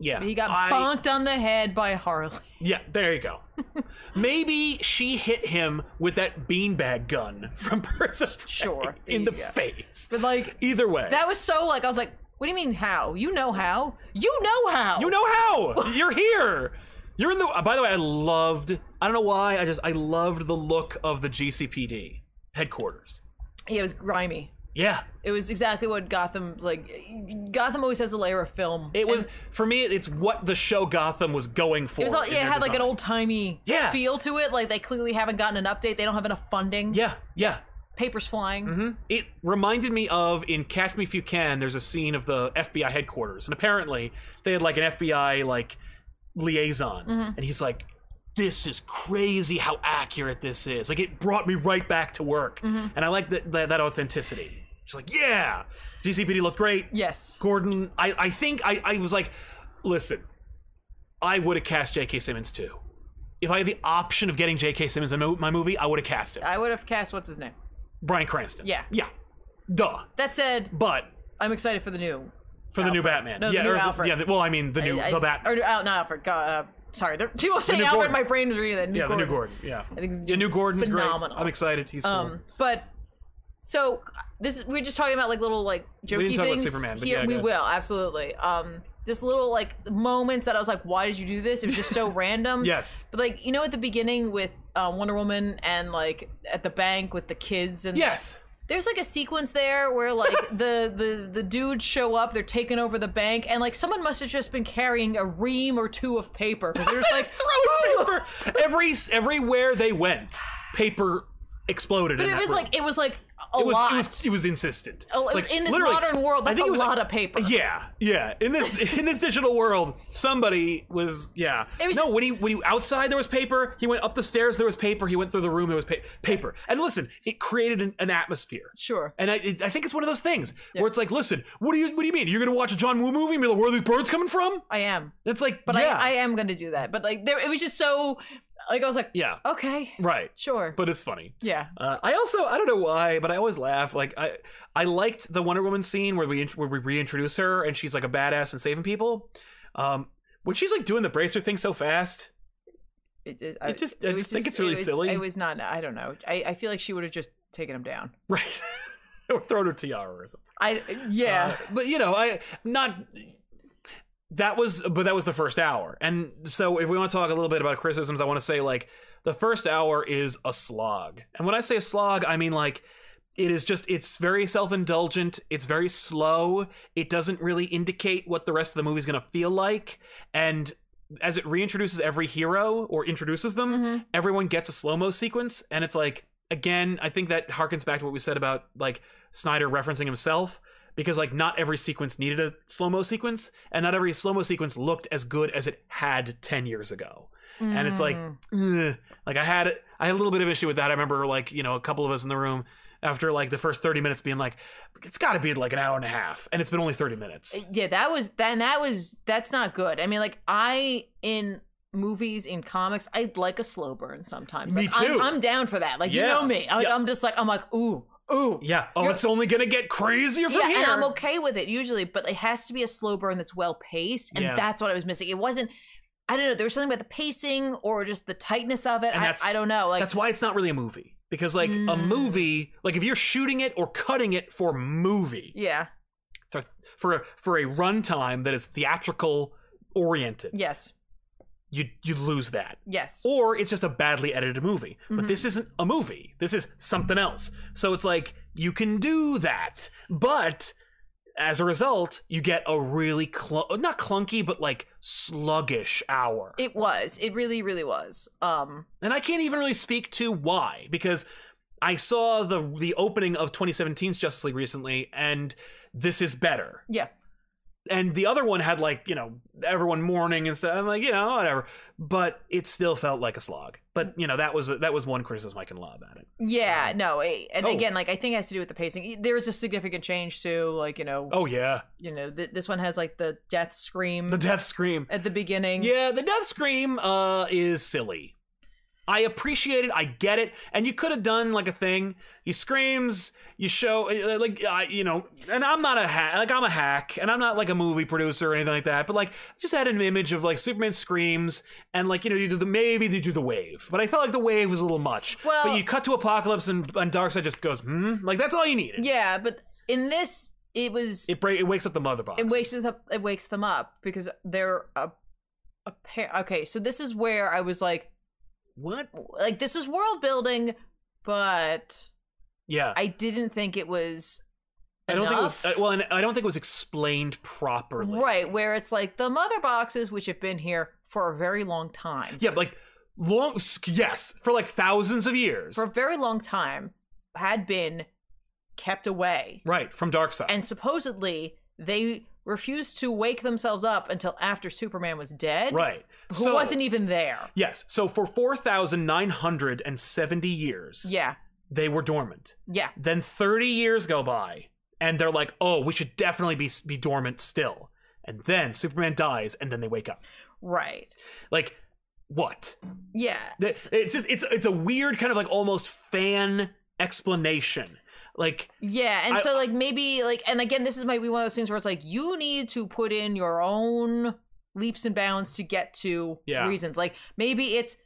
yeah,
he got
I-
bonked on the head by Harley.
Yeah, there you go. Maybe she hit him with that beanbag gun from Birds of Prey
Sure,
in the
yeah.
face.
But like
Either way,
that was so like I was like, what do you mean how? You know how? You know how?
you know how you're here. You're in the. uh, By the way, I loved. I don't know why. I just I loved the look of the GCPD headquarters.
Yeah, it was grimy.
Yeah,
It was exactly what Gotham like. Gotham always has a layer of film.
it was for me. It's what the show Gotham was going for.
It was all,
in
yeah, it
their
had like an
design.
old timey
Yeah.
feel to it. Like they clearly haven't gotten an update. They don't have enough funding.
Yeah, yeah.
Papers flying.
hmm It reminded me of in Catch Me If You Can. There's a scene of the FBI headquarters, and apparently they had like an FBI like liaison, and he's like, "This is crazy how accurate this is. Like it brought me right back to work, and I like that that, that authenticity." She's like, "Yeah, GCPD looked great.
Yes.
Gordon, I, I think I, I was like, listen, I would have cast J.K. Simmons too. If I had the option of getting J.K. Simmons in mo- my movie, I would have cast him.
I would have cast what's his name.
Brian Cranston.
Uh, Yeah.
Yeah. Duh.
That said,
But
I'm excited for the new.
for the new
Alfred.
Batman.
No, the
yeah,
new
or
Alfred.
Yeah, the- well, I mean, the new,
I-
the
I-
Batman.
Or uh, not Alfred. Go- Uh, sorry, there, people saying
new
Alfred.
Gordon.
My brain was reading that. New
Yeah, the
Gordon.
new Gordon. Yeah.
I think it's
The new Gordon's
phenomenal.
great. I'm excited. He's cool.
Um, but so this we're just talking about like little like jokey
didn't talk about
things.
Superman, but
Here
yeah, go
we
ahead.
will absolutely. Um, just little like moments that I was like, why did you do this? It was just so random.
yes.
But like you know, at the beginning with um, Wonder Woman and like at the bank with the kids and
Yes.
there's like a sequence there where like the the the dudes show up, they're taking over the bank, and like someone must have just been carrying a ream or two of paper because there's like
Throw paper. Every, everywhere they went, paper exploded.
But
in
it
that
was
room.
like it was like a
it was,
lot.
It was, it was insistent.
Oh,
Like,
in this
literally,
modern world,
I
that's
think
a
it was
lot
like-
of paper.
Yeah, yeah. In this in this digital world, somebody was yeah.
It was
no,
just-
when he when he outside there was paper. He went up the stairs, there was paper. He went through the room, there was pa- paper. And listen, it created an, an atmosphere.
Sure.
And I, it- I think it's one of those things where it's like, listen, what do you what do you mean? You're gonna watch a John Woo movie? And be like, where are these birds coming from? And
I am.
it's like,
But
yeah,
I, I am gonna do that. But like there it was just so like I was like,
yeah,
okay,
right.
sure.
But it's funny.
yeah.
Uh, I also I don't know why, but I always laugh. Like I I liked the Wonder Woman scene where we int- where we reintroduce her and she's like a badass and saving people. Um, when she's like doing the bracer thing so fast,
It, it, I,
It just- I
was
just think it's really
it was,
silly.
It was not I don't know. I, I feel like she would have just taken him down.
right? or throwing her tiara or something.
I yeah.
Uh, but you know I not. That was, but that was the first hour, and so if we want to talk a little bit about criticisms, I want to say like the first hour is a slog, and when I say a slog, I mean like it is just it's very self-indulgent it's very slow it doesn't really indicate what the rest of the movie's going to feel like and as it reintroduces every hero or introduces them
Mhm.
everyone gets a slow-mo sequence and it's like again i think that harkens back to what we said about like snyder referencing himself because like not every sequence needed a slow-mo sequence and not every slow-mo sequence looked as good as it had 10 years ago and it's like
Mm.
"Ugh." like i had i had a little bit of issue with that i remember like you know a couple of us in the room after like the first 30 minutes being like it's got to be like an hour and a half and it's been only 30 minutes
Uh, yeah, that was then that was that's not good. I mean, like I in movies in comics, I'd like a slow burn sometimes.
Me
Like, I'm-
too.
I'm, down for that. Like you
Yeah.
know me. I'm,
Yeah.
I'm just like I'm like ooh ooh.
yeah oh
You're-
it's only gonna get crazier from
yeah,
here
and I'm okay with it usually, but it has to be a slow burn that's well paced, and
Yeah.
that's what I was missing. It wasn't. I don't know. There was something about the pacing or just the tightness of it.
And
I,
that's-
I don't know. Like
that's why it's not really a movie because like a
Mm.
movie like if you're shooting it or cutting it for movie
yeah,
for for a, for a runtime that is theatrical oriented
yes,
you you lose that
yes.
or it's just a badly edited movie. But
Mhm.
this isn't a movie. This is something else. So it's like you can do that, but as a result, you get a really clu- not clunky, but like sluggish hour.
It was. It really, really was. Um,
and I can't even really speak to why because I saw the the opening of 2017's Justice League recently, and this is better.
Yeah.
And the other one had like you know everyone mourning and stuff. I'm like you know whatever, but it still felt like a slog. But you know that was that was one criticism I can law about it.
Yeah, no, I, and
Oh.
again, like I think it has to do with the pacing. E, There is a significant change to like you know,
Oh yeah,
you know, th- this one has like the death scream
the death scream.
at the beginning.
Yeah, the death scream uh, is silly. I appreciate it. I get it. And you could have done like a thing. He screams. You show uh, like I, you know. And I'm not a hack. Like I'm a hack, and I'm not like a movie producer or anything like that. But like, just had an image of like Superman screams, and like you know you do the maybe they do the wave. But I felt like the wave was a little much.
Well-
but you cut to Apocalypse, and and Darkseid just goes hmm. Like that's all you needed.
yeah, but in this, it was it,
It break. It wakes up the mother box.
wakes us up. It wakes them up because they're a, a pair. Okay, so this is where I was like,
What?
like this is world building, but
Yeah.
I didn't think it was
I don't
enough.
think it was uh, well, and I don't think it was explained properly.
right where it's like the mother boxes, which have been here for a very long time.
Yeah, like long. Yes, for like thousands of years.
for a very long time had been kept away.
right from Dark Side.
And supposedly they refused to wake themselves up until after Superman was dead.
right.
Who
so,
wasn't even there.
Yes. So for four thousand nine hundred and seventy years,
Yeah.
they were dormant.
Yeah.
Then 30 years go by, and they're like, oh, we should definitely be, be dormant still. And then Superman dies, and then they wake up.
Right.
Like, what?
Yeah.
This- It's just, it's, it's a weird kind of like almost fan explanation. Like,
Yeah. And
I-
so like maybe like and again this is might be one of those things where it's like you need to put in your own leaps and bounds to get to
Yeah.
reasons. Like maybe it's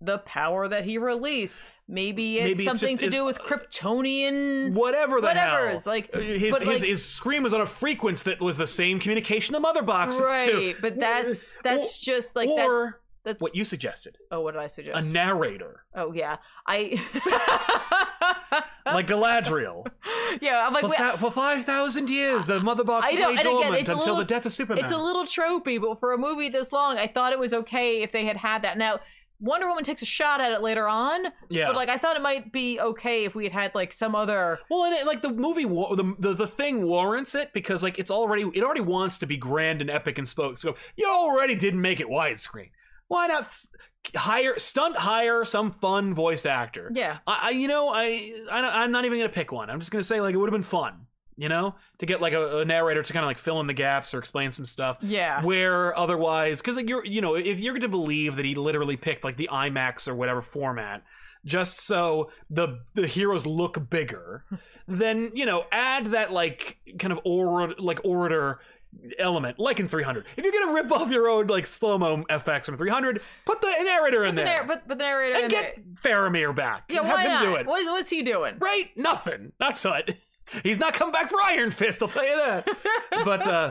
the power that he released. Maybe it's
Maybe it's
something
just- it's-
to do with Kryptonian
whatever the
Mm, whatever.
hell.
It's like
Uh, his,
but,
his,
like-
his scream was on a frequency that was the same communication the mother boxes
right
to.
but that's that's just like
or
that's that's
What you suggested,
oh what did i
a
suggest
narrator,
oh yeah i
like Galadriel.
yeah i'm Uh, like
for,
wait,
thou- for 5,000 years, the mother
I
boxes
know,
lay
and again,
dormant
it's a
until
little-
the death of Superman.
it's a little tropey but for a movie this long i thought it was okay if they had had that now wonder woman takes a shot at it later on
yeah.
but like i thought it might be okay if we had had like some other
Well, and it, like the movie, wa- the, the the thing warrants it because like it's already it already wants to be grand and epic and spoke. So you already didn't make it widescreen. Why not s- hire stunt hire some fun voiced actor?
yeah
I, I you know I, I don't- I'm not even gonna pick one. I'm just gonna say like it would have been fun, you know, to get like a, a narrator to kind of like fill in the gaps or explain some stuff.
yeah
Where otherwise, because like you're, you know, if you're to believe that he literally picked like the IMAX or whatever format, just so the the heroes look bigger, then you know, add that like kind of or like orator element, like in 300. If you're gonna rip off your own like slow mo effects from 300, put the narrator in
the
there
narr- but, but the narrator
and
in
get
there.
Faramir back.
yeah
have
why
him
not
do it.
What is, what's he doing
Right? Nothing. That's what. He's not come back for Iron Fist. I'll tell you that. but. uh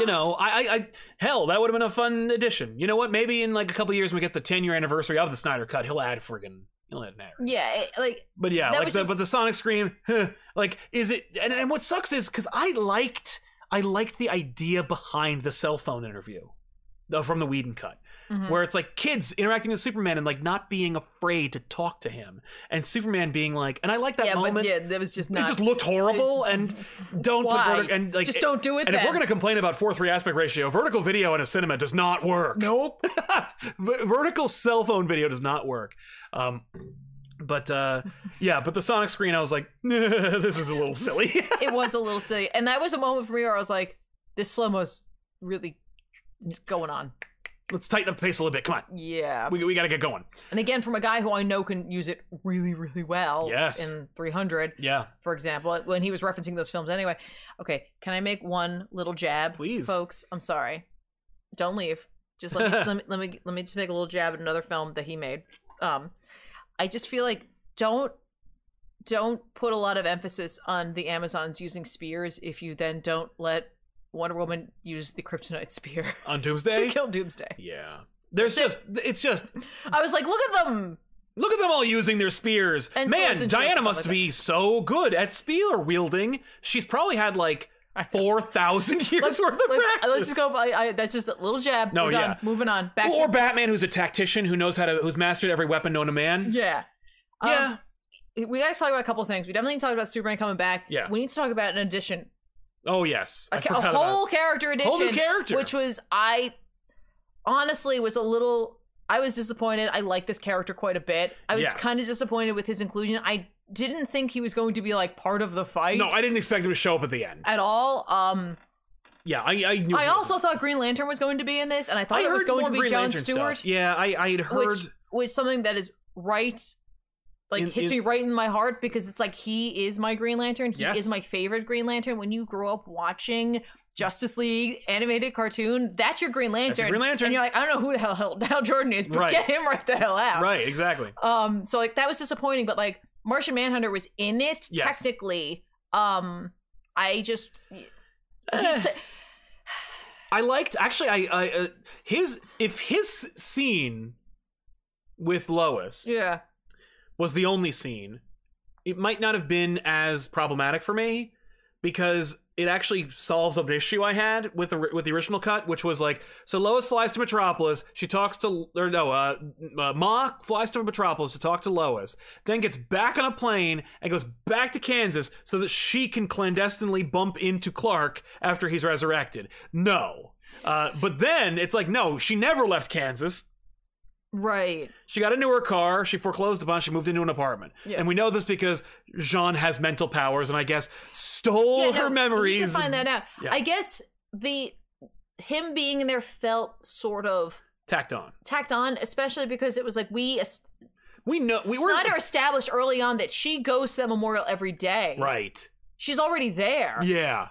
you know, I, I, I hell, that would have been a fun addition. You know what? Maybe in like a couple years, when we get the ten year anniversary of the Snyder Cut, he'll add friggin' he'll add an error.
yeah it- like
But yeah,
That
like
was
the,
just-
but the Sonic Scream, huh, like is it? And, and what sucks is because I liked I liked the idea behind the cell phone interview uh, from the Whedon cut
mhm.
where it's like kids interacting with Superman and like not being afraid to talk to him, and Superman being like, and I like that
yeah but
moment.
yeah that was just not
it just looked horrible,
it's-
and don't put
Why?
vertical, and like
just
it-
don't do it
and
then.
if we're going to complain about 4 3 aspect ratio, vertical video in a cinema does not work.
nope
V- vertical cell phone video does not work. Um, but uh, yeah, but the Sonic screen, I was like, this is a little silly.
it was a little silly and that was a moment for me where i was like this slow mo's really it's going on
Let's tighten up the pace a little bit. Come on.
yeah
We, we got to get going.
and again from a guy who i know can use it really really well
Yes.
in 300
Yeah.
for example when he was referencing those films anyway okay can i make one little jab
Please.
folks i'm sorry don't leave just let me let me let me, let me just make a little jab at another film that he made um i just feel like don't don't put a lot of emphasis on the amazons using spears if you then don't let wonder woman use the kryptonite spear
On
to
Doomsday?
kill doomsday
yeah. There's just, it's just,
i was like look at them
look at them all using their spears.
And swords
Man,
and shields,
Diana
stuff
must
like that.
be so good at spear wielding. She's probably had like
I know.
4,000 years
let's,
worth of
let's,
practice.
let's just go I, I, that's just a little jab
No,
We're done.
yeah.
moving on back
or
to
Batman, who's a tactician who knows how to, who's mastered every weapon known to man.
yeah Um,
yeah.
we gotta talk about a couple things. We definitely need to talk about Superman coming back.
Yeah.
We need to talk about an addition,
Oh yes,
a,
I
ca- a
forgot about
whole character
it.
addition,
whole new character.
which was I honestly was a little. I was disappointed. I like this character quite a bit. I was
Yes.
kind of disappointed with his inclusion. I didn't think he was going to be like part of the fight.
no, I didn't expect him to show up at the end.
at all. Um,
yeah, I I knew.
I
he
also thought Green Lantern was going to be in this, and I thought
wasn't. I
it
heard
was going
more
to be
Green
John
Lantern
Stewart,
Stuff. Yeah, I I had heard.
which was something that is right. Like
In-
hits
in-
me right in my heart because it's like he is my Green Lantern. He
Yes.
is my favorite Green Lantern. When you grow up watching Justice League animated cartoon, that's your Green Lantern.
That's your Green Lantern.
And you're like, I don't know who the hell Hal Hal Jordan is, but
Right.
get him right the hell out.
right, exactly.
Um. So like that was disappointing, but like Martian Manhunter was in it
Yes.
technically. Um. I just he's,
I liked actually. I I uh, his if his scene with Lois
yeah
was the only scene, it might not have been as problematic for me because it actually solves an issue I had with the with the original cut, which was like, so Lois flies to Metropolis. She talks to or no, uh, uh, Ma flies to Metropolis to talk to Lois, then gets back on a plane and goes back to Kansas so that she can clandestinely bump into Clark after he's resurrected. No, uh, but then it's like, no, she never left Kansas.
Right.
She got into her car, she foreclosed upon, she moved into an apartment.
Yeah.
And we know this because Jean has mental powers and I guess stole
yeah,
her
no,
memories.
We can find that out.
Yeah.
I guess the him being in there felt sort of
tacked on.
tacked on, especially because it was like we es-
We know we were
Snyder established early on that she goes to the memorial every day.
right.
She's already there.
Yeah.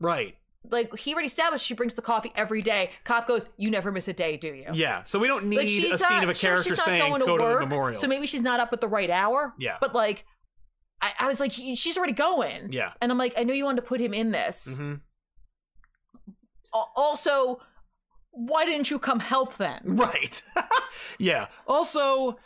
Right.
Like he already established she brings the coffee every day. Cop goes, You never miss a day, do you?
Yeah. So we don't need
Like she's
a scene
not,
of a
sure,
character
she's not
saying
going
go to
work,
the memorial.
So maybe she's not up at the right hour.
Yeah.
But like I, I was like, "She- she's already going.
yeah.
And I'm like, I knew you wanted to put him in this.
hmm Mm-hmm.
Al- Also, why didn't you come help then?
Right. yeah. Also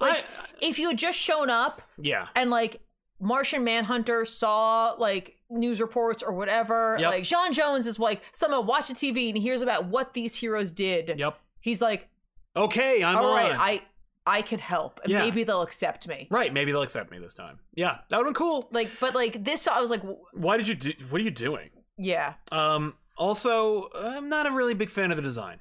Like-
I,
If you had just shown up
yeah.
and like Martian Manhunter saw like news reports or whatever,
Yep.
like John Jones is like somehow watching TV and hears about what these heroes did.
Yep.
He's like,
Okay, I'm
all
on.
right, I I could help. And
Yeah.
Maybe they'll accept me.
right, maybe they'll accept me this time. Yeah. That would have been cool.
Like, but like this, I was like, w-
Why did you do what are you doing?
yeah.
Um also, I'm not a really big fan of the design.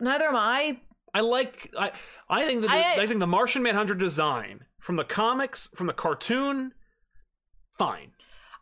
Neither am I.
I like I I think the
I- uh,
I, think the Martian Manhunter design from the comics from the cartoon fine.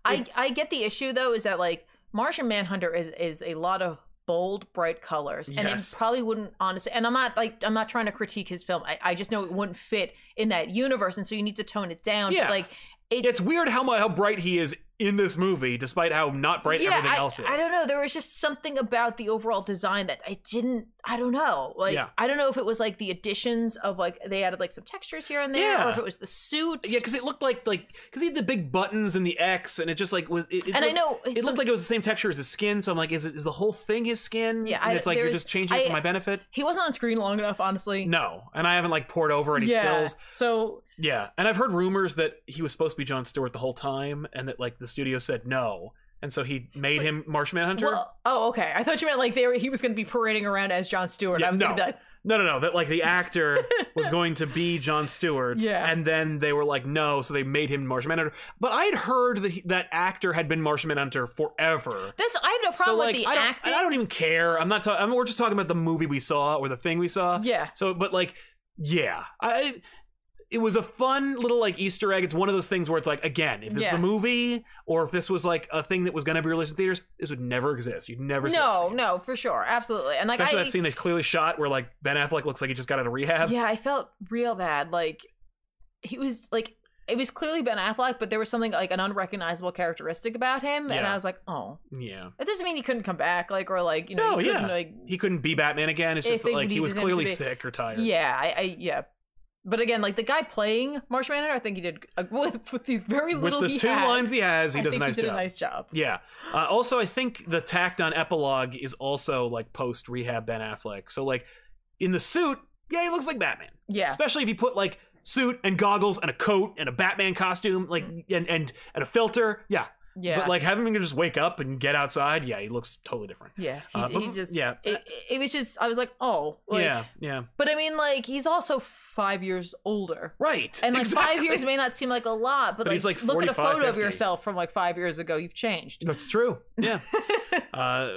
I I get the issue though is that like Martian Manhunter is is a lot of bold bright colors and
Yes.
it probably wouldn't honestly and i'm not like i'm not trying to critique his film I, I just know it wouldn't fit in that universe and so you need to tone it down But,
Yeah.
like it,
It's weird how mu- how bright he is in this movie despite how not bright
yeah,
everything
I,
else is.
I don't know. There was just something about the overall design that I didn't. I don't know. Like
Yeah.
I don't know if it was like the additions of like they added like some textures here and there,
Yeah.
or if it was the suit.
yeah, cuz it looked like like cuz he had the big buttons and the X and it just like was it, it
and I
looked-
know it's
it looked like it was the same texture as his skin, so I'm like, is it is the whole thing his skin?
Yeah,
and
I-
it's like you're
there's-
just changing it for
I-
my benefit.
he wasn't on screen long enough, honestly.
No, and I haven't like poured over any
yeah.
stills.
So
Yeah, and I've heard rumors that he was supposed to be John Stewart the whole time, and that like the studio said no, and so he made
Wait,
him Martian Manhunter.
Well, oh, okay. I thought you meant like they were, he was going to be parading around as John Stewart.
Yeah,
I was going
no.
to be like,
no, no, no. That like the actor was going to be John Stewart.
Yeah.
and then they were like no, so they made him Martian Manhunter. But I had heard that he, that actor had been Martian Manhunter forever.
that's I have no
so
problem
like,
with the
I don't,
acting.
I don't even care. I'm not. Ta- I mean, we're just talking about the movie we saw or the thing we saw.
yeah,
So, but like, yeah, I. It was a fun little like Easter egg. It's one of those things where it's like, again, if this is
Yeah.
a movie or if this was like a thing that was going to be released in theaters, this would never exist. You'd never see that
no,
scene.
no, for sure, absolutely. And like
Especially
I,
that scene they clearly shot where like Ben Affleck looks like he just got out of rehab.
yeah, I felt real bad. Like he was like it was clearly Ben Affleck, but there was something like an unrecognizable characteristic about him, and
Yeah.
I was like, oh,
Yeah.
that doesn't mean he couldn't come back, like or like you know,
No,
he couldn't,
yeah.
like
He couldn't be Batman again. It's
If
just that,
they
like he was
needed him to
clearly
be-
sick or tired.
yeah, I, I yeah. But again, like the guy playing Marsh Manhunter, I think he did uh, with, with the very
With
little
the
he
two
had,
lines he has, he
I
does a
think
nice
he did
job.
a nice job.
Yeah. Uh, also, I think the tacked on epilogue is also like post rehab Ben Affleck. So like in the suit, yeah, he looks like Batman.
Yeah,
Especially if you put like suit and goggles and a coat and a Batman costume, like and and and a filter. Yeah.
Mm-hmm. yeah.
But like having him just wake up and get outside, yeah, he looks totally different.
Yeah, he,
Uh,
d-
but-
he just.
yeah.
It, it was just. I was like, oh, like,
yeah, yeah.
But I mean, like, he's also five years older,
Right.
and like five
exactly.
years may not seem like a lot, but,
But
like,
he's, like,
look at a
45,
photo of
50.
yourself from like five years ago. You've changed.
That's true. Yeah. uh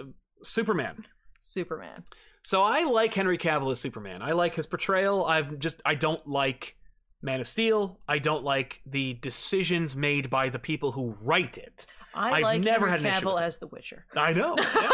Superman.
Superman.
So I like Henry Cavill as Superman. I like his portrayal. I've just I don't like Man of Steel. I don't like the decisions made by the people who write it.
I
I've
like
never
Henry
had an issue
Cavill
with
as The Witcher,
I know. yeah.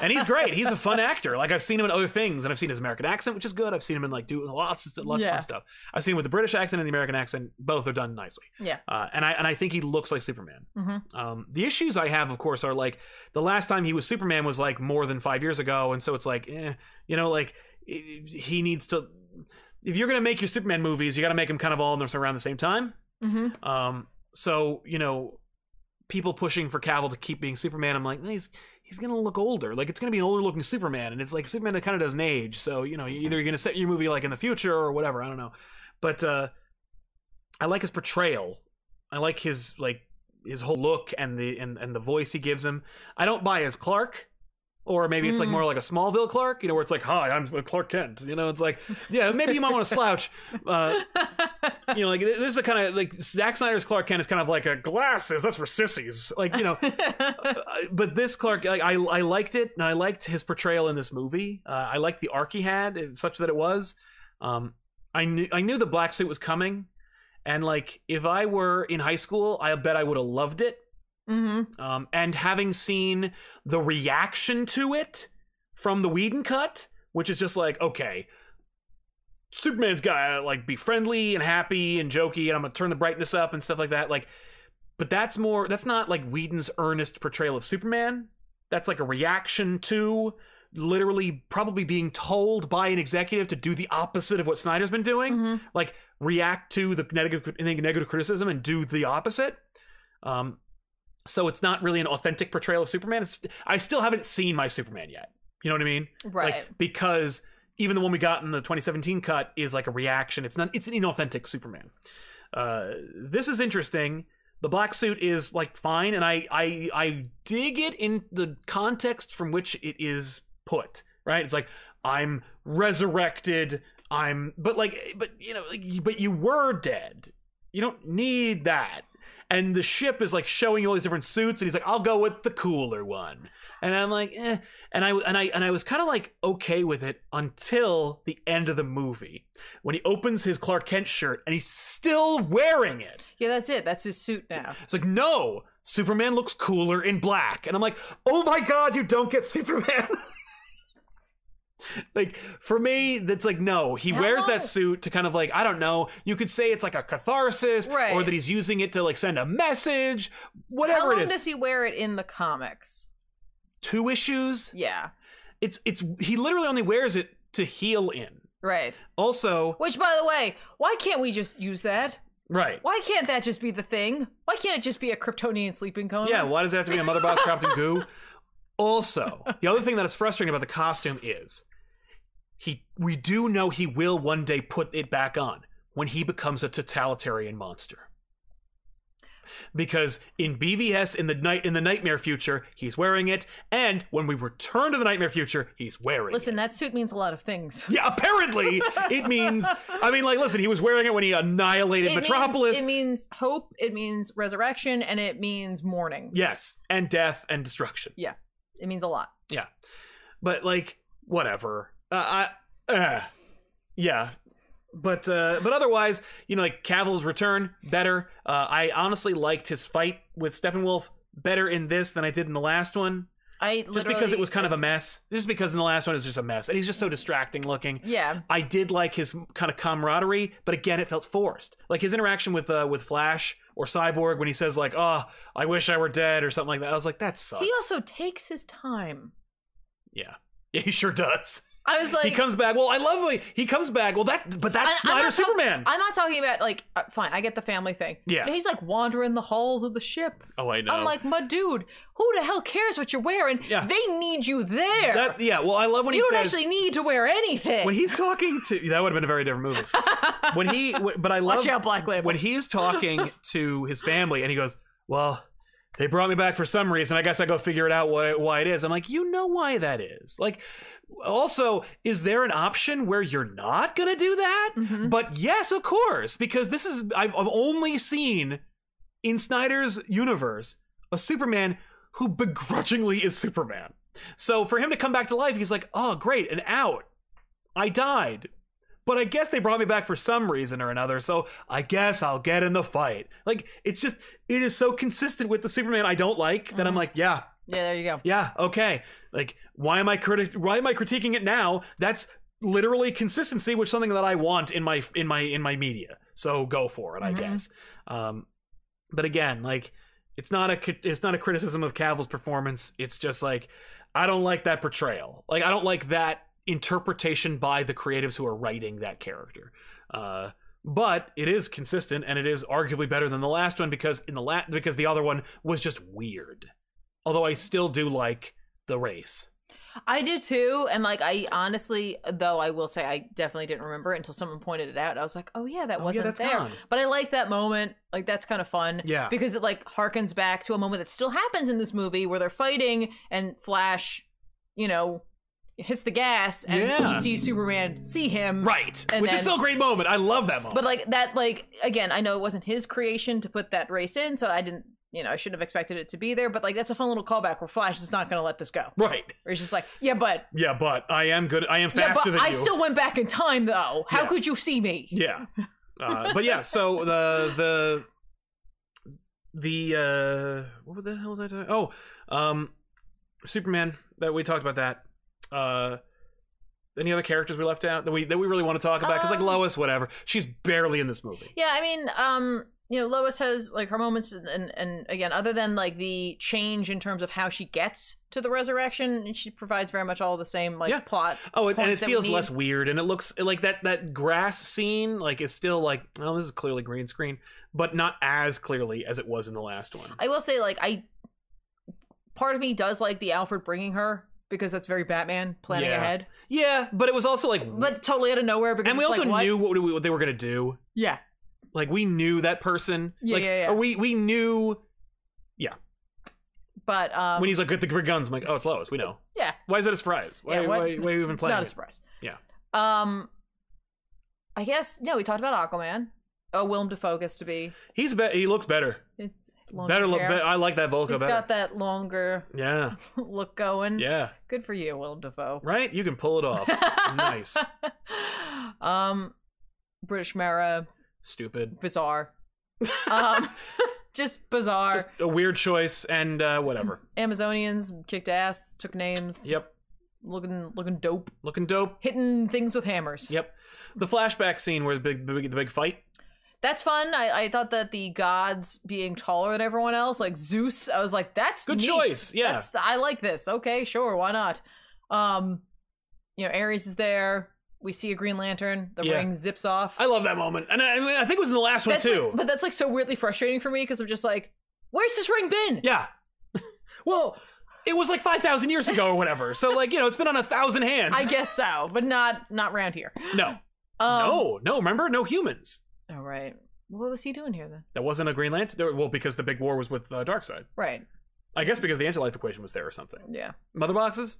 And he's great. He's a fun actor. Like I've seen him in other things, and I've seen his American accent, which is good. I've seen him in like doing lots, of- lots of
Yeah.
fun stuff. I've seen him with the British accent and the American accent. Both are done nicely.
Yeah.
Uh, and I and I think he looks like Superman.
Mhm.
Um, the issues I have, of course, are like the last time he was Superman was like more than five years ago, and so it's like, eh, you know, like i- he needs to. If you're gonna make your Superman movies, you got to make them kind of all in the, around the same time.
hmm
Um, so you know, people pushing for Cavill to keep being Superman, I'm like, "No, he's he's gonna look older. Like it's gonna be an older looking Superman, and it's like Superman kind of doesn't age. So you know, you- either you're gonna set your movie like in the future or whatever. I don't know, but uh, I like his portrayal. I like his like his whole look and the and, and the voice he gives him. I don't buy as Clark, or maybe it's like
Mm.
more like a Smallville Clark, you know, where it's like, "Hi, I'm Clark Kent." You know, it's like, yeah, maybe you might want to slouch. Uh, you know, like this is a kind of like Zack Snyder's Clark Kent is kind of like a glasses. That's for sissies. Like you know, I- but this Clark, I, I I liked it, and I liked his portrayal in this movie. Uh, I liked the arc he had, eh, such that it was. Um, I knew I knew the black suit was coming, and like if I were in high school, I bet I would have loved it.
hmm
Um, and having seen the reaction to it from the Whedon cut, which is just like, okay, Superman's gotta like be friendly and happy and jokey, and I'm gonna turn the brightness up and stuff like that. Like, but that's more that's not like Whedon's earnest portrayal of Superman. That's like a reaction to literally probably being told by an executive to do the opposite of what Snyder's been doing
hmm
like react to the negative any negative criticism and do the opposite. Um, so it's not really an authentic portrayal of Superman. It's, I still haven't seen my Superman yet. You know what I mean?
Right.
Like because even the one we got in the 2017 cut is like a reaction. It's not. It's an inauthentic Superman. Uh, this is interesting. The black suit is like fine, and I I I dig it in the context from which it is put. Right? It's like I'm resurrected. I'm but like but you know like, you- but you were dead. You don't need that. And the ship is like showing you all these different suits, and he's like, "I'll go with the cooler one." And I'm like, eh. And I and I and I was kind of like okay with it until the end of the movie when he opens his Clark Kent shirt and he's still wearing it.
yeah, that's it. That's his suit now.
It's like, no, Superman looks cooler in black. And I'm like, oh my god, you don't get Superman. like, for me, that's like, no, he
How
wears
long-
that suit to kind of like, I don't know, you could say it's like a catharsis, or
Right.
that he's using it to like send a message,
How
whatever
long
it is.
does he wear it in the comics?
Two issues.
Yeah.
It's it's he literally only wears it to heal in.
Right.
Also,
Which, by the way, why can't we just use that?
right.
Why can't that just be the thing? Why can't it just be a Kryptonian sleeping cone?
Yeah, why does it have to be a mother box wrapped in goo? Also, the other thing that is frustrating about the costume is he we do know he will one day put it back on when he becomes a totalitarian monster. Because in BVS in the night in the nightmare future, he's wearing it, and when we return to the nightmare future, he's wearing it.
Listen, that suit means a lot of things.
Yeah, apparently it means I mean like listen, he was wearing it when he annihilated
It means-
Metropolis.
it means hope. It means resurrection, and it means mourning.
yes, and death and destruction.
It means a lot.
but like whatever uh, I, uh yeah but uh but otherwise you know like cavill's return better uh i honestly liked his fight with steppenwolf better in this than i did in the last one
I
just
literally, Mm-hmm.
because it was kind of a mess just because in the last one it was just a mess and he's just so distracting looking
yeah.
I did like his kind of camaraderie, but again, it felt forced. Like his interaction with uh, with Flash or Cyborg when he says like, "Oh, I wish I were dead" or something like that. I was like, "That sucks."
He also takes his time.
yeah, yeah, he sure does.
I was like,
he comes back. Well, I love when he comes back. Well, that but that's
I- I'm
Snyder
not talk-
Superman.
I'm not talking about like uh, fine. I get the family thing.
Yeah.
But he's like wandering the halls of the ship.
oh, I know.
I'm like, my dude, who the hell cares what you're wearing?
Yeah.
They need you there.
that. Yeah. Well, I love when
you
he
don't
says
actually need to wear anything.
when he's talking to that would have been a very different movie. When he, when- but I love
Watch out, Black Label.
when he's talking to his family and he goes, "Well, they brought me back for some reason. I guess I go figure it out why, why it is." I'm like, "You know why that is." Like also, is there an option where you're not going to do that?
Mhm.
But yes, of course, because this is I've, I've only seen in Snyder's universe a Superman who begrudgingly is Superman. So for him to come back to life, he's like, "Oh, great, an out. I died." But I guess they brought me back for some reason or another, so I guess I'll get in the fight. Like, it's just, it is so consistent with the Superman I don't like that I'm
Mhm.
like, yeah,
yeah, there you go.
yeah, okay. Like, why am I criti- Why am I critiquing it now? That's literally consistency, which is something that I want in my in my in my media. So go for it,
Mhm.
I guess. Um, but again, like, it's not a cri- it's not a criticism of Cavill's performance. It's just like I don't like that portrayal. Like, I don't like that interpretation by the creatives who are writing that character. Uh, but it is consistent, and it is arguably better than the last one because in the la- because the other one was just weird although I still do like the race.
I do too. And like, I honestly, though, I will say I definitely didn't remember it until someone pointed it out. I was like, oh yeah, that
Oh, yeah,
wasn't
that's
there.
gone.
But I like that moment. Like, that's kind of fun.
Yeah.
Because it like harkens back to a moment that still happens in this movie where they're fighting and Flash, you know, hits the gas and
Yeah.
he sees Superman see him.
Right.
And
Which
then-
is still a great moment. I love that moment.
But like that, like again, I know it wasn't his creation to put that race in, so I didn't, you know, I shouldn't have expected it to be there. But like, that's a fun little callback where Flash is not going to let this go.
right.
Where he's just like, yeah, but
Yeah, but I am good. I am
yeah,
faster
but
than
I
you.
still went back in time though. How
Yeah.
could you see me?
Yeah. Uh, but yeah, so the the the uh what the hell was I talking? Oh, um Superman that we talked about that. Uh any other characters we left out that we that we really want to talk about cuz like
Um,
Lois whatever. She's barely in this movie.
Yeah, I mean, um, you know, Lois has like her moments, and, and and again, other than like the change in terms of how she gets to the resurrection, she provides very much all the same like
Yeah.
plot.
Oh, it, and it
points that we
feels
need.
less weird, and it looks like that that grass scene like is still like oh, this is clearly green screen, but not as clearly as it was in the last one.
I will say, like, I part of me does like the Alfred bringing her because that's very Batman planning
Yeah.
ahead,
yeah, but it was also like,
but totally out of nowhere. Because
and we
it's
also
like, what?
knew what, we, what they were gonna do.
yeah,
Like we knew that person.
Yeah,
like,
yeah, yeah.
Or we we knew
but um,
when he's like, get the guns. I'm like, oh, it's Lois. We know.
Yeah.
Why is that a surprise? Why
Yeah,
why,
what-
why, are you even
it's
playing?
not a
it?
surprise.
Yeah.
Um, I guess no. We talked about Aquaman. Oh, Willem Dafoe gets to be.
he's be- he looks better.
It's longer
better look.
hair.
Be- I like that Volko
He's
better.
got Mm-hmm. that longer
yeah.
look going.
Yeah.
Good for you, Willem Dafoe.
Right. You can pull it off. nice.
Um, British Mara,
Stupid.
bizarre. Um, just bizarre.
Just a weird choice and uh, whatever.
Amazonians kicked ass, took names.
Yep.
Looking, looking dope.
Looking dope.
Hitting things with hammers.
Yep. The flashback scene where the big, the big, the big fight.
That's fun. I, I thought that the gods being taller than everyone else, like Zeus, I was like, that's
Good
neat.
choice, yeah.
That's, I like this. Okay, sure, why not? Um, you know, Ares is there. We see a Green Lantern. The
Yeah.
ring zips off.
I love that moment, and I, I mean, I think it was in the last
that's
one too.
like- but that's like so weirdly frustrating for me because I'm just like, where's this ring been?
Yeah. well, it was like five thousand years ago or whatever. So like you know, it's been on a thousand hands.
I guess so, but not not round here.
no,
Um,
no, no. Remember, no humans.
All right. What was he doing here then?
That wasn't a Green Lantern. Well, because the big war was with uh, Darkseid.
Right.
I guess because the anti-life equation was there or something.
Yeah.
Mother boxes.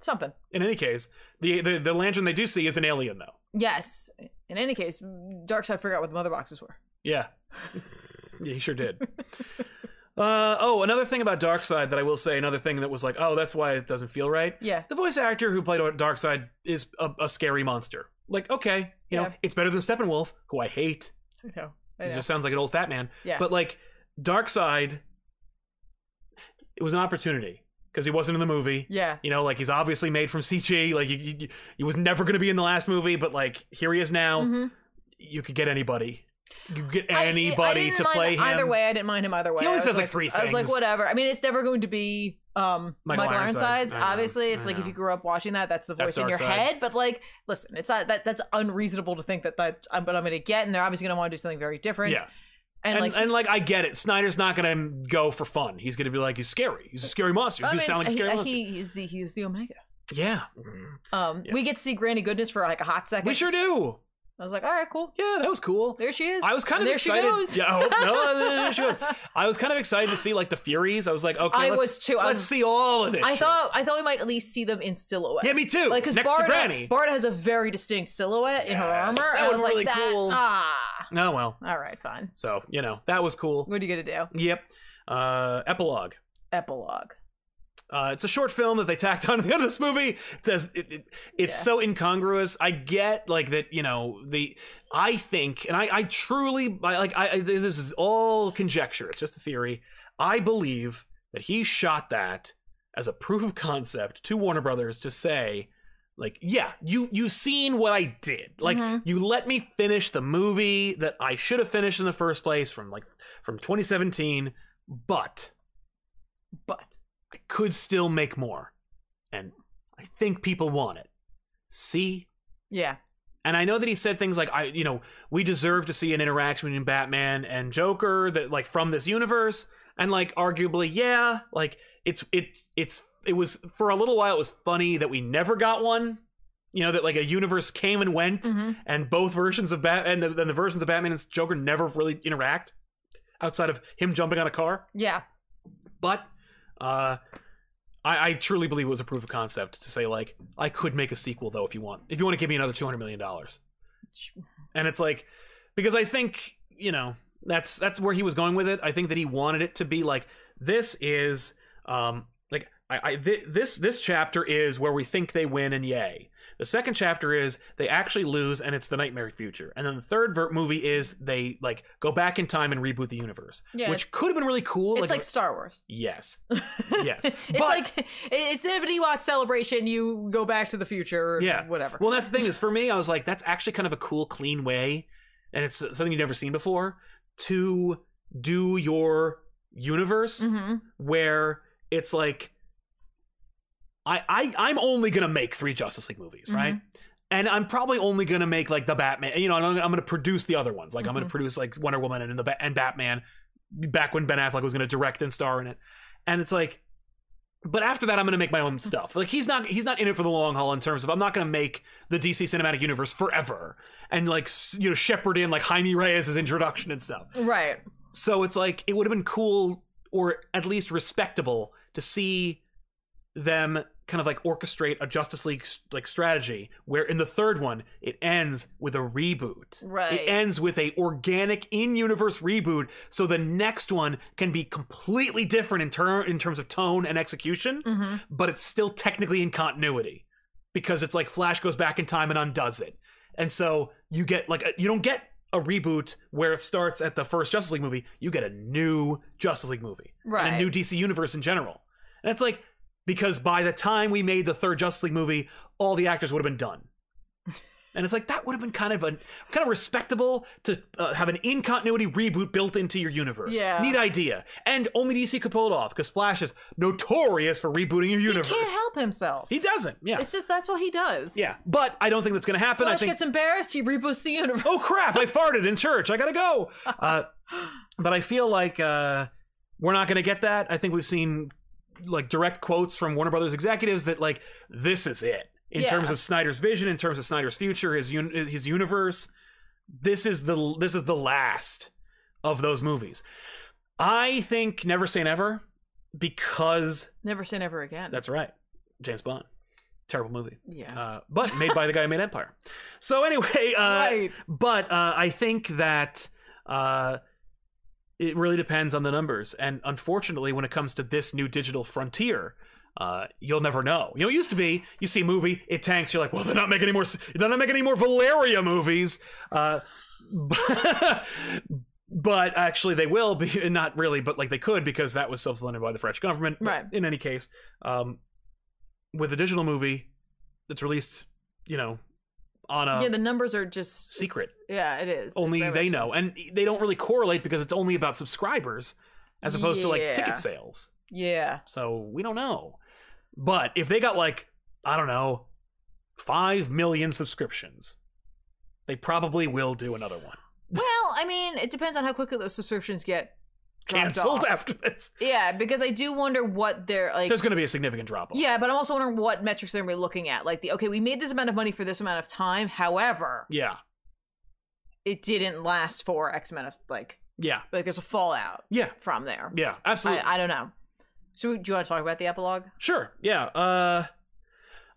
Something.
In any case, the the, the lantern they do see is an alien though.
Yes. In any case, Darkseid forgot what the mother boxes were.
Yeah. yeah, he sure did. Uh, oh, another thing about Darkseid that I will say, another thing that was like, oh, that's why it doesn't feel right.
Yeah.
The voice actor who played Darkseid is a, a scary monster. Like, okay, you know,
Yeah.
it's better than Steppenwolf, who I hate.
I know. I
He
know.
just sounds like an old fat man.
Yeah.
But like, Darkseid, it was an opportunity because he wasn't in the movie.
yeah.
You know, like he's obviously made from CG. Like, you, you, he was never going to be in the last movie, but like, here he is now.
Mhm.
You could get anybody. You could get
I-
anybody
I didn't
to
mind
play him.
Either way, I didn't mind him either way.
He only
I was
says, like, three
I was like,
things.
whatever. I mean, it's never going to be um,
Michael
Michael,
Ironsides.
Ironsides.
I know,
Obviously,
I
it's like
know.
if you grew up watching that, that's the
That's
voice in your
Darkseid.
head. But like, listen, it's not that that's unreasonable to think that that I'm, but I'm going to get, and they're obviously going to want to do something very different.
Yeah.
and,
And, and,
like.
like, I get it. Snyder's not gonna go for fun. He's gonna be like, he's scary. He's a scary monster. He's
I
gonna
mean,
sound like a
he,
scary
uh,
monster.
he, he's the he is the Omega.
yeah.
Um,
Yeah.
we get to see Granny Goodness for like a hot second.
We sure do.
I was like, all right, cool.
Yeah, that was cool.
There she is.
I was kind of
And there
excited.
She goes.
Yeah, oh, no, there she goes. I was kind of excited to see like the Furies. I was like, okay,
I
let's,
was too. I
let's
was-
see all of this.
I
shit.
thought I thought we might at least see them in silhouette.
Yeah, me too.
like because
next
Barda,
to Granny.
Barda has a very distinct silhouette in her
Yes,
armor.
that
and I
would've
was
been
like,
really
that,
cool.
ah,
oh well.
all right, fine.
So you know that was cool.
What are you gonna do?
Yep. Uh, epilogue.
Epilogue.
Uh, it's a short film that they tacked on to the end of this movie. It says it, it, it's
Yeah.
so incongruous. I get like that, you know. The I think, and I, I truly, I, like, I, I this is all conjecture. It's just a theory. I believe that he shot that as a proof of concept to Warner Brothers to say, like, yeah, you you seen what I did. Like,
Mhm.
you let me finish the movie that I should have finished in the first place from like from 2017, but.
But
I could still make more. And I think people want it. See?
yeah,
And I know that he said things like I you know, we deserve to see an interaction between Batman and Joker that like from this universe and like arguably yeah, like it's it's it's it was for a little while it was funny that we never got one. You know that like a universe came and went,
Mhm.
and both versions of Bat and the, and the versions of Batman and Joker never really interact outside of him jumping on a car.
Yeah.
But uh, I, I truly believe it was a proof of concept to say like I could make a sequel though if you want if you want to give me another two hundred million dollars. And it's like because I think you know that's that's where he was going with it. I think that he wanted it to be like this is um like I, I thi this this chapter is where we think they win and yay. The second chapter is they actually lose and it's the nightmare future. And then the third ver- movie is they like go back in time and reboot the universe,
Yeah.
which could have been really cool.
it's like Star Wars.
yes, yes.
it's
But-
like instead of an Ewok celebration, you go back to the future or
Yeah.
whatever.
Well, that's the thing is for me, I was like, that's actually kind of a cool, clean way, and it's something you've never seen before to do your universe
hmm
where it's like, I, I, I'm only gonna make three Justice League movies, right? And I'm probably only gonna make like the Batman. You know, I'm, I'm gonna produce the other ones. Like I'm gonna
Mhm.
produce like Wonder Woman and the Ba- and Batman, back when Ben Affleck was gonna direct and star in it. And it's like, but after that, I'm gonna make my own stuff. Like he's not he's not in it for the long haul in terms of I'm not gonna make the DC cinematic universe forever and like s- you know shepherd in like Jaime Reyes' introduction and stuff.
Right.
So it's like it would have been cool or at least respectable to see them kind of like orchestrate a Justice League s- like strategy where in the third one it ends with a reboot.
Right.
It ends with a organic in-universe reboot so the next one can be completely different in ter- in terms of tone and execution,
hmm
but it's still technically in continuity because it's like Flash goes back in time and undoes it. And so you get like a, you don't get a reboot where it starts at the first Justice League movie. You get a new Justice League movie and
Right.
a new DC universe in general. And it's like because by the time we made the third Justice League movie, all the actors would have been done. And it's like that would have been kind of a kind of respectable to uh, have an in continuity reboot built into your universe.
Yeah.
neat idea. And only DC could pull it off because Flash is notorious for rebooting your universe.
He can't help himself.
He doesn't. Yeah,
It's just that's what he does.
yeah. But I don't think that's going to happen. I
Flash
think
gets embarrassed. He reboots the universe.
oh crap i farted in church i gotta go uh, but i feel like uh, we're not gonna get that i think we've seen like direct quotes from warner brothers executives that like this is it in
Yeah.
terms of snyder's vision in terms of snyder's future his un- his universe this is the this is the last of those movies i think never say never because
Never say never again.
that's right james bond terrible movie
yeah.
uh, but made by the guy who made empire so anyway uh,
right.
but uh, I think that uh, it really depends on the numbers. And unfortunately, when it comes to this new digital frontier, uh, you'll never know. You know, it used to be you see a movie, it tanks. You're like, well, they're not making any more. They're not making any more Valeria movies. Uh, but, but actually, they will be not really, but like they could because that was supplemented by the French government. But
Right.
In any case, um, with a digital movie that's released, you know, on a
yeah. The numbers are just
Uh, secret.
it's- Yeah, it is. It's
only
very
they
much so.
know and they don't really correlate because it's only about subscribers as opposed to like
Yeah.
ticket sales
Yeah.
so we don't know but if they got like i don't know 5 million subscriptions they probably will do another one
Well, I mean, it depends on how quickly those subscriptions get dropped
canceled
off.
after this
Yeah, because I do wonder what they're like.
there's going to be a significant drop off
Yeah, but I'm also wondering what metrics they're gonna be looking at. Like the okay, we made this amount of money for this amount of time. However,
yeah
it didn't last for X amount of like
yeah
like there's a fallout
yeah
from there.
yeah absolutely
I, I don't know. So do you want to talk about the epilogue?
Sure. Yeah. Uh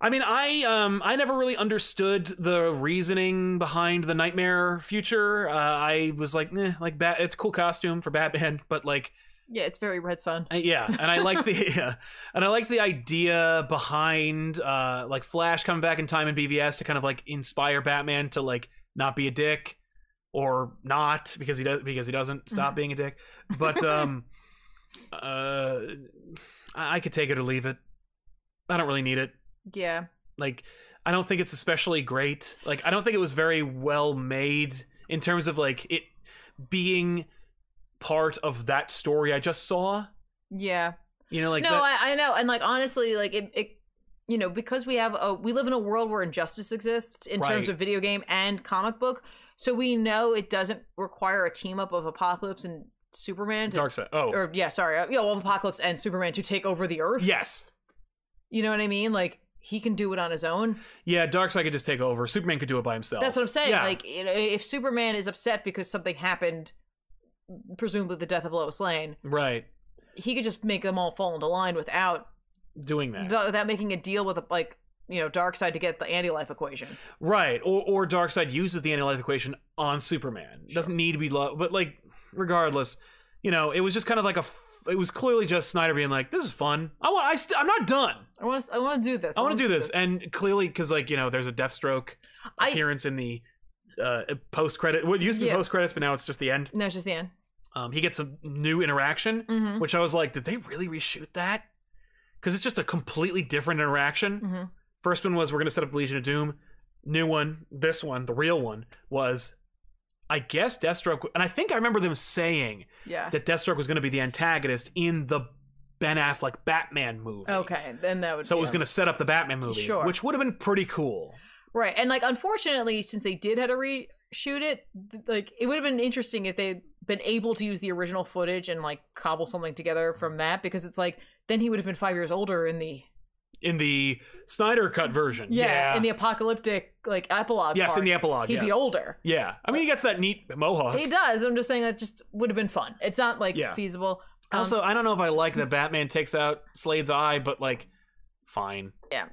I mean, I um I never really understood the reasoning behind the nightmare future. Uh, I was like, eh, like bat it's a cool costume for Batman, but like
Yeah, it's very Red Sun.
uh, yeah, and I like the yeah, and I like the idea behind uh like Flash coming back in time in BVS to kind of like inspire Batman to like not be a dick or not because he does because he doesn't stop being a dick. But um uh I-, I could take it or leave it. I don't really need it.
Yeah,
Like I don't think it's especially great. Like I don't think it was very well made in terms of like it being part of that story I just saw.
yeah.
You know, like
no,
that-
I, I know, and like honestly, like it, it, you know, because we have a we live in a world where injustice exists in terms
Right.
of video game and comic book, so we know it doesn't require a team up of Apocalypse and Superman to
Dark side. Oh,
or yeah, sorry, uh, yeah, well, Apocalypse and Superman to take over the Earth.
yes,
You know what I mean? Like he can do it on his own.
Yeah, Darkseid could just take over. Superman could do it by himself.
That's what I'm saying.
Yeah.
Like you know, if Superman is upset because something happened, presumably the death of Lois Lane,
right.
he could just make them all fall into line without
Doing that.
without making a deal with like you know Darkseid to get the anti-life equation.
Right. Or or Darkseid uses the anti-life equation on Superman. Doesn't need to be love, but like regardless, you know, it was just kind of like a f- it was clearly just Snyder being like, "This is fun. I want. I st- I'm not done.
I want to. I want to do this.
I want to
wanna
do this." And clearly, because like you know, there's a Deathstroke
I
appearance in the uh, post credit. What used to be
Yeah.
post credits, but now it's just the end.
no, it's just the end.
Um, he gets a new interaction,
Mm-hmm.
which I was like, "Did they really reshoot that?" Because it's just a completely different interaction.
Mm-hmm.
First one was we're gonna set up the Legion of Doom. New one, this one, the real one was, I guess Deathstroke, and I think I remember them saying
Yeah.
that Deathstroke was gonna be the antagonist in the Ben Affleck Batman movie.
Okay. Then that would.
So it was
yeah.
gonna set up the Batman movie,
Sure.
which would have been pretty cool.
Right. And like unfortunately, since they did have to reshoot it, th- like it would have been interesting if they'd been able to use the original footage and like cobble something together from that because it's like then he would have been five years older in the
In the Snyder cut version,
yeah,
yeah,
in the apocalyptic like epilogue.
yes, in
part,
the epilogue,
he'd
yes.
be older.
Yeah, I mean he gets that neat mohawk.
He does. I'm just saying that just would have been fun. It's not like
Yeah.
feasible. Um,
also, I don't know if I like that Batman takes out Slade's eye, but like, fine.
Yeah.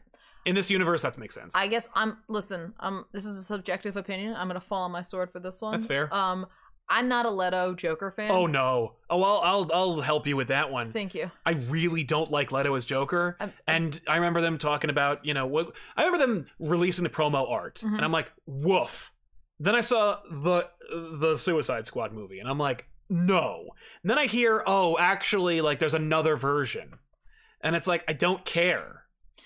In this universe, that makes sense.
I guess I'm listen. Um, this is a subjective opinion. I'm gonna fall on my sword for this one.
That's fair.
Um, I'm not a Leto Joker fan.
Oh no! Oh, I'll I'll I'll help you with that one.
Thank you.
I really don't like Leto as Joker,
I'm-
and I remember them talking about you know what I remember them releasing the promo art,
Mhm.
and I'm like, woof. Then I saw the the Suicide Squad movie, and I'm like, no. And then I hear, oh, actually, like there's another version, and it's like I don't care.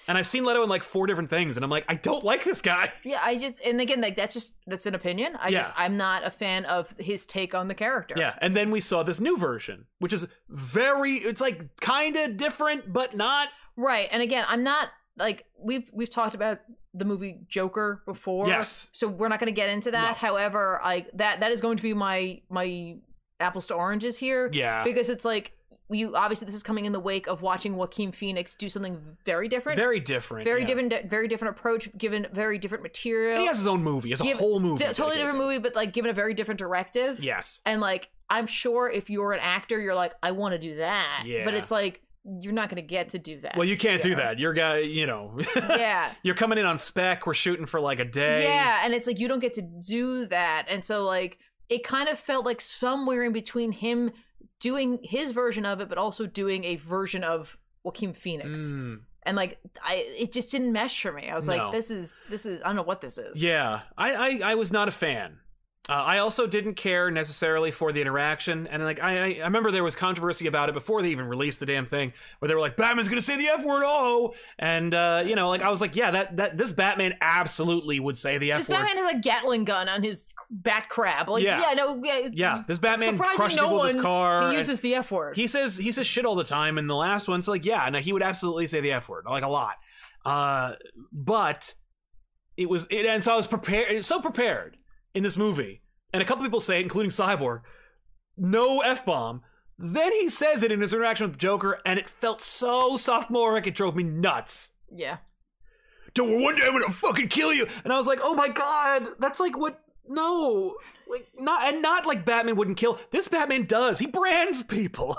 And I've seen Leto in like four different things, and I'm like, I don't like this guy.
Yeah, I just and again like that's just that's an opinion. I just I'm not a fan of his take on the character.
Yeah, and then we saw this new version, which is very, it's like kind of different, but not.
Right. And again, I'm not like we've we've talked about the movie Joker before.
Yes.
So we're not going to get into that.
No.
However, I that that is going to be my my apples to oranges here
Yeah.
because it's like you obviously this is coming in the wake of watching Joaquin Phoenix do something very different.
Very different.
very
yeah.
different very different approach given very different material.
And he has his own movie. It's a
Yeah,
whole movie.
T- totally
dedicated
different
to
movie but like given a very different directive.
it. Yes.
And like, I'm sure if you're an actor, you're like, I want to do that.
Yeah.
But it's like, you're not going to get to do that.
Well, you can't do
Yeah.
that. Your guy, you know,
yeah.
you're coming in on spec. We're shooting for like a day.
Yeah. And it's like, you don't get to do that. And so, like, it kind of felt like somewhere in between him doing his version of it, but also doing a version of Joaquin Phoenix.
Mm,
And like, I, it just didn't mesh for me. I was
No.
like, this is, this is, I don't know what this is.
yeah. I, I, I was not a fan. Uh, I also didn't care necessarily for the interaction, and like I, I, I remember there was controversy about it before they even released the damn thing, where they were like, "Batman's gonna say the f word, oh!" And uh, you know, like I was like, "Yeah, that that this Batman absolutely would say the f
This
word."
Batman has a Gatling gun on his bat crab. Like,
Yeah.
yeah, no, yeah,
Yeah, this Batman
Surprising
crushed
no
people with his
one-
car.
He
and-
uses the F word.
He says he says shit all the time in the last one. So like, yeah, no, he would absolutely say the f word like a lot. Uh, but it was it, and so I was prepared, so prepared in this movie, and a couple people say, it, including Cyborg, no f bomb. Then he says it in his interaction with Joker, and it felt so sophomoric. It drove me nuts.
yeah.
Don't one day I'm gonna fucking kill you. And I was like, oh my god, that's like what. No, like not, and not like Batman wouldn't kill. This Batman does. He brands people.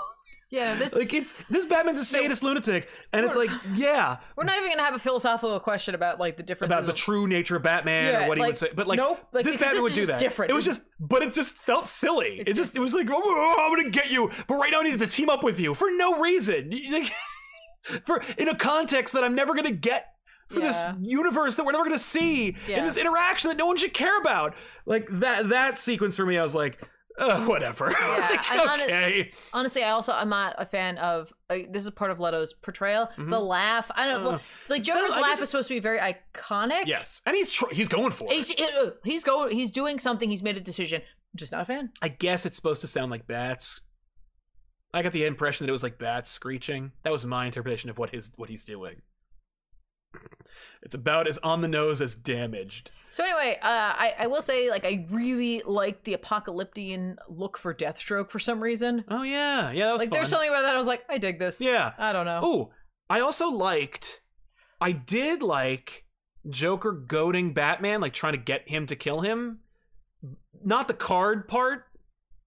Yeah. This,
like it's this Batman's a sadist lunatic, and it's like yeah
We're not even gonna have a philosophical question about like the difference
about the true nature of Batman or
Yeah,
what he would
like,
say, but like
nope, like,
this
because
Batman
this
would
is
do
just
that.
different.
It was just, but it just felt silly. It just it was like oh, I'm gonna get you, but right now I need to team up with you for no reason, like, for in a context that I'm never gonna get. For
Yeah.
this universe that we're never gonna see,
Yeah.
and this interaction that no one should care about, like that that sequence for me, I was like, uh, whatever. Like,
I found it-
okay,
honestly. I also I'm not a fan of like, this is part of Leto's portrayal. The laugh. I don't
Uh, Mm-hmm.
like
so
Joker's
I
laugh
just-
is supposed to be very iconic.
yes, and he's tr- he's going for it.
He's, it- uh, he's going. He's doing something. He's made a decision. I'm just not a fan.
I guess it's supposed to sound like bats. I got the impression that it was like bats screeching. That was my interpretation of what his what he's doing. It's about as on the nose as damaged.
So anyway, uh, I I will say like I really liked the apocalyptian look for Deathstroke for some reason.
Oh yeah, yeah, that was
Like
fun.
there's something about that I was like I dig this.
yeah.
I don't know.
Oh, I also liked I did like Joker goading Batman, like trying to get him to kill him. Not the card part,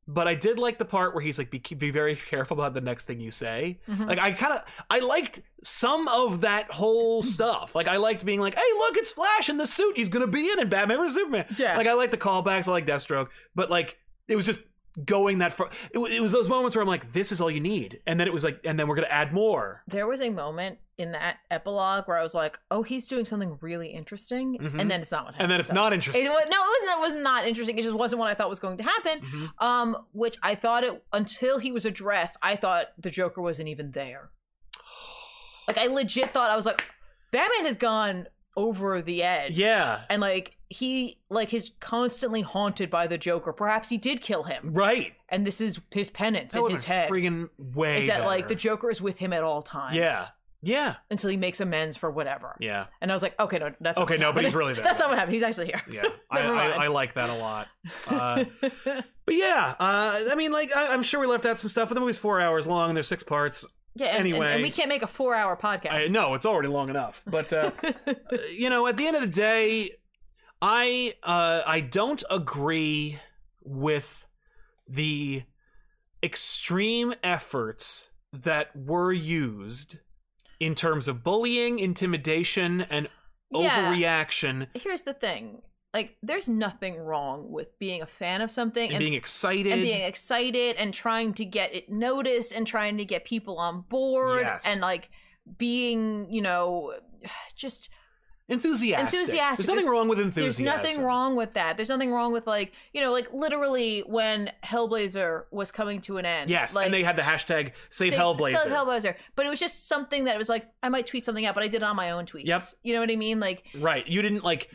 but I did like the part where he's like, be, be very careful about the next thing you say.
Mhm.
Like, I kind of, I liked some of that whole stuff. Like, I liked being like, hey, look, it's Flash in the suit. He's going to be in it, Batman vs. Superman.
Yeah.
Like I like the callbacks, I like Deathstroke, but like it was just going that far. It, wa- it was those moments where I'm like, this is all you need, and then it was like, and then we're gonna add more.
there was a moment in that epilogue where I was like, "Oh, he's doing something really interesting,"
Mhm.
and then it's not what happened.
And then it's not interesting.
It, wa- no, it wasn't. It was not interesting. It just wasn't what I thought was going to happen.
Mhm.
Um, which I thought it until he was addressed. I thought the Joker wasn't even there. Like I legit thought I was like, Batman has gone over the edge.
Yeah.
and like he like is constantly haunted by the Joker. Perhaps he did kill him,
Right.
and this is his penance
That
in
would
his head.
friggin' way.
Is that like the
better.
Joker is with him at all times?
Yeah. Yeah.
until he makes amends for whatever.
Yeah.
And I was like, okay, no, that's not
Okay,
what
no, but he's
happened.
really there.
That's not what happened. He's actually here.
Yeah. I,
Never
I,
mind.
I like that a lot. Uh, but yeah, uh, I mean, like, I, I'm sure we left out some stuff, but the movie's four hours long and there's six parts.
yeah. And, and-
Anyway.
and we can't make a four-hour podcast.
I know it's already long enough, but uh, you know, at the end of the day, I uh, I don't agree with the extreme efforts that were used in terms of bullying, intimidation, and
Yeah.
overreaction,
Here's the thing: like, there's nothing wrong with being a fan of something
and,
and
being excited.
and being excited and trying to get it noticed and trying to get people on board
Yes.
and like being, you know, just
enthusiastic.
Enthusiastic.
There's nothing wrong with enthusiasm.
There's nothing wrong with that. There's nothing wrong with like you know, like literally when Hellblazer was coming to an end.
Yes,
like,
and they had the hashtag Save
save-
Hellblazer.
Save Hellblazer. But it was just something that was like I might tweet something out, but I did it on my own tweets.
Yep.
You know what I mean? Like
Right. You didn't like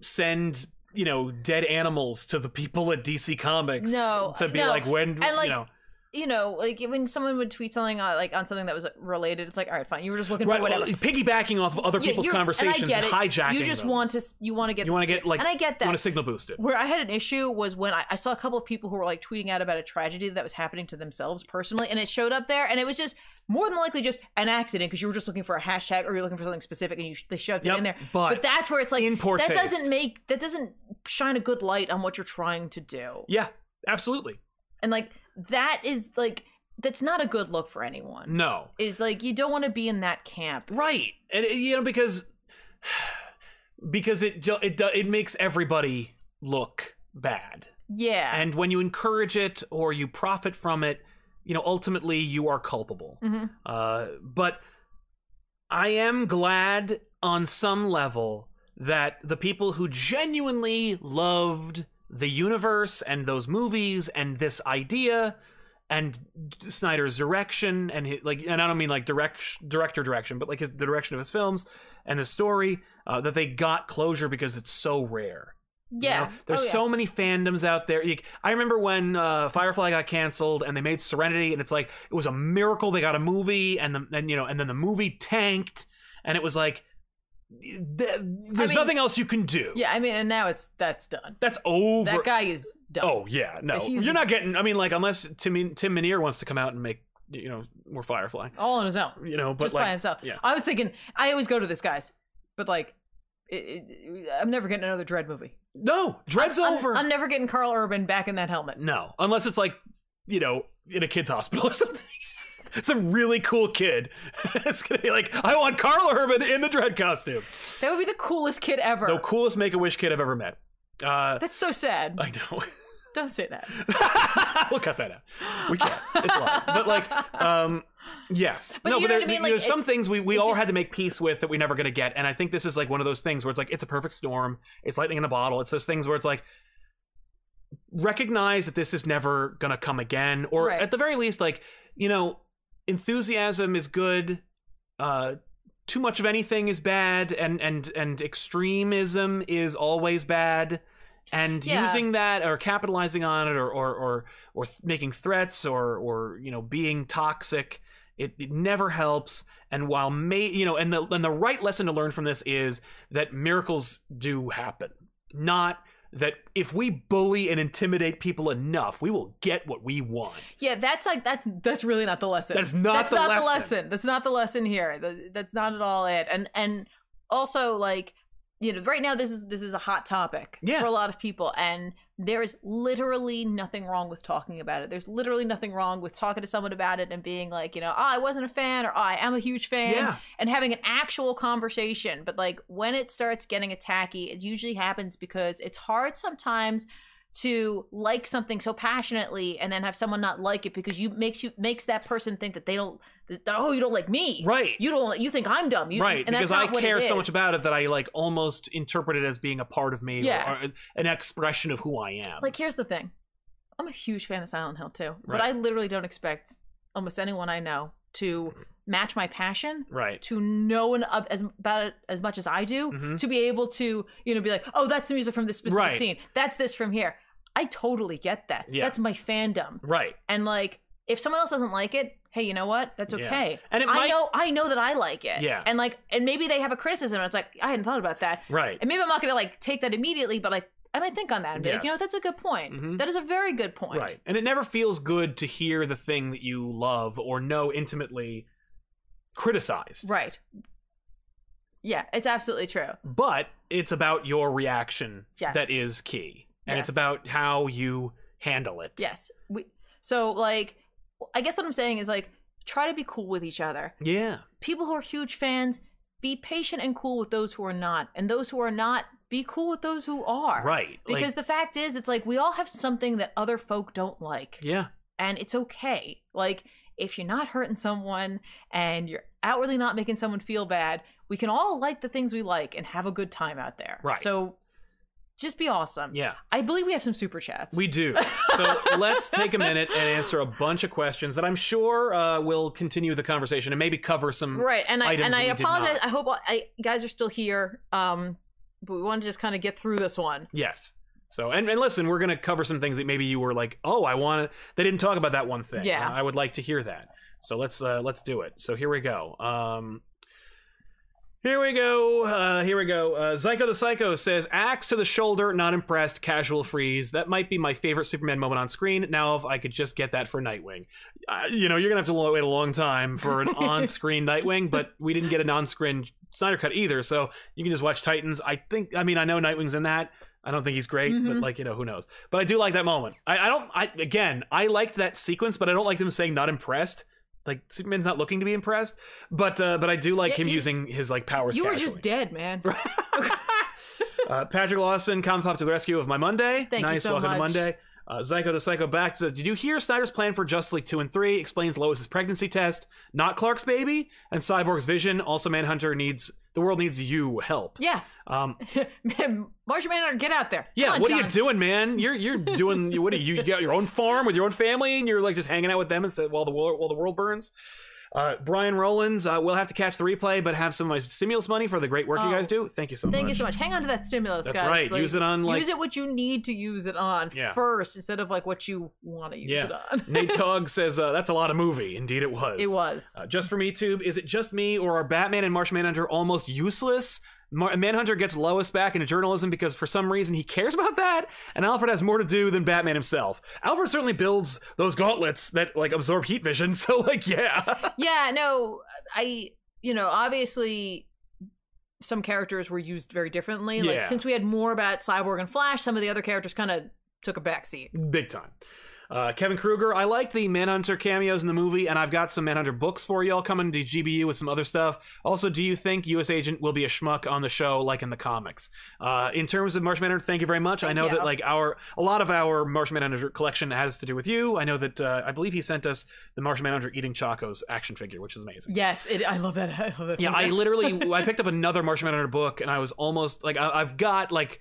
send you know dead animals to the people at DC Comics.
No,
To be
no.
like when
And, like,
you know
you know, like when someone would tweet something on like on something that was related, it's like all right, fine. You were just looking
right
for whatever.
well, piggybacking off of other
Yeah,
people's
you're- and I
conversations and,
get it.
hijacking.
you just
them.
want to s- you want to get
you want to get like
and I get
you
that.
want to signal boost it.
where I had an issue was when I, I saw a couple of people who were like tweeting out about a tragedy that was happening to themselves personally, and it showed up there, and it was just more than likely just an accident because you were just looking for a hashtag or you're looking for something specific, and you sh- they shoved
Yep,
it in there.
but
that's where it's like
in poor
that
taste.
doesn't make that doesn't shine a good light on what you're trying to do,
Yeah, absolutely.
and like that is like that's not a good look for anyone.
No.
Is like you don't want to be in that camp.
Right. And it- you know because because it ju- it do- it makes everybody look bad.
Yeah.
And when you encourage it or you profit from it, you know ultimately you are culpable.
hmm
Uh, but I am glad on some level that the people who genuinely loved the universe and those movies and this idea and Snyder's direction and his, like and I don't mean like direct director direction but like his the direction of his films and the story uh, that they got closure because it's so rare. You
Yeah.
know, There's
Oh, yeah.
so many fandoms out there. Like, I remember when uh, Firefly got canceled and they made Serenity, and it's like it was a miracle they got a movie, and the and you know, and then the movie tanked, and it was like th- there's
mean-
nothing else you can do.
Yeah. I mean, and now it's that's done.
that's over.
That guy is done.
oh yeah, no,
But he's-
you're not getting. I mean, like unless Tim Tim Minear wants to come out and make you know more Firefly,
all on his own.
you know, but
just by
like
himself.
yeah.
I was thinking, I always go to this guy's, but like, it, it, I'm never getting another Dread movie.
no, Dread's
I'm-
over.
I'm, never getting Carl Urban back in that helmet.
No, unless it's like, you know, in a kid's hospital or something. Some really cool kid. it's gonna be like, I want Carl Urban in the dread costume.
That would be the coolest kid ever.
The coolest Make a Wish kid I've ever met. Uh,
That's so sad.
I know.
Don't say that.
we'll cut that out. We can't. It's live. But like, um, yes.
But
no, but
you know
there,
what I mean? Like,
there's some
it's-
things we, we
it's
all
just-
had to make peace with that we're never gonna get. And I think this is like one of those things where it's like it's a perfect storm. It's lightning in a bottle. It's those things where it's like recognize that this is never gonna come again, or
Right.
at the very least, like you know, enthusiasm is good. Uh, too much of anything is bad, and and and extremism is always bad. And
Yeah.
using that or capitalizing on it, or or or or th- making threats, or or you know, being toxic, it, it never helps. And while may you know, and the and the right lesson to learn from this is that miracles do happen. Not that if we bully and intimidate people enough, we will get what we want.
Yeah, that's like that's that's really not the lesson.
That's not
that's
the
not
lesson.
the lesson. That's not the lesson here. Th- That's not at all it. And and also like you know, right now this is this is a hot topic
Yeah.
for a lot of people, and there is literally nothing wrong with talking about it. There's literally nothing wrong with talking to someone about it and being like, you know, oh, I wasn't a fan or oh, I am a huge fan,
yeah.
and having an actual conversation. But like when it starts getting attacky, it usually happens because it's hard sometimes to like something so passionately and then have someone not like it because you makes you makes that person think that they don't that, oh you don't like me
Right.
you don't you think I'm dumb you,
right.
and
Because
that's
I
not what
care
it
so much
is.
about it that I like almost interpret it as being a part of me
Yeah.
or an expression of who I am.
Like, here's the thing. I'm a huge fan of Silent Hill too, but
Right.
I literally don't expect almost anyone I know to match my passion
right.
to know an, of- as about it as much as I do
Mhm.
to be able to you know be like, oh, that's the music from this specific
Right.
scene. That's this from here. I totally get that.
Yeah.
That's my fandom.
Right.
And like, if someone else doesn't like it, hey, you know what? That's
Yeah.
okay.
And it
I
might
know I know that I like it.
Yeah.
And like, and maybe they have a criticism. And it's like I hadn't thought about that.
Right.
And maybe I'm not gonna like take that immediately, but like I might think on that and be like, you
Yes.
know, that's a good point.
Mhm.
That is a very good point.
Right. And it never feels good to hear the thing that you love or know intimately criticized.
Right. Yeah, it's absolutely true.
But it's about your reaction
Yes.
that is key. And
Yes.
it's about how you handle it.
Yes. We so like I guess what I'm saying is like try to be cool with each other.
Yeah.
People who are huge fans, be patient and cool with those who are not. And those who are not, be cool with those who are.
Right.
Because
like,
the fact is it's like we all have something that other folk don't like.
yeah.
and it's okay. Like if you're not hurting someone and you're outwardly not making someone feel bad, we can all like the things we like and have a good time out there.
Right.
So just be awesome.
Yeah.
I believe we have some super chats.
We do. So let's take a minute and answer a bunch of questions that I'm sure uh, will continue the conversation and maybe cover some.
right and I
items
and
that
I
we did
apologize.
not.
I hope I, I guys are still here. Um, but we want to just kind of get through this one.
Yes. So and, and listen, we're gonna cover some things that maybe you were like, oh, I want to. They didn't talk about that one thing.
Yeah.
I would like to hear that. So let's uh, let's do it. So here we go. Um, here we go. Uh, here we go. Uh, Zyko the Psycho says, axe to the shoulder, not impressed, casual freeze. That might be my favorite Superman moment on screen. Now, if I could just get that for Nightwing. Uh, you know, you're going to have to lo- wait a long time for an on screen Nightwing, but we didn't get an on screen Snyder Cut either. So you can just watch Titans. I think, I mean, I know Nightwing's in that. I don't think he's great, but
Mhm.
like, you know, who knows. But I do like that moment. I, I don't, I again, I liked that sequence, but I don't like them saying not impressed. Like Superman's not looking to be impressed, but uh, but I do like
Yeah,
him
you-
using his like powers.
You were
casually.
just dead, man.
Uh, Patrick Lawson, Comic Pop to the rescue of my Monday.
Thank you
nice,
so
welcome
much.
to Monday. Uh, Zyko the Psycho back says, Did you hear Snyder's plan for Justice League 2 and 3? Explains Lois's pregnancy test, not Clark's baby, and Cyborg's vision. Also, Manhunter needs, the world needs you help.
yeah,
Um,
Martian Manhunter, get out there.
yeah,
Come on,
what are
John.
you doing, man? You're you're doing what are you? You got your own farm with your own family, and you're like just hanging out with them instead while the world while the world burns. Uh, Brian Rollins, uh, we'll have to catch the replay, but have some of my stimulus money for the great work
Oh.
you guys do. Thank you so
Thank
much.
you so much. Hang on to that stimulus,
That's
guys.
right.
Like,
Use it on like
use it what you need to use it on
Yeah.
first instead of like what you want to use
Yeah.
it on.
Nate Togg says uh, that's a lot of movie. Indeed, it was.
It was.
Uh, just for me, tube. Is it just me, or are Batman and Martian Manhunter almost useless? Mar- Manhunter gets Lois back into journalism because for some reason he cares about that, and Alfred has more to do than Batman himself. Alfred certainly builds those gauntlets that like absorb heat vision. So like, yeah,
Yeah, no, I you know, obviously some characters were used very differently. Like
Yeah.
since we had more about Cyborg and Flash, some of the other characters kind of took a backseat.
big time. Uh, Kevin Kruger, I like the Manhunter cameos in the movie, and I've got some Manhunter books for y'all coming to GBU with some other stuff. Also, do you think U.S. Agent will be a schmuck on the show like in the comics? Uh, in terms of Martian Manhunter, thank you very much. I
Thank
know
you.
that like our a lot of our Martian Manhunter collection has to do with you. I know that uh, I believe he sent us the Martian Manhunter eating Chacos action figure, which is amazing.
Yes, it, I love that. I love that.
Yeah, I literally I picked up another Martian Manhunter book, and I was almost like I, I've got like.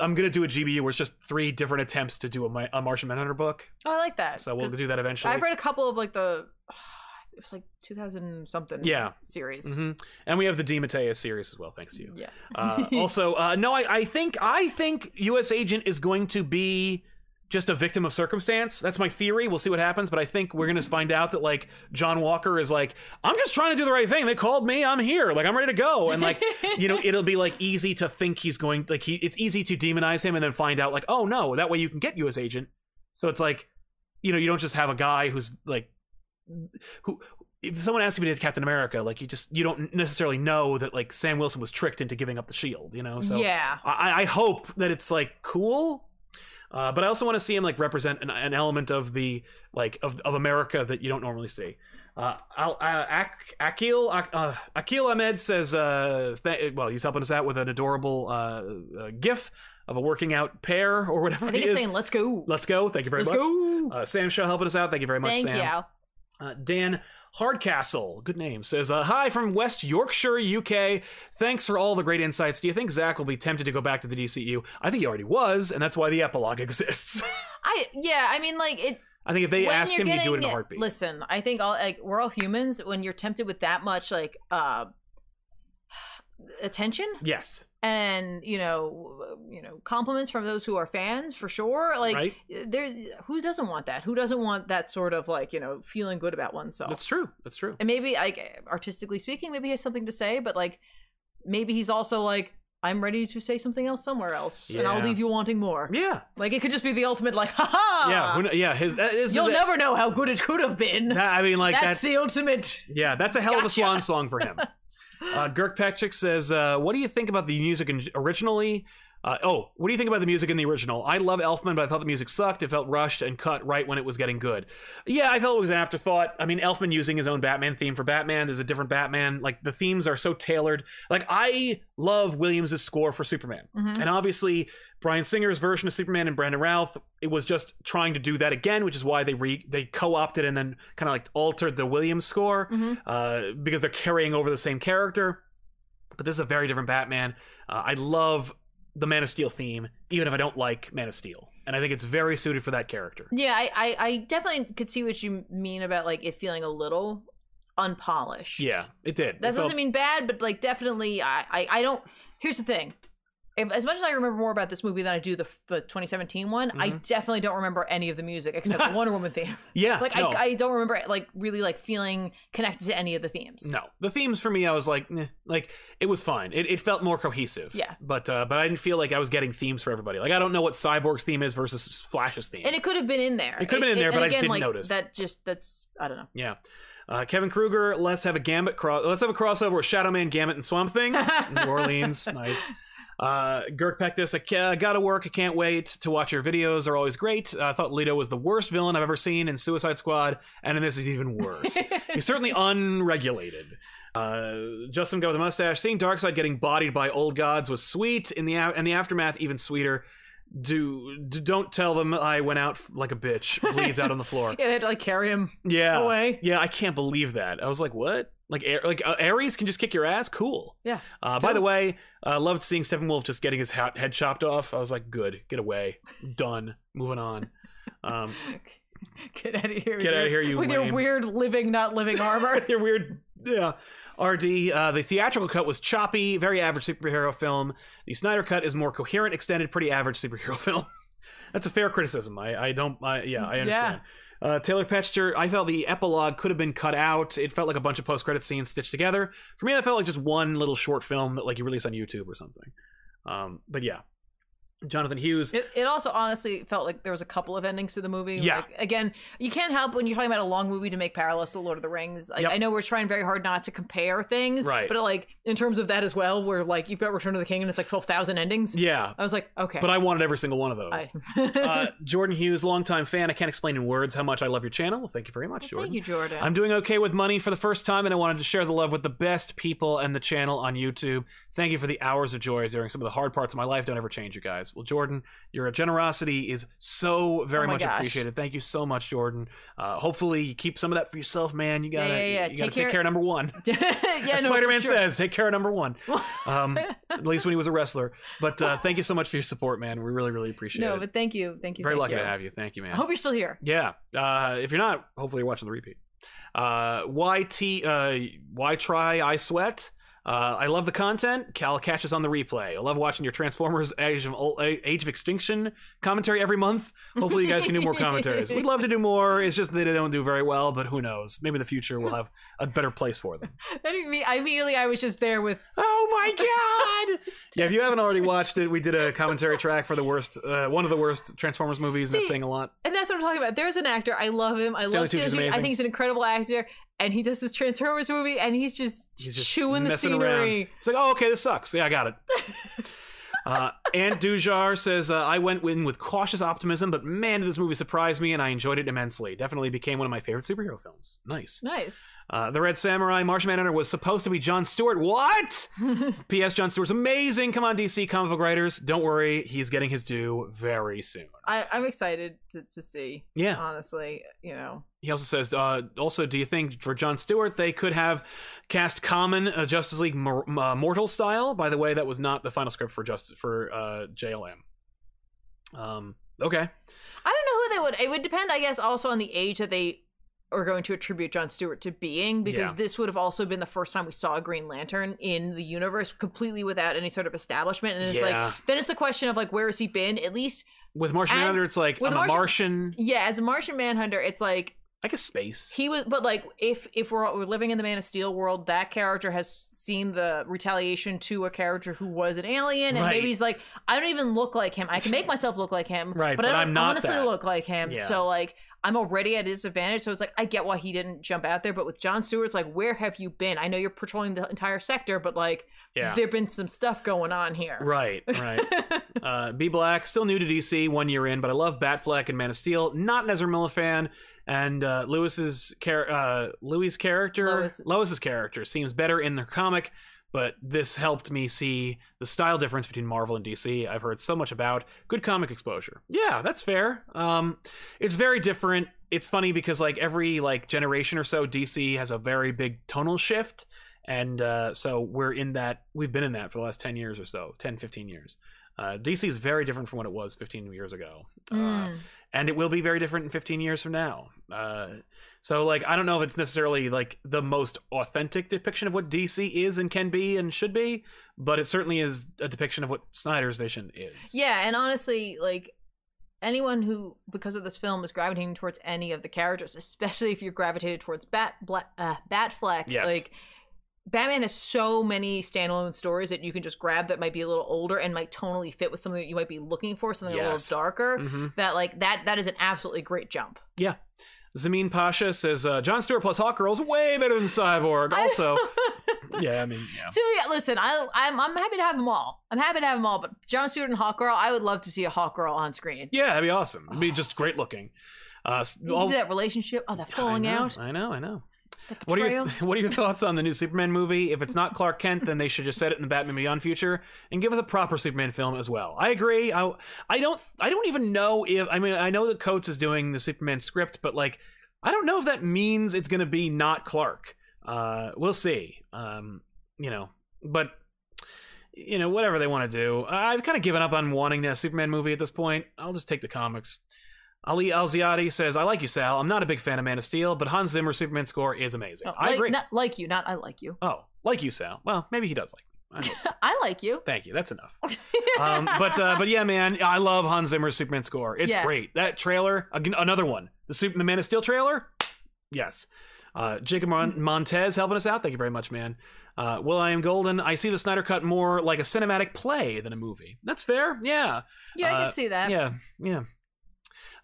I'm gonna do a GBU where it's just three different attempts to do a, Ma- a Martian Manhunter book,
Oh, I like that.
so we'll
'Cause
do that eventually.
I've read a couple of like the it was like 2000 something
Yeah.
series.
hmm And we have the D. Mateus series as well, thanks to you.
Yeah.
Uh, also, uh, no, I, I think I think U.S. Agent is going to be just a victim of circumstance. That's my theory. We'll see what happens, but I think we're gonna find out that like John Walker is like, I'm just trying to do the right thing. They called me. I'm here. Like I'm ready to go. Oh, And like you know, it'll be like easy to think he's going like he. It's easy to demonize him and then find out like, oh no, that way you can get U.S. agent. So it's like, you know, you don't just have a guy who's like, who. If someone asks you to do Captain America, like you just you don't necessarily know that like Sam Wilson was tricked into giving up the shield, you know. So
yeah.
I, I hope that it's like cool, uh, but I also want to see him like represent an, an element of the like of, of America that you don't normally see. Uh, I'll, uh, Ak- Akil Ak- uh, Akil Ahmed says, uh, th- well, he's helping us out with an adorable uh, uh, GIF of a working out pair or whatever
I think
it
it's
is.
saying let's go.
Let's go. Thank you very
Let's
much.
go.
Uh, Sam Shaw helping us out. Thank you very much,
Thank
Sam.
you. Al.
Uh, Dan Hardcastle, good name, says, uh, Hi from West Yorkshire, UK. Thanks for all the great insights. Do you think Zach will be tempted to go back to the DCU? I think he already was, and that's why the epilogue exists.
I yeah, I mean like it
I think if they
when
asked
you're
him, he'd do it in
getting-
a heartbeat.
Listen, I think all like we're all humans. When you're tempted with that much like uh attention
yes.
and you know you know compliments from those who are fans for sure like
right?
there who doesn't want that who doesn't want that sort of like you know feeling good about oneself
That's true. That's true.
and maybe like artistically speaking maybe he has something to say but like maybe he's also like i'm ready to say something else somewhere else and i'll
Yeah.
leave you wanting more
Yeah.
like it could just be the ultimate like haha
yeah. Who, kn- yeah. His, that, this is
you'll
it.
never know how good it could have been
That- I mean, like,
that's,
that's,
the ultimate
yeah, that's a hell of a
Gotcha.
swan song for him. Uh, Girk Patrick says, uh, "What do you think about the music in- originally? Uh, oh, what do you think about the music in the original? I love Elfman, but I thought the music sucked. It felt rushed and cut right when it was getting good. Yeah, I felt it was an afterthought. I mean, Elfman using his own Batman theme for Batman. There's a different Batman. Like the themes are so tailored. Like I love Williams' score for Superman,
Mhm.
and obviously Brian Singer's version of Superman and Brandon Routh. It was just trying to do that again, which is why they re- they co-opted and then kind of like altered the Williams score
Mhm.
uh, because they're carrying over the same character. But this is a very different Batman. Uh, I love the Man of Steel theme, even if I don't like Man of Steel, and I think it's very suited for that character.
yeah I, I i definitely could see what you mean about like it feeling a little unpolished
Yeah, it did.
That
It felt-
doesn't mean bad, but like definitely, I I, I don't. Here's the thing. If, as much as I remember more about this movie than I do the, the 2017 one, I
Mhm.
definitely don't remember any of the music except the Wonder Woman theme.
yeah.
Like
no,
I, I don't remember like really like feeling connected to any of the themes.
no, the themes for me, I was like, eh, like it was fine. It, it felt more cohesive.
Yeah.
But uh, but I didn't feel like I was getting themes for everybody. Like I don't know what Cyborg's theme is versus Flash's theme.
And it could have been in there.
It could have been in there,
and
but I
again,
just didn't
like,
notice.
That just that's I don't know.
yeah. Uh, Kevin Kruger, let's have a Gambit cross. Let's have a crossover with Shadow Man, Gambit, and Swamp Thing. New Orleans, nice. Uh, Girk Pectus, I ca- I gotta work. I can't wait to watch your videos. Are always great. Uh, I thought Leto was the worst villain I've ever seen in Suicide Squad, and in this is even worse. He's certainly unregulated. Uh, Justin got with a mustache. Seeing Darkseid getting bodied by old gods was sweet. In the and the aftermath, even sweeter. Do, do don't tell them I went out f- like a bitch. Bleeds out on the floor.
yeah, they had to like carry him
Yeah.
away.
Yeah, I can't believe that. I was like, what? Like, Air- like uh, Ares can just kick your ass? Cool.
Yeah.
Uh, by
Dope.
the way, uh, loved seeing Steppenwolf just getting his hat- head chopped off. I was like, good, get away, done, moving on. Um,
Get out of here.
Get outta
with
here,
your-
you
with
lame.
your weird living not living armor.
your weird, yeah. RD, uh, the theatrical cut was choppy, very average superhero film. The Snyder cut is more coherent, extended, pretty average superhero film. That's a fair criticism. I, I don't, I, yeah, I
Yeah.
understand. Uh, Taylor Petcher, I felt the epilogue could have been cut out. It felt like a bunch of post-credit scenes stitched together. For me, that felt like just one little short film that like you release on YouTube or something. Um, but yeah, Jonathan Hughes.
It, it also honestly felt like there was a couple of endings to the movie.
Yeah.
Like, again, you can't help when you're talking about a long movie to make parallels to Lord of the Rings. Like,
Yep.
I know we're trying very hard not to compare things,
Right.
But like in terms of that as well, where like you've got Return of the King and it's like twelve thousand endings.
yeah,
I was like, okay,
but I wanted every single one of those.
I-
uh, Jordan Hughes, longtime fan. I can't explain in words how much I love your channel. Well, thank you very much, Jordan.
thank you, Jordan.
I'm doing okay with money for the first time, and I wanted to share the love with the best people and the channel on YouTube. Thank you for the hours of joy during some of the hard parts of my life. Don't ever change, you guys. Well, Jordan, your generosity is so very
Oh my
much
gosh.
appreciated. Thank you so much, Jordan. Uh, hopefully, you keep some of that for yourself, man. You gotta,
yeah, yeah.
You, gotta
Take
take
care-
care of number one.
yeah,
As
no, for
Spider-Man
sure.
says, take care of number one. Um, at least when he was a wrestler. But uh, thank you so much for your support, man. We really, really appreciate
no,
it.
but thank you, thank you.
very
thank
lucky
you.
to have you. Thank you, man.
I hope you're still here.
Yeah. Uh, if you're not, hopefully you're watching the repeat. Uh, YT, uh, why try? I sweat. Uh, I love the content. Cal catches on the replay. I love watching your Transformers Age of Ul- A- Age of Extinction commentary every month. Hopefully, you guys can do more commentaries. We'd love to do more. It's just that they don't do very well, but who knows? Maybe in the future we'll have a better place for them.
I didn't mean. I immediately I was just there with.
Oh my god! yeah, if you haven't already watched it, we did a commentary track for the worst, uh, one of the worst Transformers movies. and
See,
that's saying a lot.
And that's what I'm talking about. There's an actor. I love him. I
Stanley
love Stanley
Tucci's
Tucci. I
amazing.
think he's an incredible actor. And he does this Transformers movie, and he's just,
He's just
chewing the
messing
scenery.
around. It's like, oh, okay, this sucks. Yeah, I got it. uh, Aunt Dujar says, uh, I went in with cautious optimism, but man, did this movie surprise me, and I enjoyed it immensely. Definitely became one of my favorite superhero films. Nice.
Nice.
Uh, the Red Samurai Martian Manhunter was supposed to be John Stewart. What? P.S. John Stewart's amazing. Come on, DC comic book writers. Don't worry, he's getting his due very soon.
I, I'm excited to, to see.
Yeah.
Honestly, you know.
He also says, uh, also, do you think for John Stewart they could have cast common uh, Justice League mor- uh, Mortal style? By the way, that was not the final script for Justice for uh, JLM. Um, okay,
I don't know who they would. It would depend, I guess, also on the age that they are going to attribute John Stewart to being, because
Yeah.
this would have also been the first time we saw a Green Lantern in the universe completely without any sort of establishment. And it's
Yeah.
like, then it's the question of like, where has he been? At least,
with Martian
As-
Manhunter, it's like
with
I'm a
Martian-
Martian.
yeah, as a Martian Manhunter, it's like
I guess space.
he was, but like if if we're, we're living in the Man of Steel world, that character has seen the retaliation to a character who was an alien, and
Right.
maybe he's like, I don't even look like him. I can make myself look like him,
Right,
But,
but
I don't
I'm not
honestly
that.
look like him.
Yeah.
So like, I'm already at a disadvantage. So it's like, I get why he didn't jump out there. But with John Stewart, it's like, where have you been? I know you're patrolling the entire sector, but like,
Yeah.
there've been some stuff going on here.
Right, right. uh, B Black, still new to DC, one year in, but I love Batfleck and Man of Steel. Not an Ezra Miller fan, and uh, Lewis's char- uh, Louis' character,
Lois.
Lois's character, seems better in their comic. But this helped me see the style difference between Marvel and DC. I've heard so much about good comic exposure. Yeah, that's fair. Um, it's very different. It's funny because like every like generation or so, DC has a very big tonal shift, and uh, so we're in that. We've been in that for the last ten years or so, 10, 15 years. Uh, DC is very different from what it was 15 years ago, uh,
Mm.
and it will be very different in 15 years from now. Uh, so, like, I don't know if it's necessarily like the most authentic depiction of what DC is and can be and should be, but it certainly is a depiction of what Snyder's vision is.
Yeah, and honestly, like anyone who, because of this film, is gravitating towards any of the characters, especially if you're gravitated towards Bat Bla- uh, Batfleck,
Yes.
like Batman has so many standalone stories that you can just grab that might be a little older and might tonally fit with something that you might be looking for, something a
Yes.
little darker.
hmm
That like that that is an absolutely great jump.
Zamin Pasha says uh, John Stewart plus Hawkgirl's way better than Cyborg.
I-
Also, yeah, I mean, yeah.
To me, listen, I I'm, I'm happy to have them all. I'm happy to have them all, but John Stewart and Hawkgirl, I would love to see a Hawkgirl on screen.
yeah, that'd be awesome. It'd be just great looking. Uh, s-
You
all-
see that relationship, oh, that falling
I know,
out,
I know, I know.
that
What are
betrayal.
your What are your thoughts on the new Superman movie? If it's not Clark Kent, then they should just set it in the Batman Beyond future and give us a proper Superman film as well. I agree. I I don't I don't even know if I mean I know that Coates is doing the Superman script, but like I don't know if that means it's going to be not Clark. Uh, we'll see. Um, you know, but you know whatever they want to do. I've kind of given up on wanting a Superman movie at this point. I'll just take the comics. Ali Alziadi says, "I like you, Sal. I'm not a big fan of Man of Steel, but Hans Zimmer's Superman score is amazing.
Oh,
I
like,
agree.
Not like you, not I like you.
Oh, like you, Sal. Well, maybe he does like me. I hope so.
I like you.
Thank you. That's enough. Um, but uh, but yeah, man, I love Hans Zimmer's Superman score. It's
Yeah.
great. That trailer, again, another one. The Super, the Man of Steel trailer. Yes. Uh, Jacob
Mm-hmm.
Mon- Montez helping us out. Thank you very much, man. Uh, Will I am Golden. I see the Snyder Cut more like a cinematic play than a movie. That's fair. Yeah.
yeah, I
uh,
can see that.
Yeah. Yeah.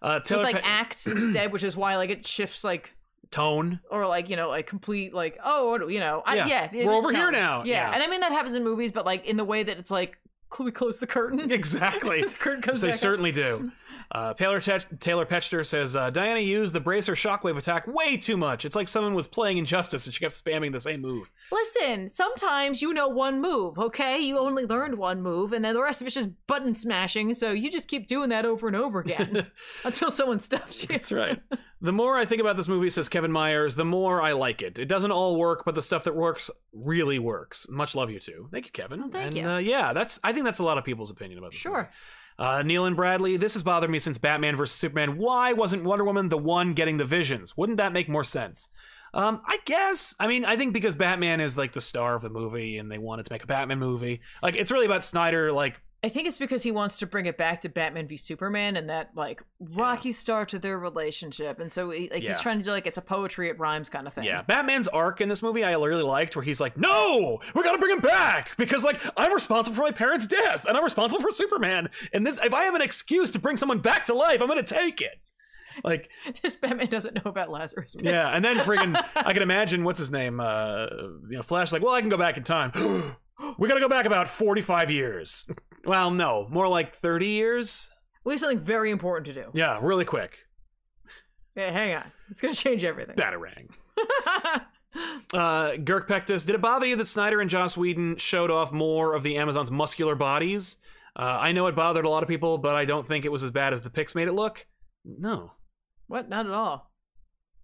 Uh,
With
Taylor
like
Pe-
acts instead, which is why like it shifts like
tone.
or like you know like complete like oh what do- you know I,
Yeah.
yeah, it
We're
is
over here
tone.
now.
Yeah.
Yeah.
and I mean that happens in movies, but like in the way that it's like cl- we close the curtain.
Exactly.
the curtain comes
they
back. up.
certainly do. Uh, Taylor, Tet- Taylor Petchter says uh, Diana used the bracer shockwave attack way too much. It's like someone was playing Injustice and she kept spamming the same move.
Listen, sometimes you know one move, okay? You only learned one move, and then the rest of it's just button smashing. So you just keep doing that over and over again until someone stops you.
right. the more I think about this movie, says Kevin Myers, the more I like it. It doesn't all work, but the stuff that works really works. Much love you too. Thank you, Kevin.
thank
and,
you.
Uh, yeah, that's. I think that's a lot of people's opinion about this. movie.
Sure.
Uh, Neil and Bradley, this has bothered me since Batman vs Superman. Why wasn't Wonder Woman the one getting the visions? Wouldn't that make more sense? Um, I guess. I mean, I think because Batman is like the star of the movie, and they wanted to make a Batman movie. Like, it's really about Snyder. Like,
I think it's because he wants to bring it back to Batman v Superman and that like rocky start to their relationship, and so he, like
Yeah.
he's trying to do like it's a poetry it rhymes kind of thing.
yeah, Batman's arc in this movie I really liked, where he's like, "No, we gotta bring him back because like I'm responsible for my parents' death, and I'm responsible for Superman. And this, if I have an excuse to bring someone back to life, I'm gonna take it." Like,
this Batman doesn't know about Lazarus. Pits.
yeah, and then freaking, I can imagine what's his name, uh, you know, Flash. Like, well, I can go back in time. we gotta go back about forty-five years. well, no, more like thirty years.
we have something very important to do.
Yeah, really quick.
Yeah, hang on, it's gonna change everything.
Batarang. Uh, Girk Pectus, did it bother you that Snyder and Joss Whedon showed off more of the Amazon's muscular bodies? Uh, I know it bothered a lot of people, but I don't think it was as bad as the pics made it look. No,
what? Not at all.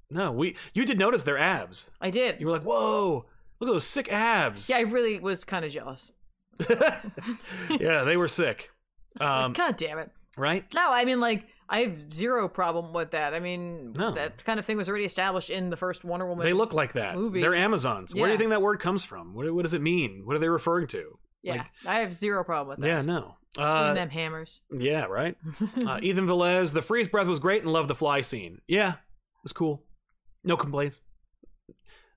no, we you did notice their abs.
I did.
You were like, whoa, look at those sick abs.
Yeah, I really was kind of jealous.
yeah, they were sick.
I was like,
Um,
God damn it.
right?
No, I mean like I have zero problem with that. I mean
No.
that kind of thing was already established in the first Wonder Woman.
They look like that.
Movie.
They're Amazons. Where do you
Yeah.
think that word comes from? What, what does it mean? What are they referring to?
yeah,
like-
I have zero problem with that.
Yeah, no.
Just
Uh,
swinging them hammers.
yeah, right. uh, Ethan Velez, the freeze breath was great and loved the fly scene. Yeah, it was cool. No complaints.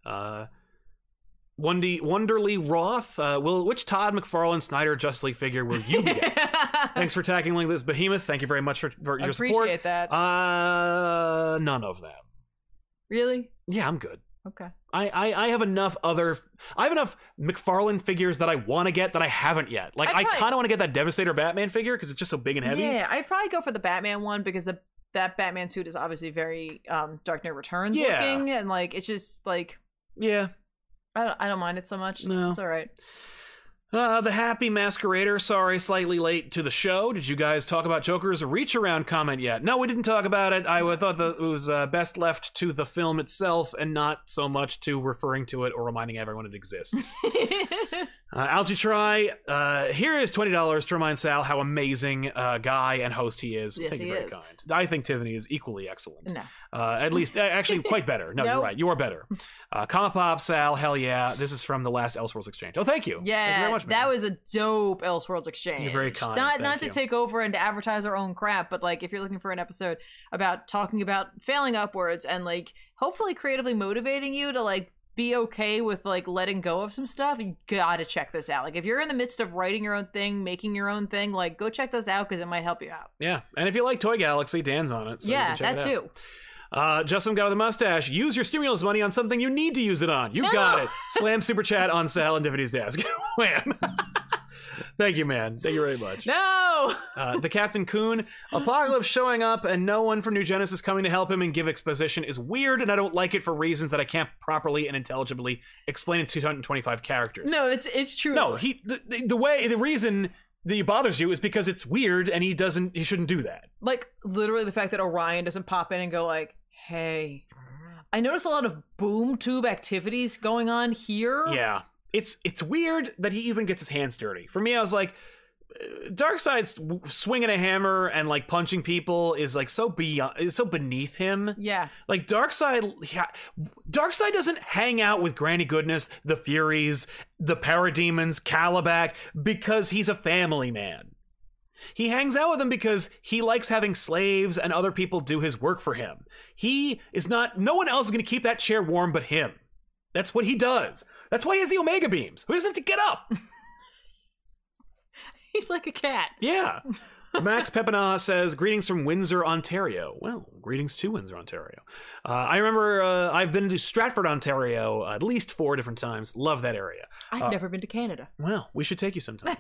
Uh, Wondy, Wonderly Roth, uh, will which Todd McFarlane Snyder Justice League figure will you get? Thanks for tackling like this behemoth. Thank you very much for, for
I
your support.
appreciate that.
Uh, none of them.
really?
Yeah, I'm good.
Okay.
I, I, I have enough other I have enough McFarlane figures that I want to get that I haven't yet. Like
I'd
I
probably-
kind of want to get that Devastator Batman figure because it's just so big and heavy.
Yeah, I'd probably go for the Batman one because the that Batman suit is obviously very um Dark Knight Returns
Yeah.
looking and like it's just like
yeah.
I don't, I don't mind it so much. It's,
No.
it's all right.
Uh, the Happy Masquerader, sorry, slightly late to the show. Did you guys talk about Joker's reach around comment yet? No, we didn't talk about it. I thought that it was uh, best left to the film itself and not so much to referring to it or reminding everyone it exists. uh, Algie Try, uh, here is $20 to remind Sal how amazing uh, guy and host he is.
Yes,
Thank you,
he
very
is.
kind. I think Tiffany is equally excellent.
no.
Uh, at least, uh, actually, quite better. No,
No.
you're right. You are better. Uh, comma Pop, Sal, hell yeah. This is from the last Elseworlds exchange. Oh, thank you. Thank you
Yeah,
very much, man.
that was a dope Elseworlds exchange.
You're very kind,
Not
thank
not
you.
to take over and to advertise our own crap, but like if you're looking for an episode about talking about failing upwards and like hopefully creatively motivating you to like be okay with like letting go of some stuff, you gotta check this out. Like if you're in the midst of writing your own thing, making your own thing, like go check this out because it might help you out.
Yeah, and if you like Toy Galaxy, Dan's on it. So you
yeah,
can check
that
it out.
too.
Uh, just some guy with a mustache. Use your stimulus money on something you need to use it on. You
No!
got it. Slam super chat on Sal and Tiffany's desk. Wham. Thank you, man. Thank you very much.
No.
Uh, the Captain Coon, Apocalypse showing up and no one from New Genesis coming to help him and give exposition is weird, and I don't like it for reasons that I can't properly and intelligibly explain in 225 characters.
No, it's it's true.
No, he the, the, the way the reason that he bothers you is because it's weird and he doesn't he shouldn't do that.
like literally the fact that Orion doesn't pop in and go like, "Hey,
Mm.
I notice a lot of boom tube activities going on here."
Yeah. It's it's weird that he even gets his hands dirty. For me, I was like, uh, Darkseid's w- swinging a hammer and like punching people is like so beyond, is so beneath him.
yeah.
Like Darkseid, yeah, Darkseid doesn't hang out with Granny Goodness, the Furies, the Parademons, Calabac because he's a family man. He hangs out with them because he likes having slaves and other people do his work for him. He is not. No one else is going to keep that chair warm but him. That's what he does. That's why he has the Omega beams. He doesn't have to get up.
He's like a cat.
Yeah. Max Pepina says, "Greetings from Windsor, Ontario." Well, greetings to Windsor, Ontario. Uh, I remember uh, I've been to Stratford, Ontario, uh, at least four different times. Love that area.
I've
Uh,
never been to Canada.
Well, we should take you sometime.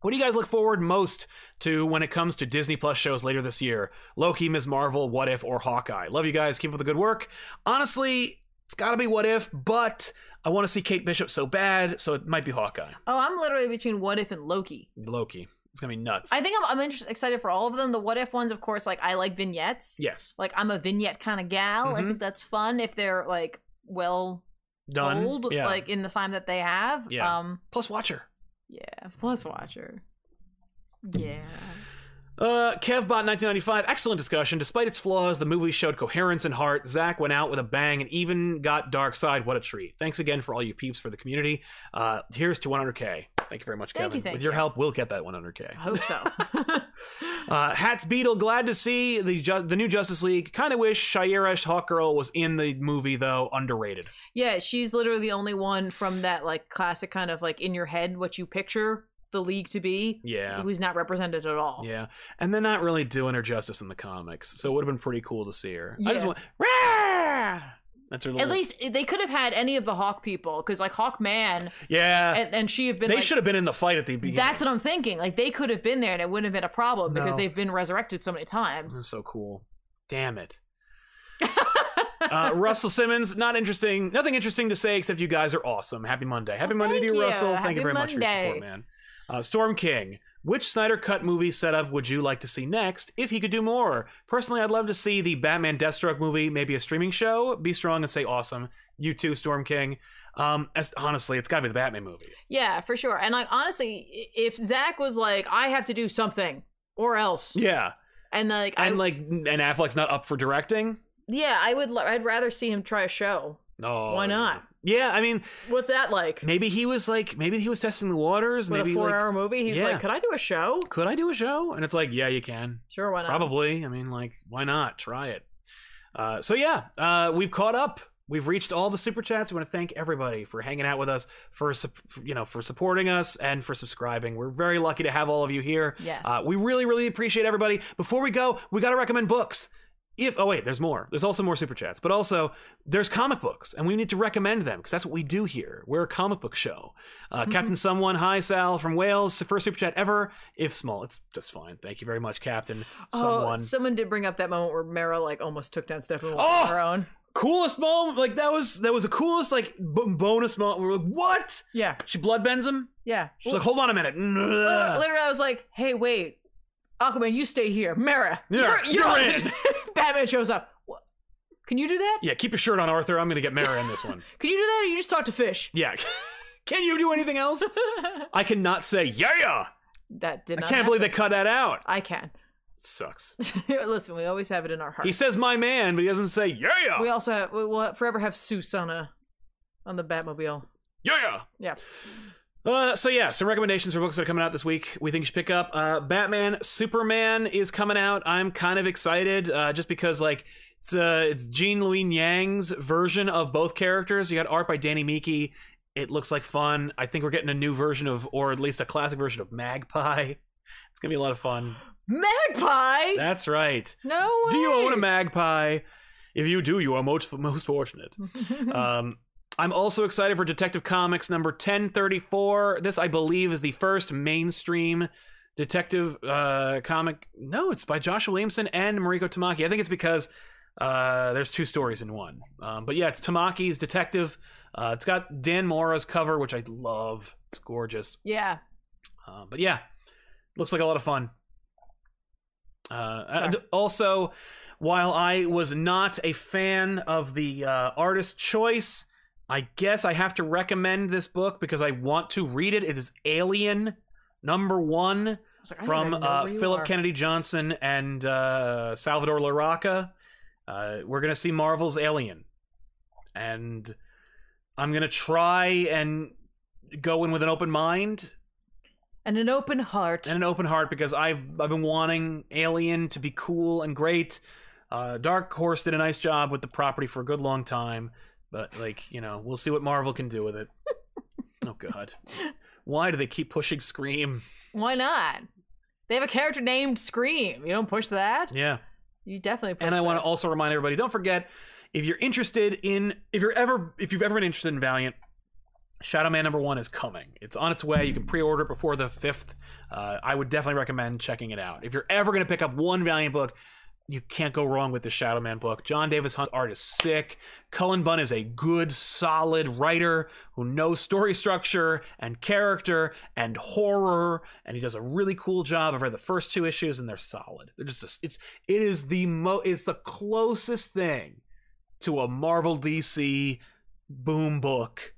what do you guys look forward most to when it comes to Disney Plus shows later this year? Loki, Ms. Marvel, What If, or Hawkeye? Love you guys. Keep up the good work. Honestly, it's got to be What If, but I want to see Kate Bishop so bad, so it might be Hawkeye.
Oh, I'm literally between What If and Loki.
Loki. It's gonna be nuts.
I think I'm I'm inter- excited for all of them. The What If ones, of course, like I like vignettes.
yes.
Like I'm a vignette kind of gal. I
Mhm.
think that's fun if they're like well
Done.
told,
yeah.
like in the time that they have.
Yeah.
Um.
Plus Watcher.
Yeah. Plus Watcher. Yeah.
Uh, KevBot1995, excellent discussion. Despite its flaws, the movie showed coherence and heart. Zach went out with a bang and even got Dark Side. What a treat. Thanks again for all you peeps for the community. Uh, here's to 100K. Thank you very much,
Thank
Kevin.
you, thank
with your
you.
help, we'll get that 100K.
I hope so.
Uh, Hats Beetle, glad to see the ju- the new Justice League. Kind of wish Shira Hawkgirl was in the movie though. Underrated.
yeah, she's literally the only one from that like classic kind of like in your head what you picture the league to be
Yeah.
who's not represented at all.
Yeah, and they're not really doing her justice in the comics, so it would have been pretty cool to see her. I just
Yeah.
want Rah! that's her.
At
Little...
least eh, they could have had any of the Hawk people because like Hawk Man
yeah,
and, and she have been
they
like,
should have been in the fight at the beginning.
That's what I'm thinking. Like they could have been there and it wouldn't have been a problem because
No.
they've been resurrected so many
That's
times.
so cool. Damn it. uh, Russell Simmons, not interesting. Nothing interesting to say except you guys are awesome. Happy Monday. Happy
Well,
Monday
thank
to you,
you.
Russell. Thank you
Happy
very much for your support,
Monday.
man. Uh, Storm King, which Snyder Cut movie setup would you like to see next if he could do more? Personally, I'd love to see the Batman Deathstroke movie, maybe a streaming show. Be strong and say awesome. You too, Storm King. Um, as, honestly, it's got to be the Batman movie.
Yeah, for sure. And like honestly, i- if Zach was like, I have to do something or else,
Yeah,
and like, I,
and like, and Affleck's not up for directing.
yeah, I would. l- I'd rather see him try a show.
No,
Why not?
Yeah, I mean,
What's that like?
maybe he was like, maybe he was testing the waters.
With
maybe
a
like,
four-hour movie, he's
yeah.
like, could I do a show?
could I do a show? And it's like, yeah, you can.
Sure, why not?
Probably. I mean, like, why not? Try it. Uh, so yeah, uh, we've caught up. We've reached all the super chats. We want to thank everybody for hanging out with us, for sup- you know, for supporting us, and for subscribing. We're very lucky to have all of you here.
Yes.
Uh, we really, really appreciate everybody. Before we go, we got to recommend books. If oh wait, there's more. There's also more super chats, but also there's comic books, and we need to recommend them because that's what we do here. We're a comic book show. Uh,
Mm-hmm.
Captain Someone, hi Sal from Wales, first super chat ever. If small, it's just fine. Thank you very much, Captain
Oh,
Someone.
someone did bring up that moment where Mara like almost took down Stephen
Oh!
on her own.
coolest moment, like that was that was the coolest like b- bonus moment. We We're like, what?
Yeah,
She bloodbends him.
yeah.
She's like, hold on a minute.
Literally, literally, I was like, "Hey, wait, Aquaman, you stay here. Mara,
Yeah, you're in."
Batman shows up. What? Can you do that?
Yeah, keep your shirt on, Arthur. I'm gonna get Mara in this one.
Can you do that, or you just talk to fish?
Yeah. Can you do anything else? I cannot say yeah.
that did
I
not.
can't believe they cut that out.
I can.
Sucks.
Listen, we always have it in our heart.
He says my man, but he doesn't say yeah.
We also have, we will forever have Seuss on a on the Batmobile.
Yeah.
Yeah.
Uh, so yeah, some recommendations for books that are coming out this week. We think you should pick up. Uh, Batman, Superman is coming out. I'm kind of excited, uh, just because like it's uh, it's Jean Louis Yang's version of both characters. You got art by Danny Miki. It looks like fun. I think we're getting a new version of, or at least a classic version of Magpie. It's gonna be a lot of fun.
Magpie?
That's right.
no way.
Do you own a magpie? If you do, you are most most fortunate.
Hmm.
um, I'm also excited for Detective Comics number 1034. This, I believe, is the first mainstream detective uh, comic. No, it's by Josh Williamson and Mariko Tamaki. I think it's because uh, there's two stories in one. Um, but yeah, it's Tamaki's detective. Uh, it's got Dan Mora's cover, which I love. It's gorgeous.
yeah.
Uh, but yeah, looks like a lot of fun. Uh,
Sorry.
and also, while I was not a fan of the uh, artist choice, I guess I have to recommend this book because I want to read it. It is Alien number one
I was like, I don't
from
even know
uh,
where you
Philip
are.
Kennedy Johnson and uh, Salvador LaRocca. Uh, we're gonna see Marvel's Alien, and I'm gonna try and go in with an open mind
And an open heart.
and an open heart because I've I've been wanting Alien to be cool and great. Uh, Dark Horse did a nice job with the property for a good long time, but like you know, we'll see what Marvel can do with it. oh God, why do they keep pushing Scream?
Why not? They have a character named Scream. You don't push that.
Yeah,
You definitely push
and I
that.
want to also remind everybody: don't forget if you're interested in if you're ever if you've ever been interested in Valiant. Shadow Man number one is coming. It's on its way. You can pre-order it before the fifth. Uh, I would definitely recommend checking it out. If you're ever going to pick up one Valiant book, you can't go wrong with the Shadow Man book. John Davis Hunt's art is sick. Cullen Bunn is a good, solid writer who knows story structure and character and horror, and he does a really cool job. I've read the first two issues, and they're solid. They're just it's it is the mo it's the closest thing to a Marvel DC boom book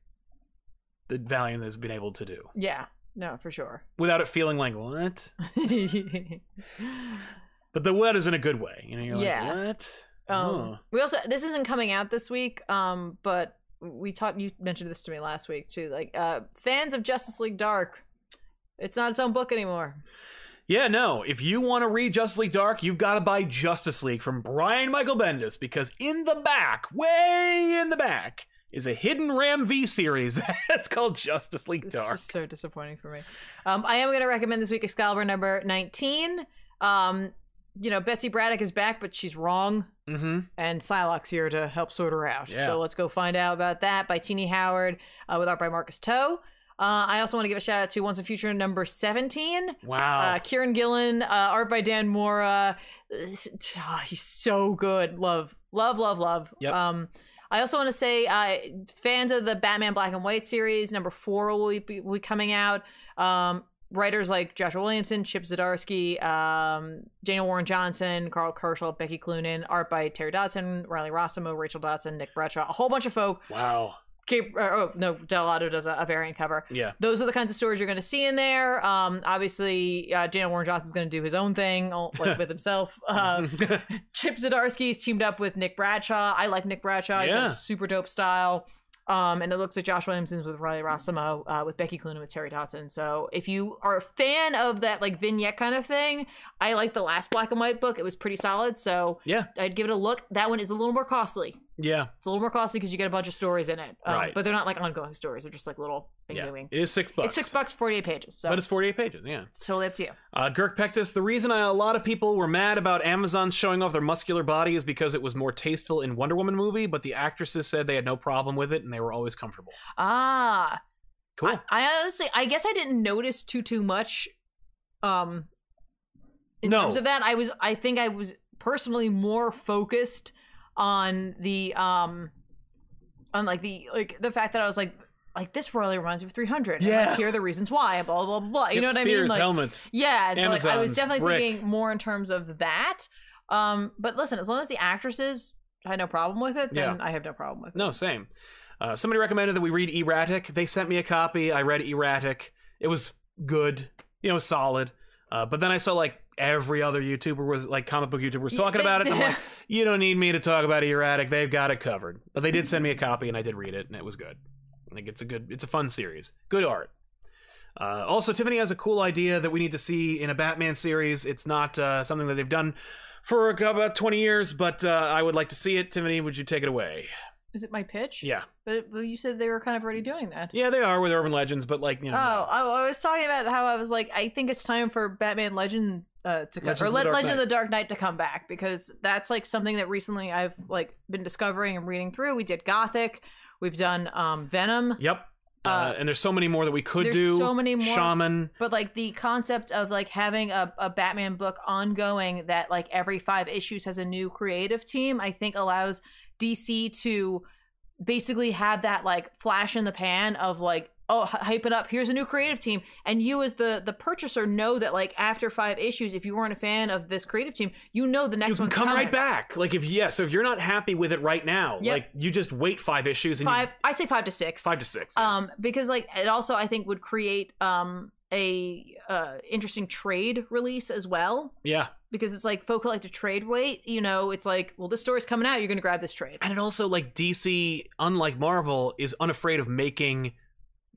that Valiant has been able to do.
Yeah. No, for sure.
without it feeling like what. But the what is in a good way. You know, you're
Yeah.
like what? Oh.
Um,
Huh.
We also this isn't coming out this week, um, but we talked. You mentioned this to me last week too. Like uh, fans of Justice League Dark, it's not its own book anymore.
Yeah, no. If you want to read Justice League Dark, you've got to buy Justice League from Brian Michael Bendis because in the back, way in the back, is a hidden Ram V series that's called Justice League
It's
Dark.
just so disappointing for me. Um, I am going to recommend this week Excalibur number nineteen. Um, you know, Betsy Braddock is back, but she's wrong,
Mm-hmm.
and Psylocke's here to help sort her out.
Yeah.
So let's go find out about that by Teeny Howard uh, with art by Marcus Toe. Uh, I also want to give a shout out to Once in Future number seventeen.
Wow.
Uh, Kieran Gillen, uh, art by Dan Mora. This- ah, he's so good. Love, love, love, love.
Yep.
Um, I also want to say, uh, fans of the Batman Black and White series, number four will be, will be coming out. Um, writers like Joshua Williamson, Chip Zdarsky, um, Daniel Warren Johnson, Carl Kerschel, Becky Cloonan, art by Terry Dodson, Riley Rossimo, Rachel Dodson, Nick Bradshaw, a whole bunch of folk.
wow.
Cape, uh, oh no, Del Otto does a, a variant cover
Yeah.
those are the kinds of stories you're going to see in there. Um, obviously, uh, Daniel Warren Johnson's going to do his own thing, all- like with himself.
Mm-hmm.
Uh, Chip Zdarsky's teamed up with Nick Bradshaw. I like Nick Bradshaw. He's got
Yeah.
a super dope style. Um, and it looks like Josh Williamson's with Riley Rossimo, uh, with Becky Cloonan, with Terry Dodson. So if you are a fan of that like vignette kind of thing, I like the last black and white book. It was pretty solid. So
Yeah.
I'd give it a look. That one is a little more costly.
yeah.
It's a little more costly because you get a bunch of stories in it. Um,
Right.
But they're not like ongoing stories. They're just like little thing
Yeah.
doing.
It is six bucks.
It's six bucks, forty-eight pages. So
But
it's
it's 48 pages, yeah.
totally up to you.
Uh, Girk Pectus, the reason I, a lot of people were mad about Amazon showing off their muscular body is because it was more tasteful in Wonder Woman movie, but the actresses said they had no problem with it and they were always comfortable.
Ah,
Cool.
I, I honestly, I guess I didn't notice too too much. Um, in
No.
terms of that, I was, I think I was personally more focused on the um, on like the like the fact that I was like, like this royally reminds me of three hundred.
Yeah.
like, here are the reasons why, and blah blah blah. blah. You know
Yep,
what I mean?
Spears,
Like,
helmets.
Yeah, and so like, I was
Amazons,
definitely
brick.
thinking more in terms of that. Um, but listen, as long as the actresses had no problem with it, then I have no problem with it.
No, same. Uh, somebody recommended that we read Erratic. They sent me a copy. I read Erratic. It was good, you know, solid. Uh, but then I saw like every other YouTuber was like comic book YouTuber was
Yeah,
talking
they-
about it. And I'm like, you don't need me to talk about Erratic. They've got it covered. But they did send me a copy, and I did read it, and it was good. Like it's a good, it's a fun series. Good art. Uh, also, Tiffany has a cool idea that we need to see in a Batman series. It's not uh, something that they've done for about 20 years, but uh, I would like to see it. Tiffany, would you take it away?
Is it my pitch?
Yeah.
But well, you said they were kind of already doing that.
Yeah, they are with Urban Legends, but like you know,
Oh, I, I was talking about how I was like, I think it's time for Batman Legend uh, to come,
Legends of
or
the
Le-
Dark
Legend of
Knight.
the Dark Knight to come back because that's like something that recently I've like been discovering and reading through. We did Gothic, we've done um, Venom,
yep. Uh,
Uh,
and there's so many more that we could
there's
do.
so many more.
Shaman.
but like the concept of like having a, a batman book ongoing that like every five issues has a new creative team i think allows dc to basically have that like flash in the pan of like oh hy- hype it up here's a new creative team and you as the the purchaser know that like after five issues if you weren't a fan of this creative team you know the next
You can
one's
come
coming.
right back. Like if yeah, so if you're not happy with it right now,
Yep.
like you just wait five issues and you-
five i say five to six
five to six.
um because like it also i think would create um a uh interesting trade release as well
yeah,
because it's like folk like to trade weight. You know, it's like, well, this story's coming out, you're gonna grab this trade.
and it also like DC, unlike Marvel, is unafraid of making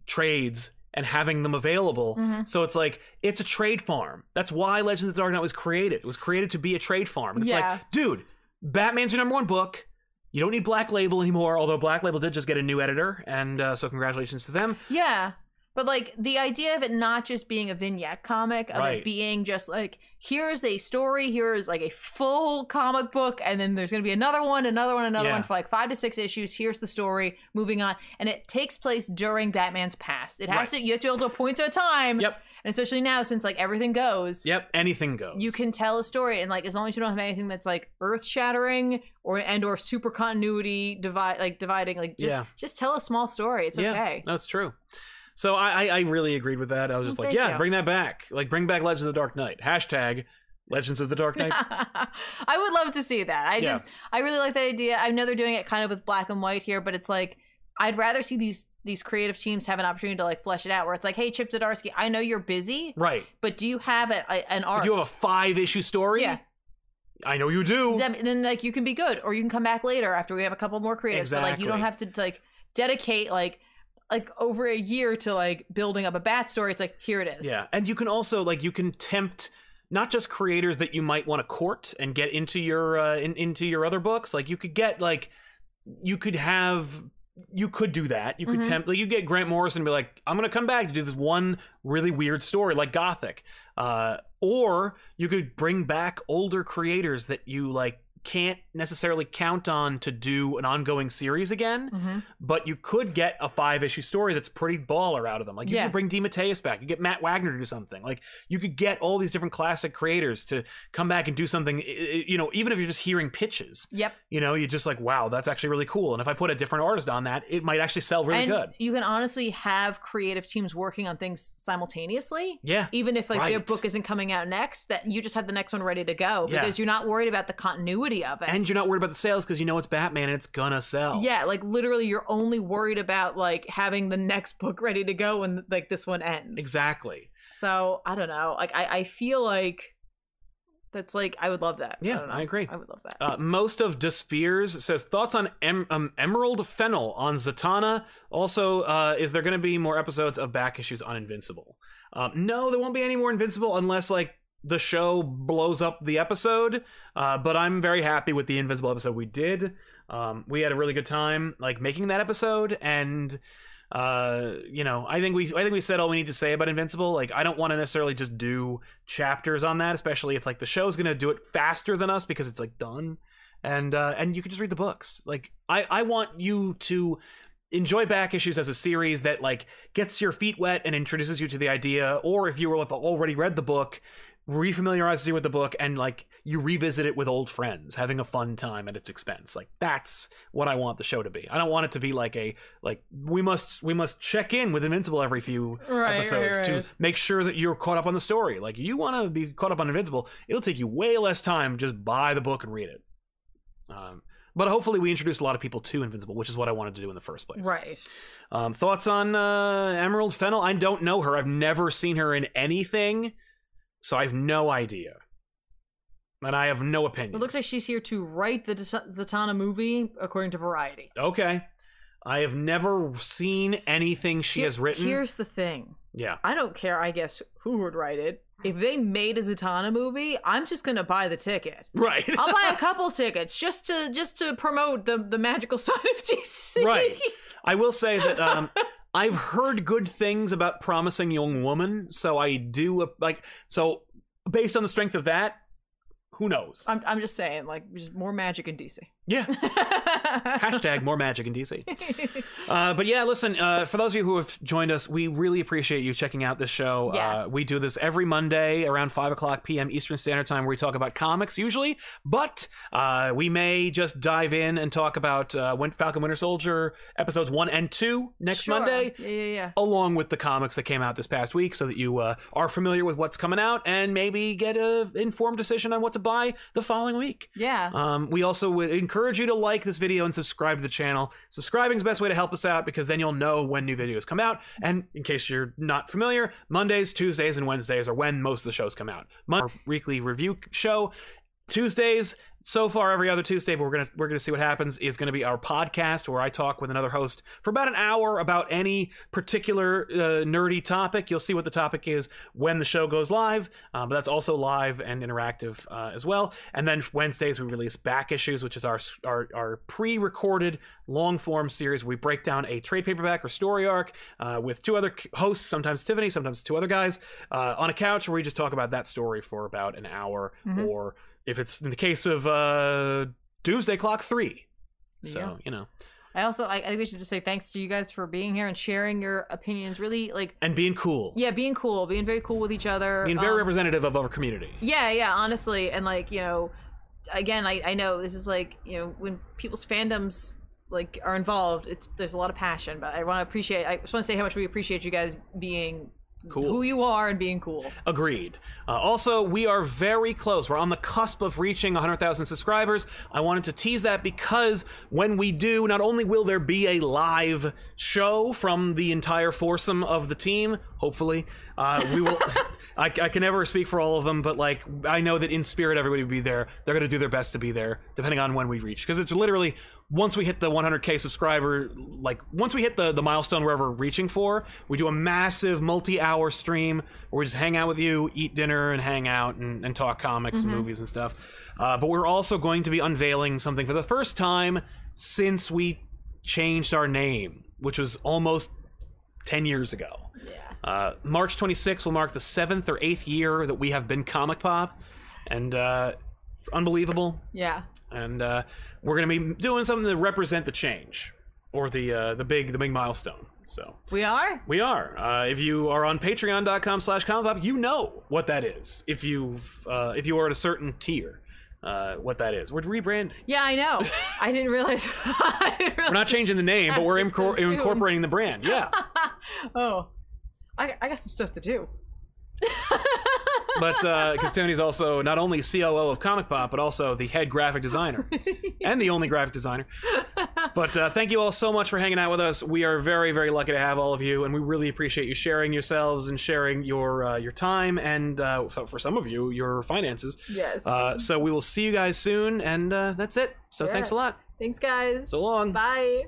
trades and having them available.
Mhm.
So it's like it's a trade farm. That's why Legends of the Dark Knight was created. It was created to be a trade farm. And it's
Yeah.
like, dude, Batman's your number one book. You don't need Black Label anymore, although Black Label did just get a new editor, and uh, so congratulations to them.
Yeah. But like the idea of it not just being a vignette comic, of
Right.
it being just like here's a story, here is like a full comic book, and then there's gonna be another one, another one, another
Yeah.
one for like five to six issues. Here's the story, moving on, and it takes place during Batman's past. It has
Right.
to you have to be able to point to a time,
Yep.
and especially now since like everything goes,
Yep, anything goes.
you can tell a story and like as long as you don't have anything that's like earth shattering or and or super continuity divide like dividing like just
Yeah.
just tell a small story it's
Yeah.
okay
That's true. So I, I, I really agreed with that. I was just
Well,
like,
thank
yeah,
you.
bring that back. Like, bring back Legends of the Dark Knight. Hashtag Legends of the Dark Knight.
i would love to see that i
Yeah.
just i really like that idea i know they're doing it kind of with black and white here but it's like i'd rather see these these creative teams have an opportunity to like flesh it out where it's like, hey, Chip Zdarsky, I know you're busy,
Right.
but do you have a, a, an
If
arc?
you have a five issue story,
Yeah.
I know you do.
then, then like you can be good or you can come back later after we have a couple more creatives but like you don't have to like dedicate like like over a year to like building up a bat story it's like here it is
Yeah, and you can also like you can tempt not just creators that you might want to court and get into your uh, in, into your other books. Like you could get like you could have you could do that. You could
Mhm.
tempt like you get Grant Morrison and be like, I'm gonna come back to do this one really weird story like Gothic, uh, or you could bring back older creators that you like can't necessarily count on to do an ongoing series again
hmm
but you could get a five issue story that's pretty baller out of them. Like you
Yeah.
could bring DeMatteis back, you get Matt Wagner to do something. Like you could get all these different classic creators to come back and do something. i- i- You know, even if you're just hearing pitches,
yep
you know, you're just like, wow, that's actually really cool. And if I put a different artist on that, it might actually sell really
and
good.
you can honestly have creative teams working on things simultaneously
Yeah,
even if like their
Right.
book isn't coming out next that you just have the next one ready to go
Yeah.
because you're not worried about the continuity of it
and you're not worried about the sales because you know it's Batman and it's gonna sell.
yeah like literally you're only worried about like having the next book ready to go when like this one ends
exactly.
So I don't know. Like I, I feel like that's like I would love that.
Yeah,
don't know.
I agree.
I would love that.
Uh, most of Despheres says thoughts on em- um, Emerald Fennel on Zatanna. Also, uh, is there going to be more episodes of back issues on Invincible? Um, no, there won't be any more Invincible unless like the show blows up the episode. Uh, but I'm very happy with the Invincible episode we did. Um, we had a really good time like making that episode and. Uh, you know, I think we I think we said all we need to say about Invincible. Like, I don't want to necessarily just do chapters on that, especially if like the show's gonna do it faster than us because it's like done and uh, and you can just read the books. Like I I want you to enjoy back issues as a series that like gets your feet wet and introduces you to the idea, or if you were like, already read the book, refamiliarizes you with the book and like you revisit it with old friends, having a fun time at its expense. Like that's what I want the show to be. I don't want it to be like a like we must we must check in with Invincible every few
Right,
episodes
right, right.
to make sure that you're caught up on the story. Like you want to be caught up on Invincible, it'll take you way less time. Just buy the book and read it. Um, but hopefully, we introduced a lot of people to Invincible, which is what I wanted to do in the first place.
Right.
Um, thoughts on uh, Emerald Fennel? I don't know her. I've never seen her in anything, so I have no idea, and I have no opinion.
It looks like she's here to write the Zat- Zatanna movie, according to Variety.
okay. I have never seen anything she
Here-
has written.
Here's the thing.
yeah,
I don't care. I guess who would write it. If they made a Zatanna movie, I'm just gonna buy the ticket.
right.
I'll buy a couple tickets just to just to promote the the magical side of DC.
Right. I will say that um, I've heard good things about promising young woman, so I do uh, like so based on the strength of that. Who knows?
I'm I'm just saying, like, just more magic in DC.
Yeah. Hashtag more magic in DC. Uh, but yeah, listen, uh, for those of you who have joined us, we really appreciate you checking out this show.
Yeah.
Uh, we do this every Monday around 5 o'clock p.m. Eastern Standard Time where we talk about comics usually, but uh, we may just dive in and talk about uh, Win- Falcon Winter Soldier episodes 1 and 2 next
Sure.
Monday.
Yeah, yeah, yeah.
Along with the comics that came out this past week, so that you uh, are familiar with what's coming out and maybe get an informed decision on what to buy the following week.
Yeah.
Um, we also would encourage you to like this video and subscribe to the channel. Subscribing is the best way to help us out because then you'll know when new videos come out. And in case you're not familiar, Mondays, Tuesdays, and Wednesdays are when most of the shows come out. Mon- our weekly review show. Tuesdays, so far every other Tuesday, but we're gonna we're gonna see what happens. Is gonna be our podcast where I talk with another host for about an hour about any particular uh, nerdy topic. You'll see what the topic is when the show goes live, uh, but that's also live and interactive uh, as well. And then Wednesdays we release back issues, which is our our, our pre-recorded long form series. We break down a trade paperback or story arc uh, with two other c- hosts, sometimes Tiffany, sometimes two other guys, uh, on a couch where we just talk about that story for about an hour,
Mhm.
or if it's in the case of uh, Doomsday Clock three. So
Yeah.
you know,
I also I, I think we should just say thanks to you guys for being here and sharing your opinions. Really like
and being cool,
yeah, being cool, being very cool with each other.
being very
um,
representative of our community.
Yeah, yeah, honestly. And like, you know, again, I, I know this is like, you know, when people's fandoms like are involved, it's there's a lot of passion, but I wanna appreciate I just wanna say how much we appreciate you guys being
Cool.
who you are and being cool.
Agreed. Uh, also, we are very close. We're on the cusp of reaching 100,000 subscribers. I wanted to tease that because when we do, not only will there be a live show from the entire foursome of the team, hopefully, uh, we will. I, I can never speak for all of them, but like I know that in spirit, everybody will be there. They're going to do their best to be there, depending on when we reach, because it's literally once we hit the 100k subscriber like once we hit the, the milestone wherever we're reaching for we do a massive multi-hour stream where we just hang out with you eat dinner and hang out and, and talk comics and movies and stuff uh, but we're also going to be unveiling something for the first time since we changed our name which was almost 10 years ago
Yeah.
uh, March 26th will mark the seventh or eighth year that we have been Comic Pop, and uh, it's unbelievable.
Yeah.
And uh, we're going to be doing something to represent the change or the uh, the big the big milestone. So
We are?
we are. Uh, if you are on Patreon.com/slash Comic Pop, you know what that is. If you've uh, if you are at a certain tier, uh, what that is. We're rebranding.
Yeah, I know. I didn't realize. I didn't realize.
We're not changing the name, but we're
So
incor-
soon.
incorporating the brand. Yeah.
oh, I, I got some stuff to do.
but uh, because Tony's also not only COO of Comic Pop, but also the head graphic designer and the only graphic designer. But uh, thank you all so much for hanging out with us. We are very, very lucky to have all of you, and we really appreciate you sharing yourselves and sharing your uh, your time and uh, so for some of you your finances.
Yes.
Uh, so we will see you guys soon, and uh, that's it. So
Yeah.
thanks a lot.
Thanks, guys.
So long.
Bye.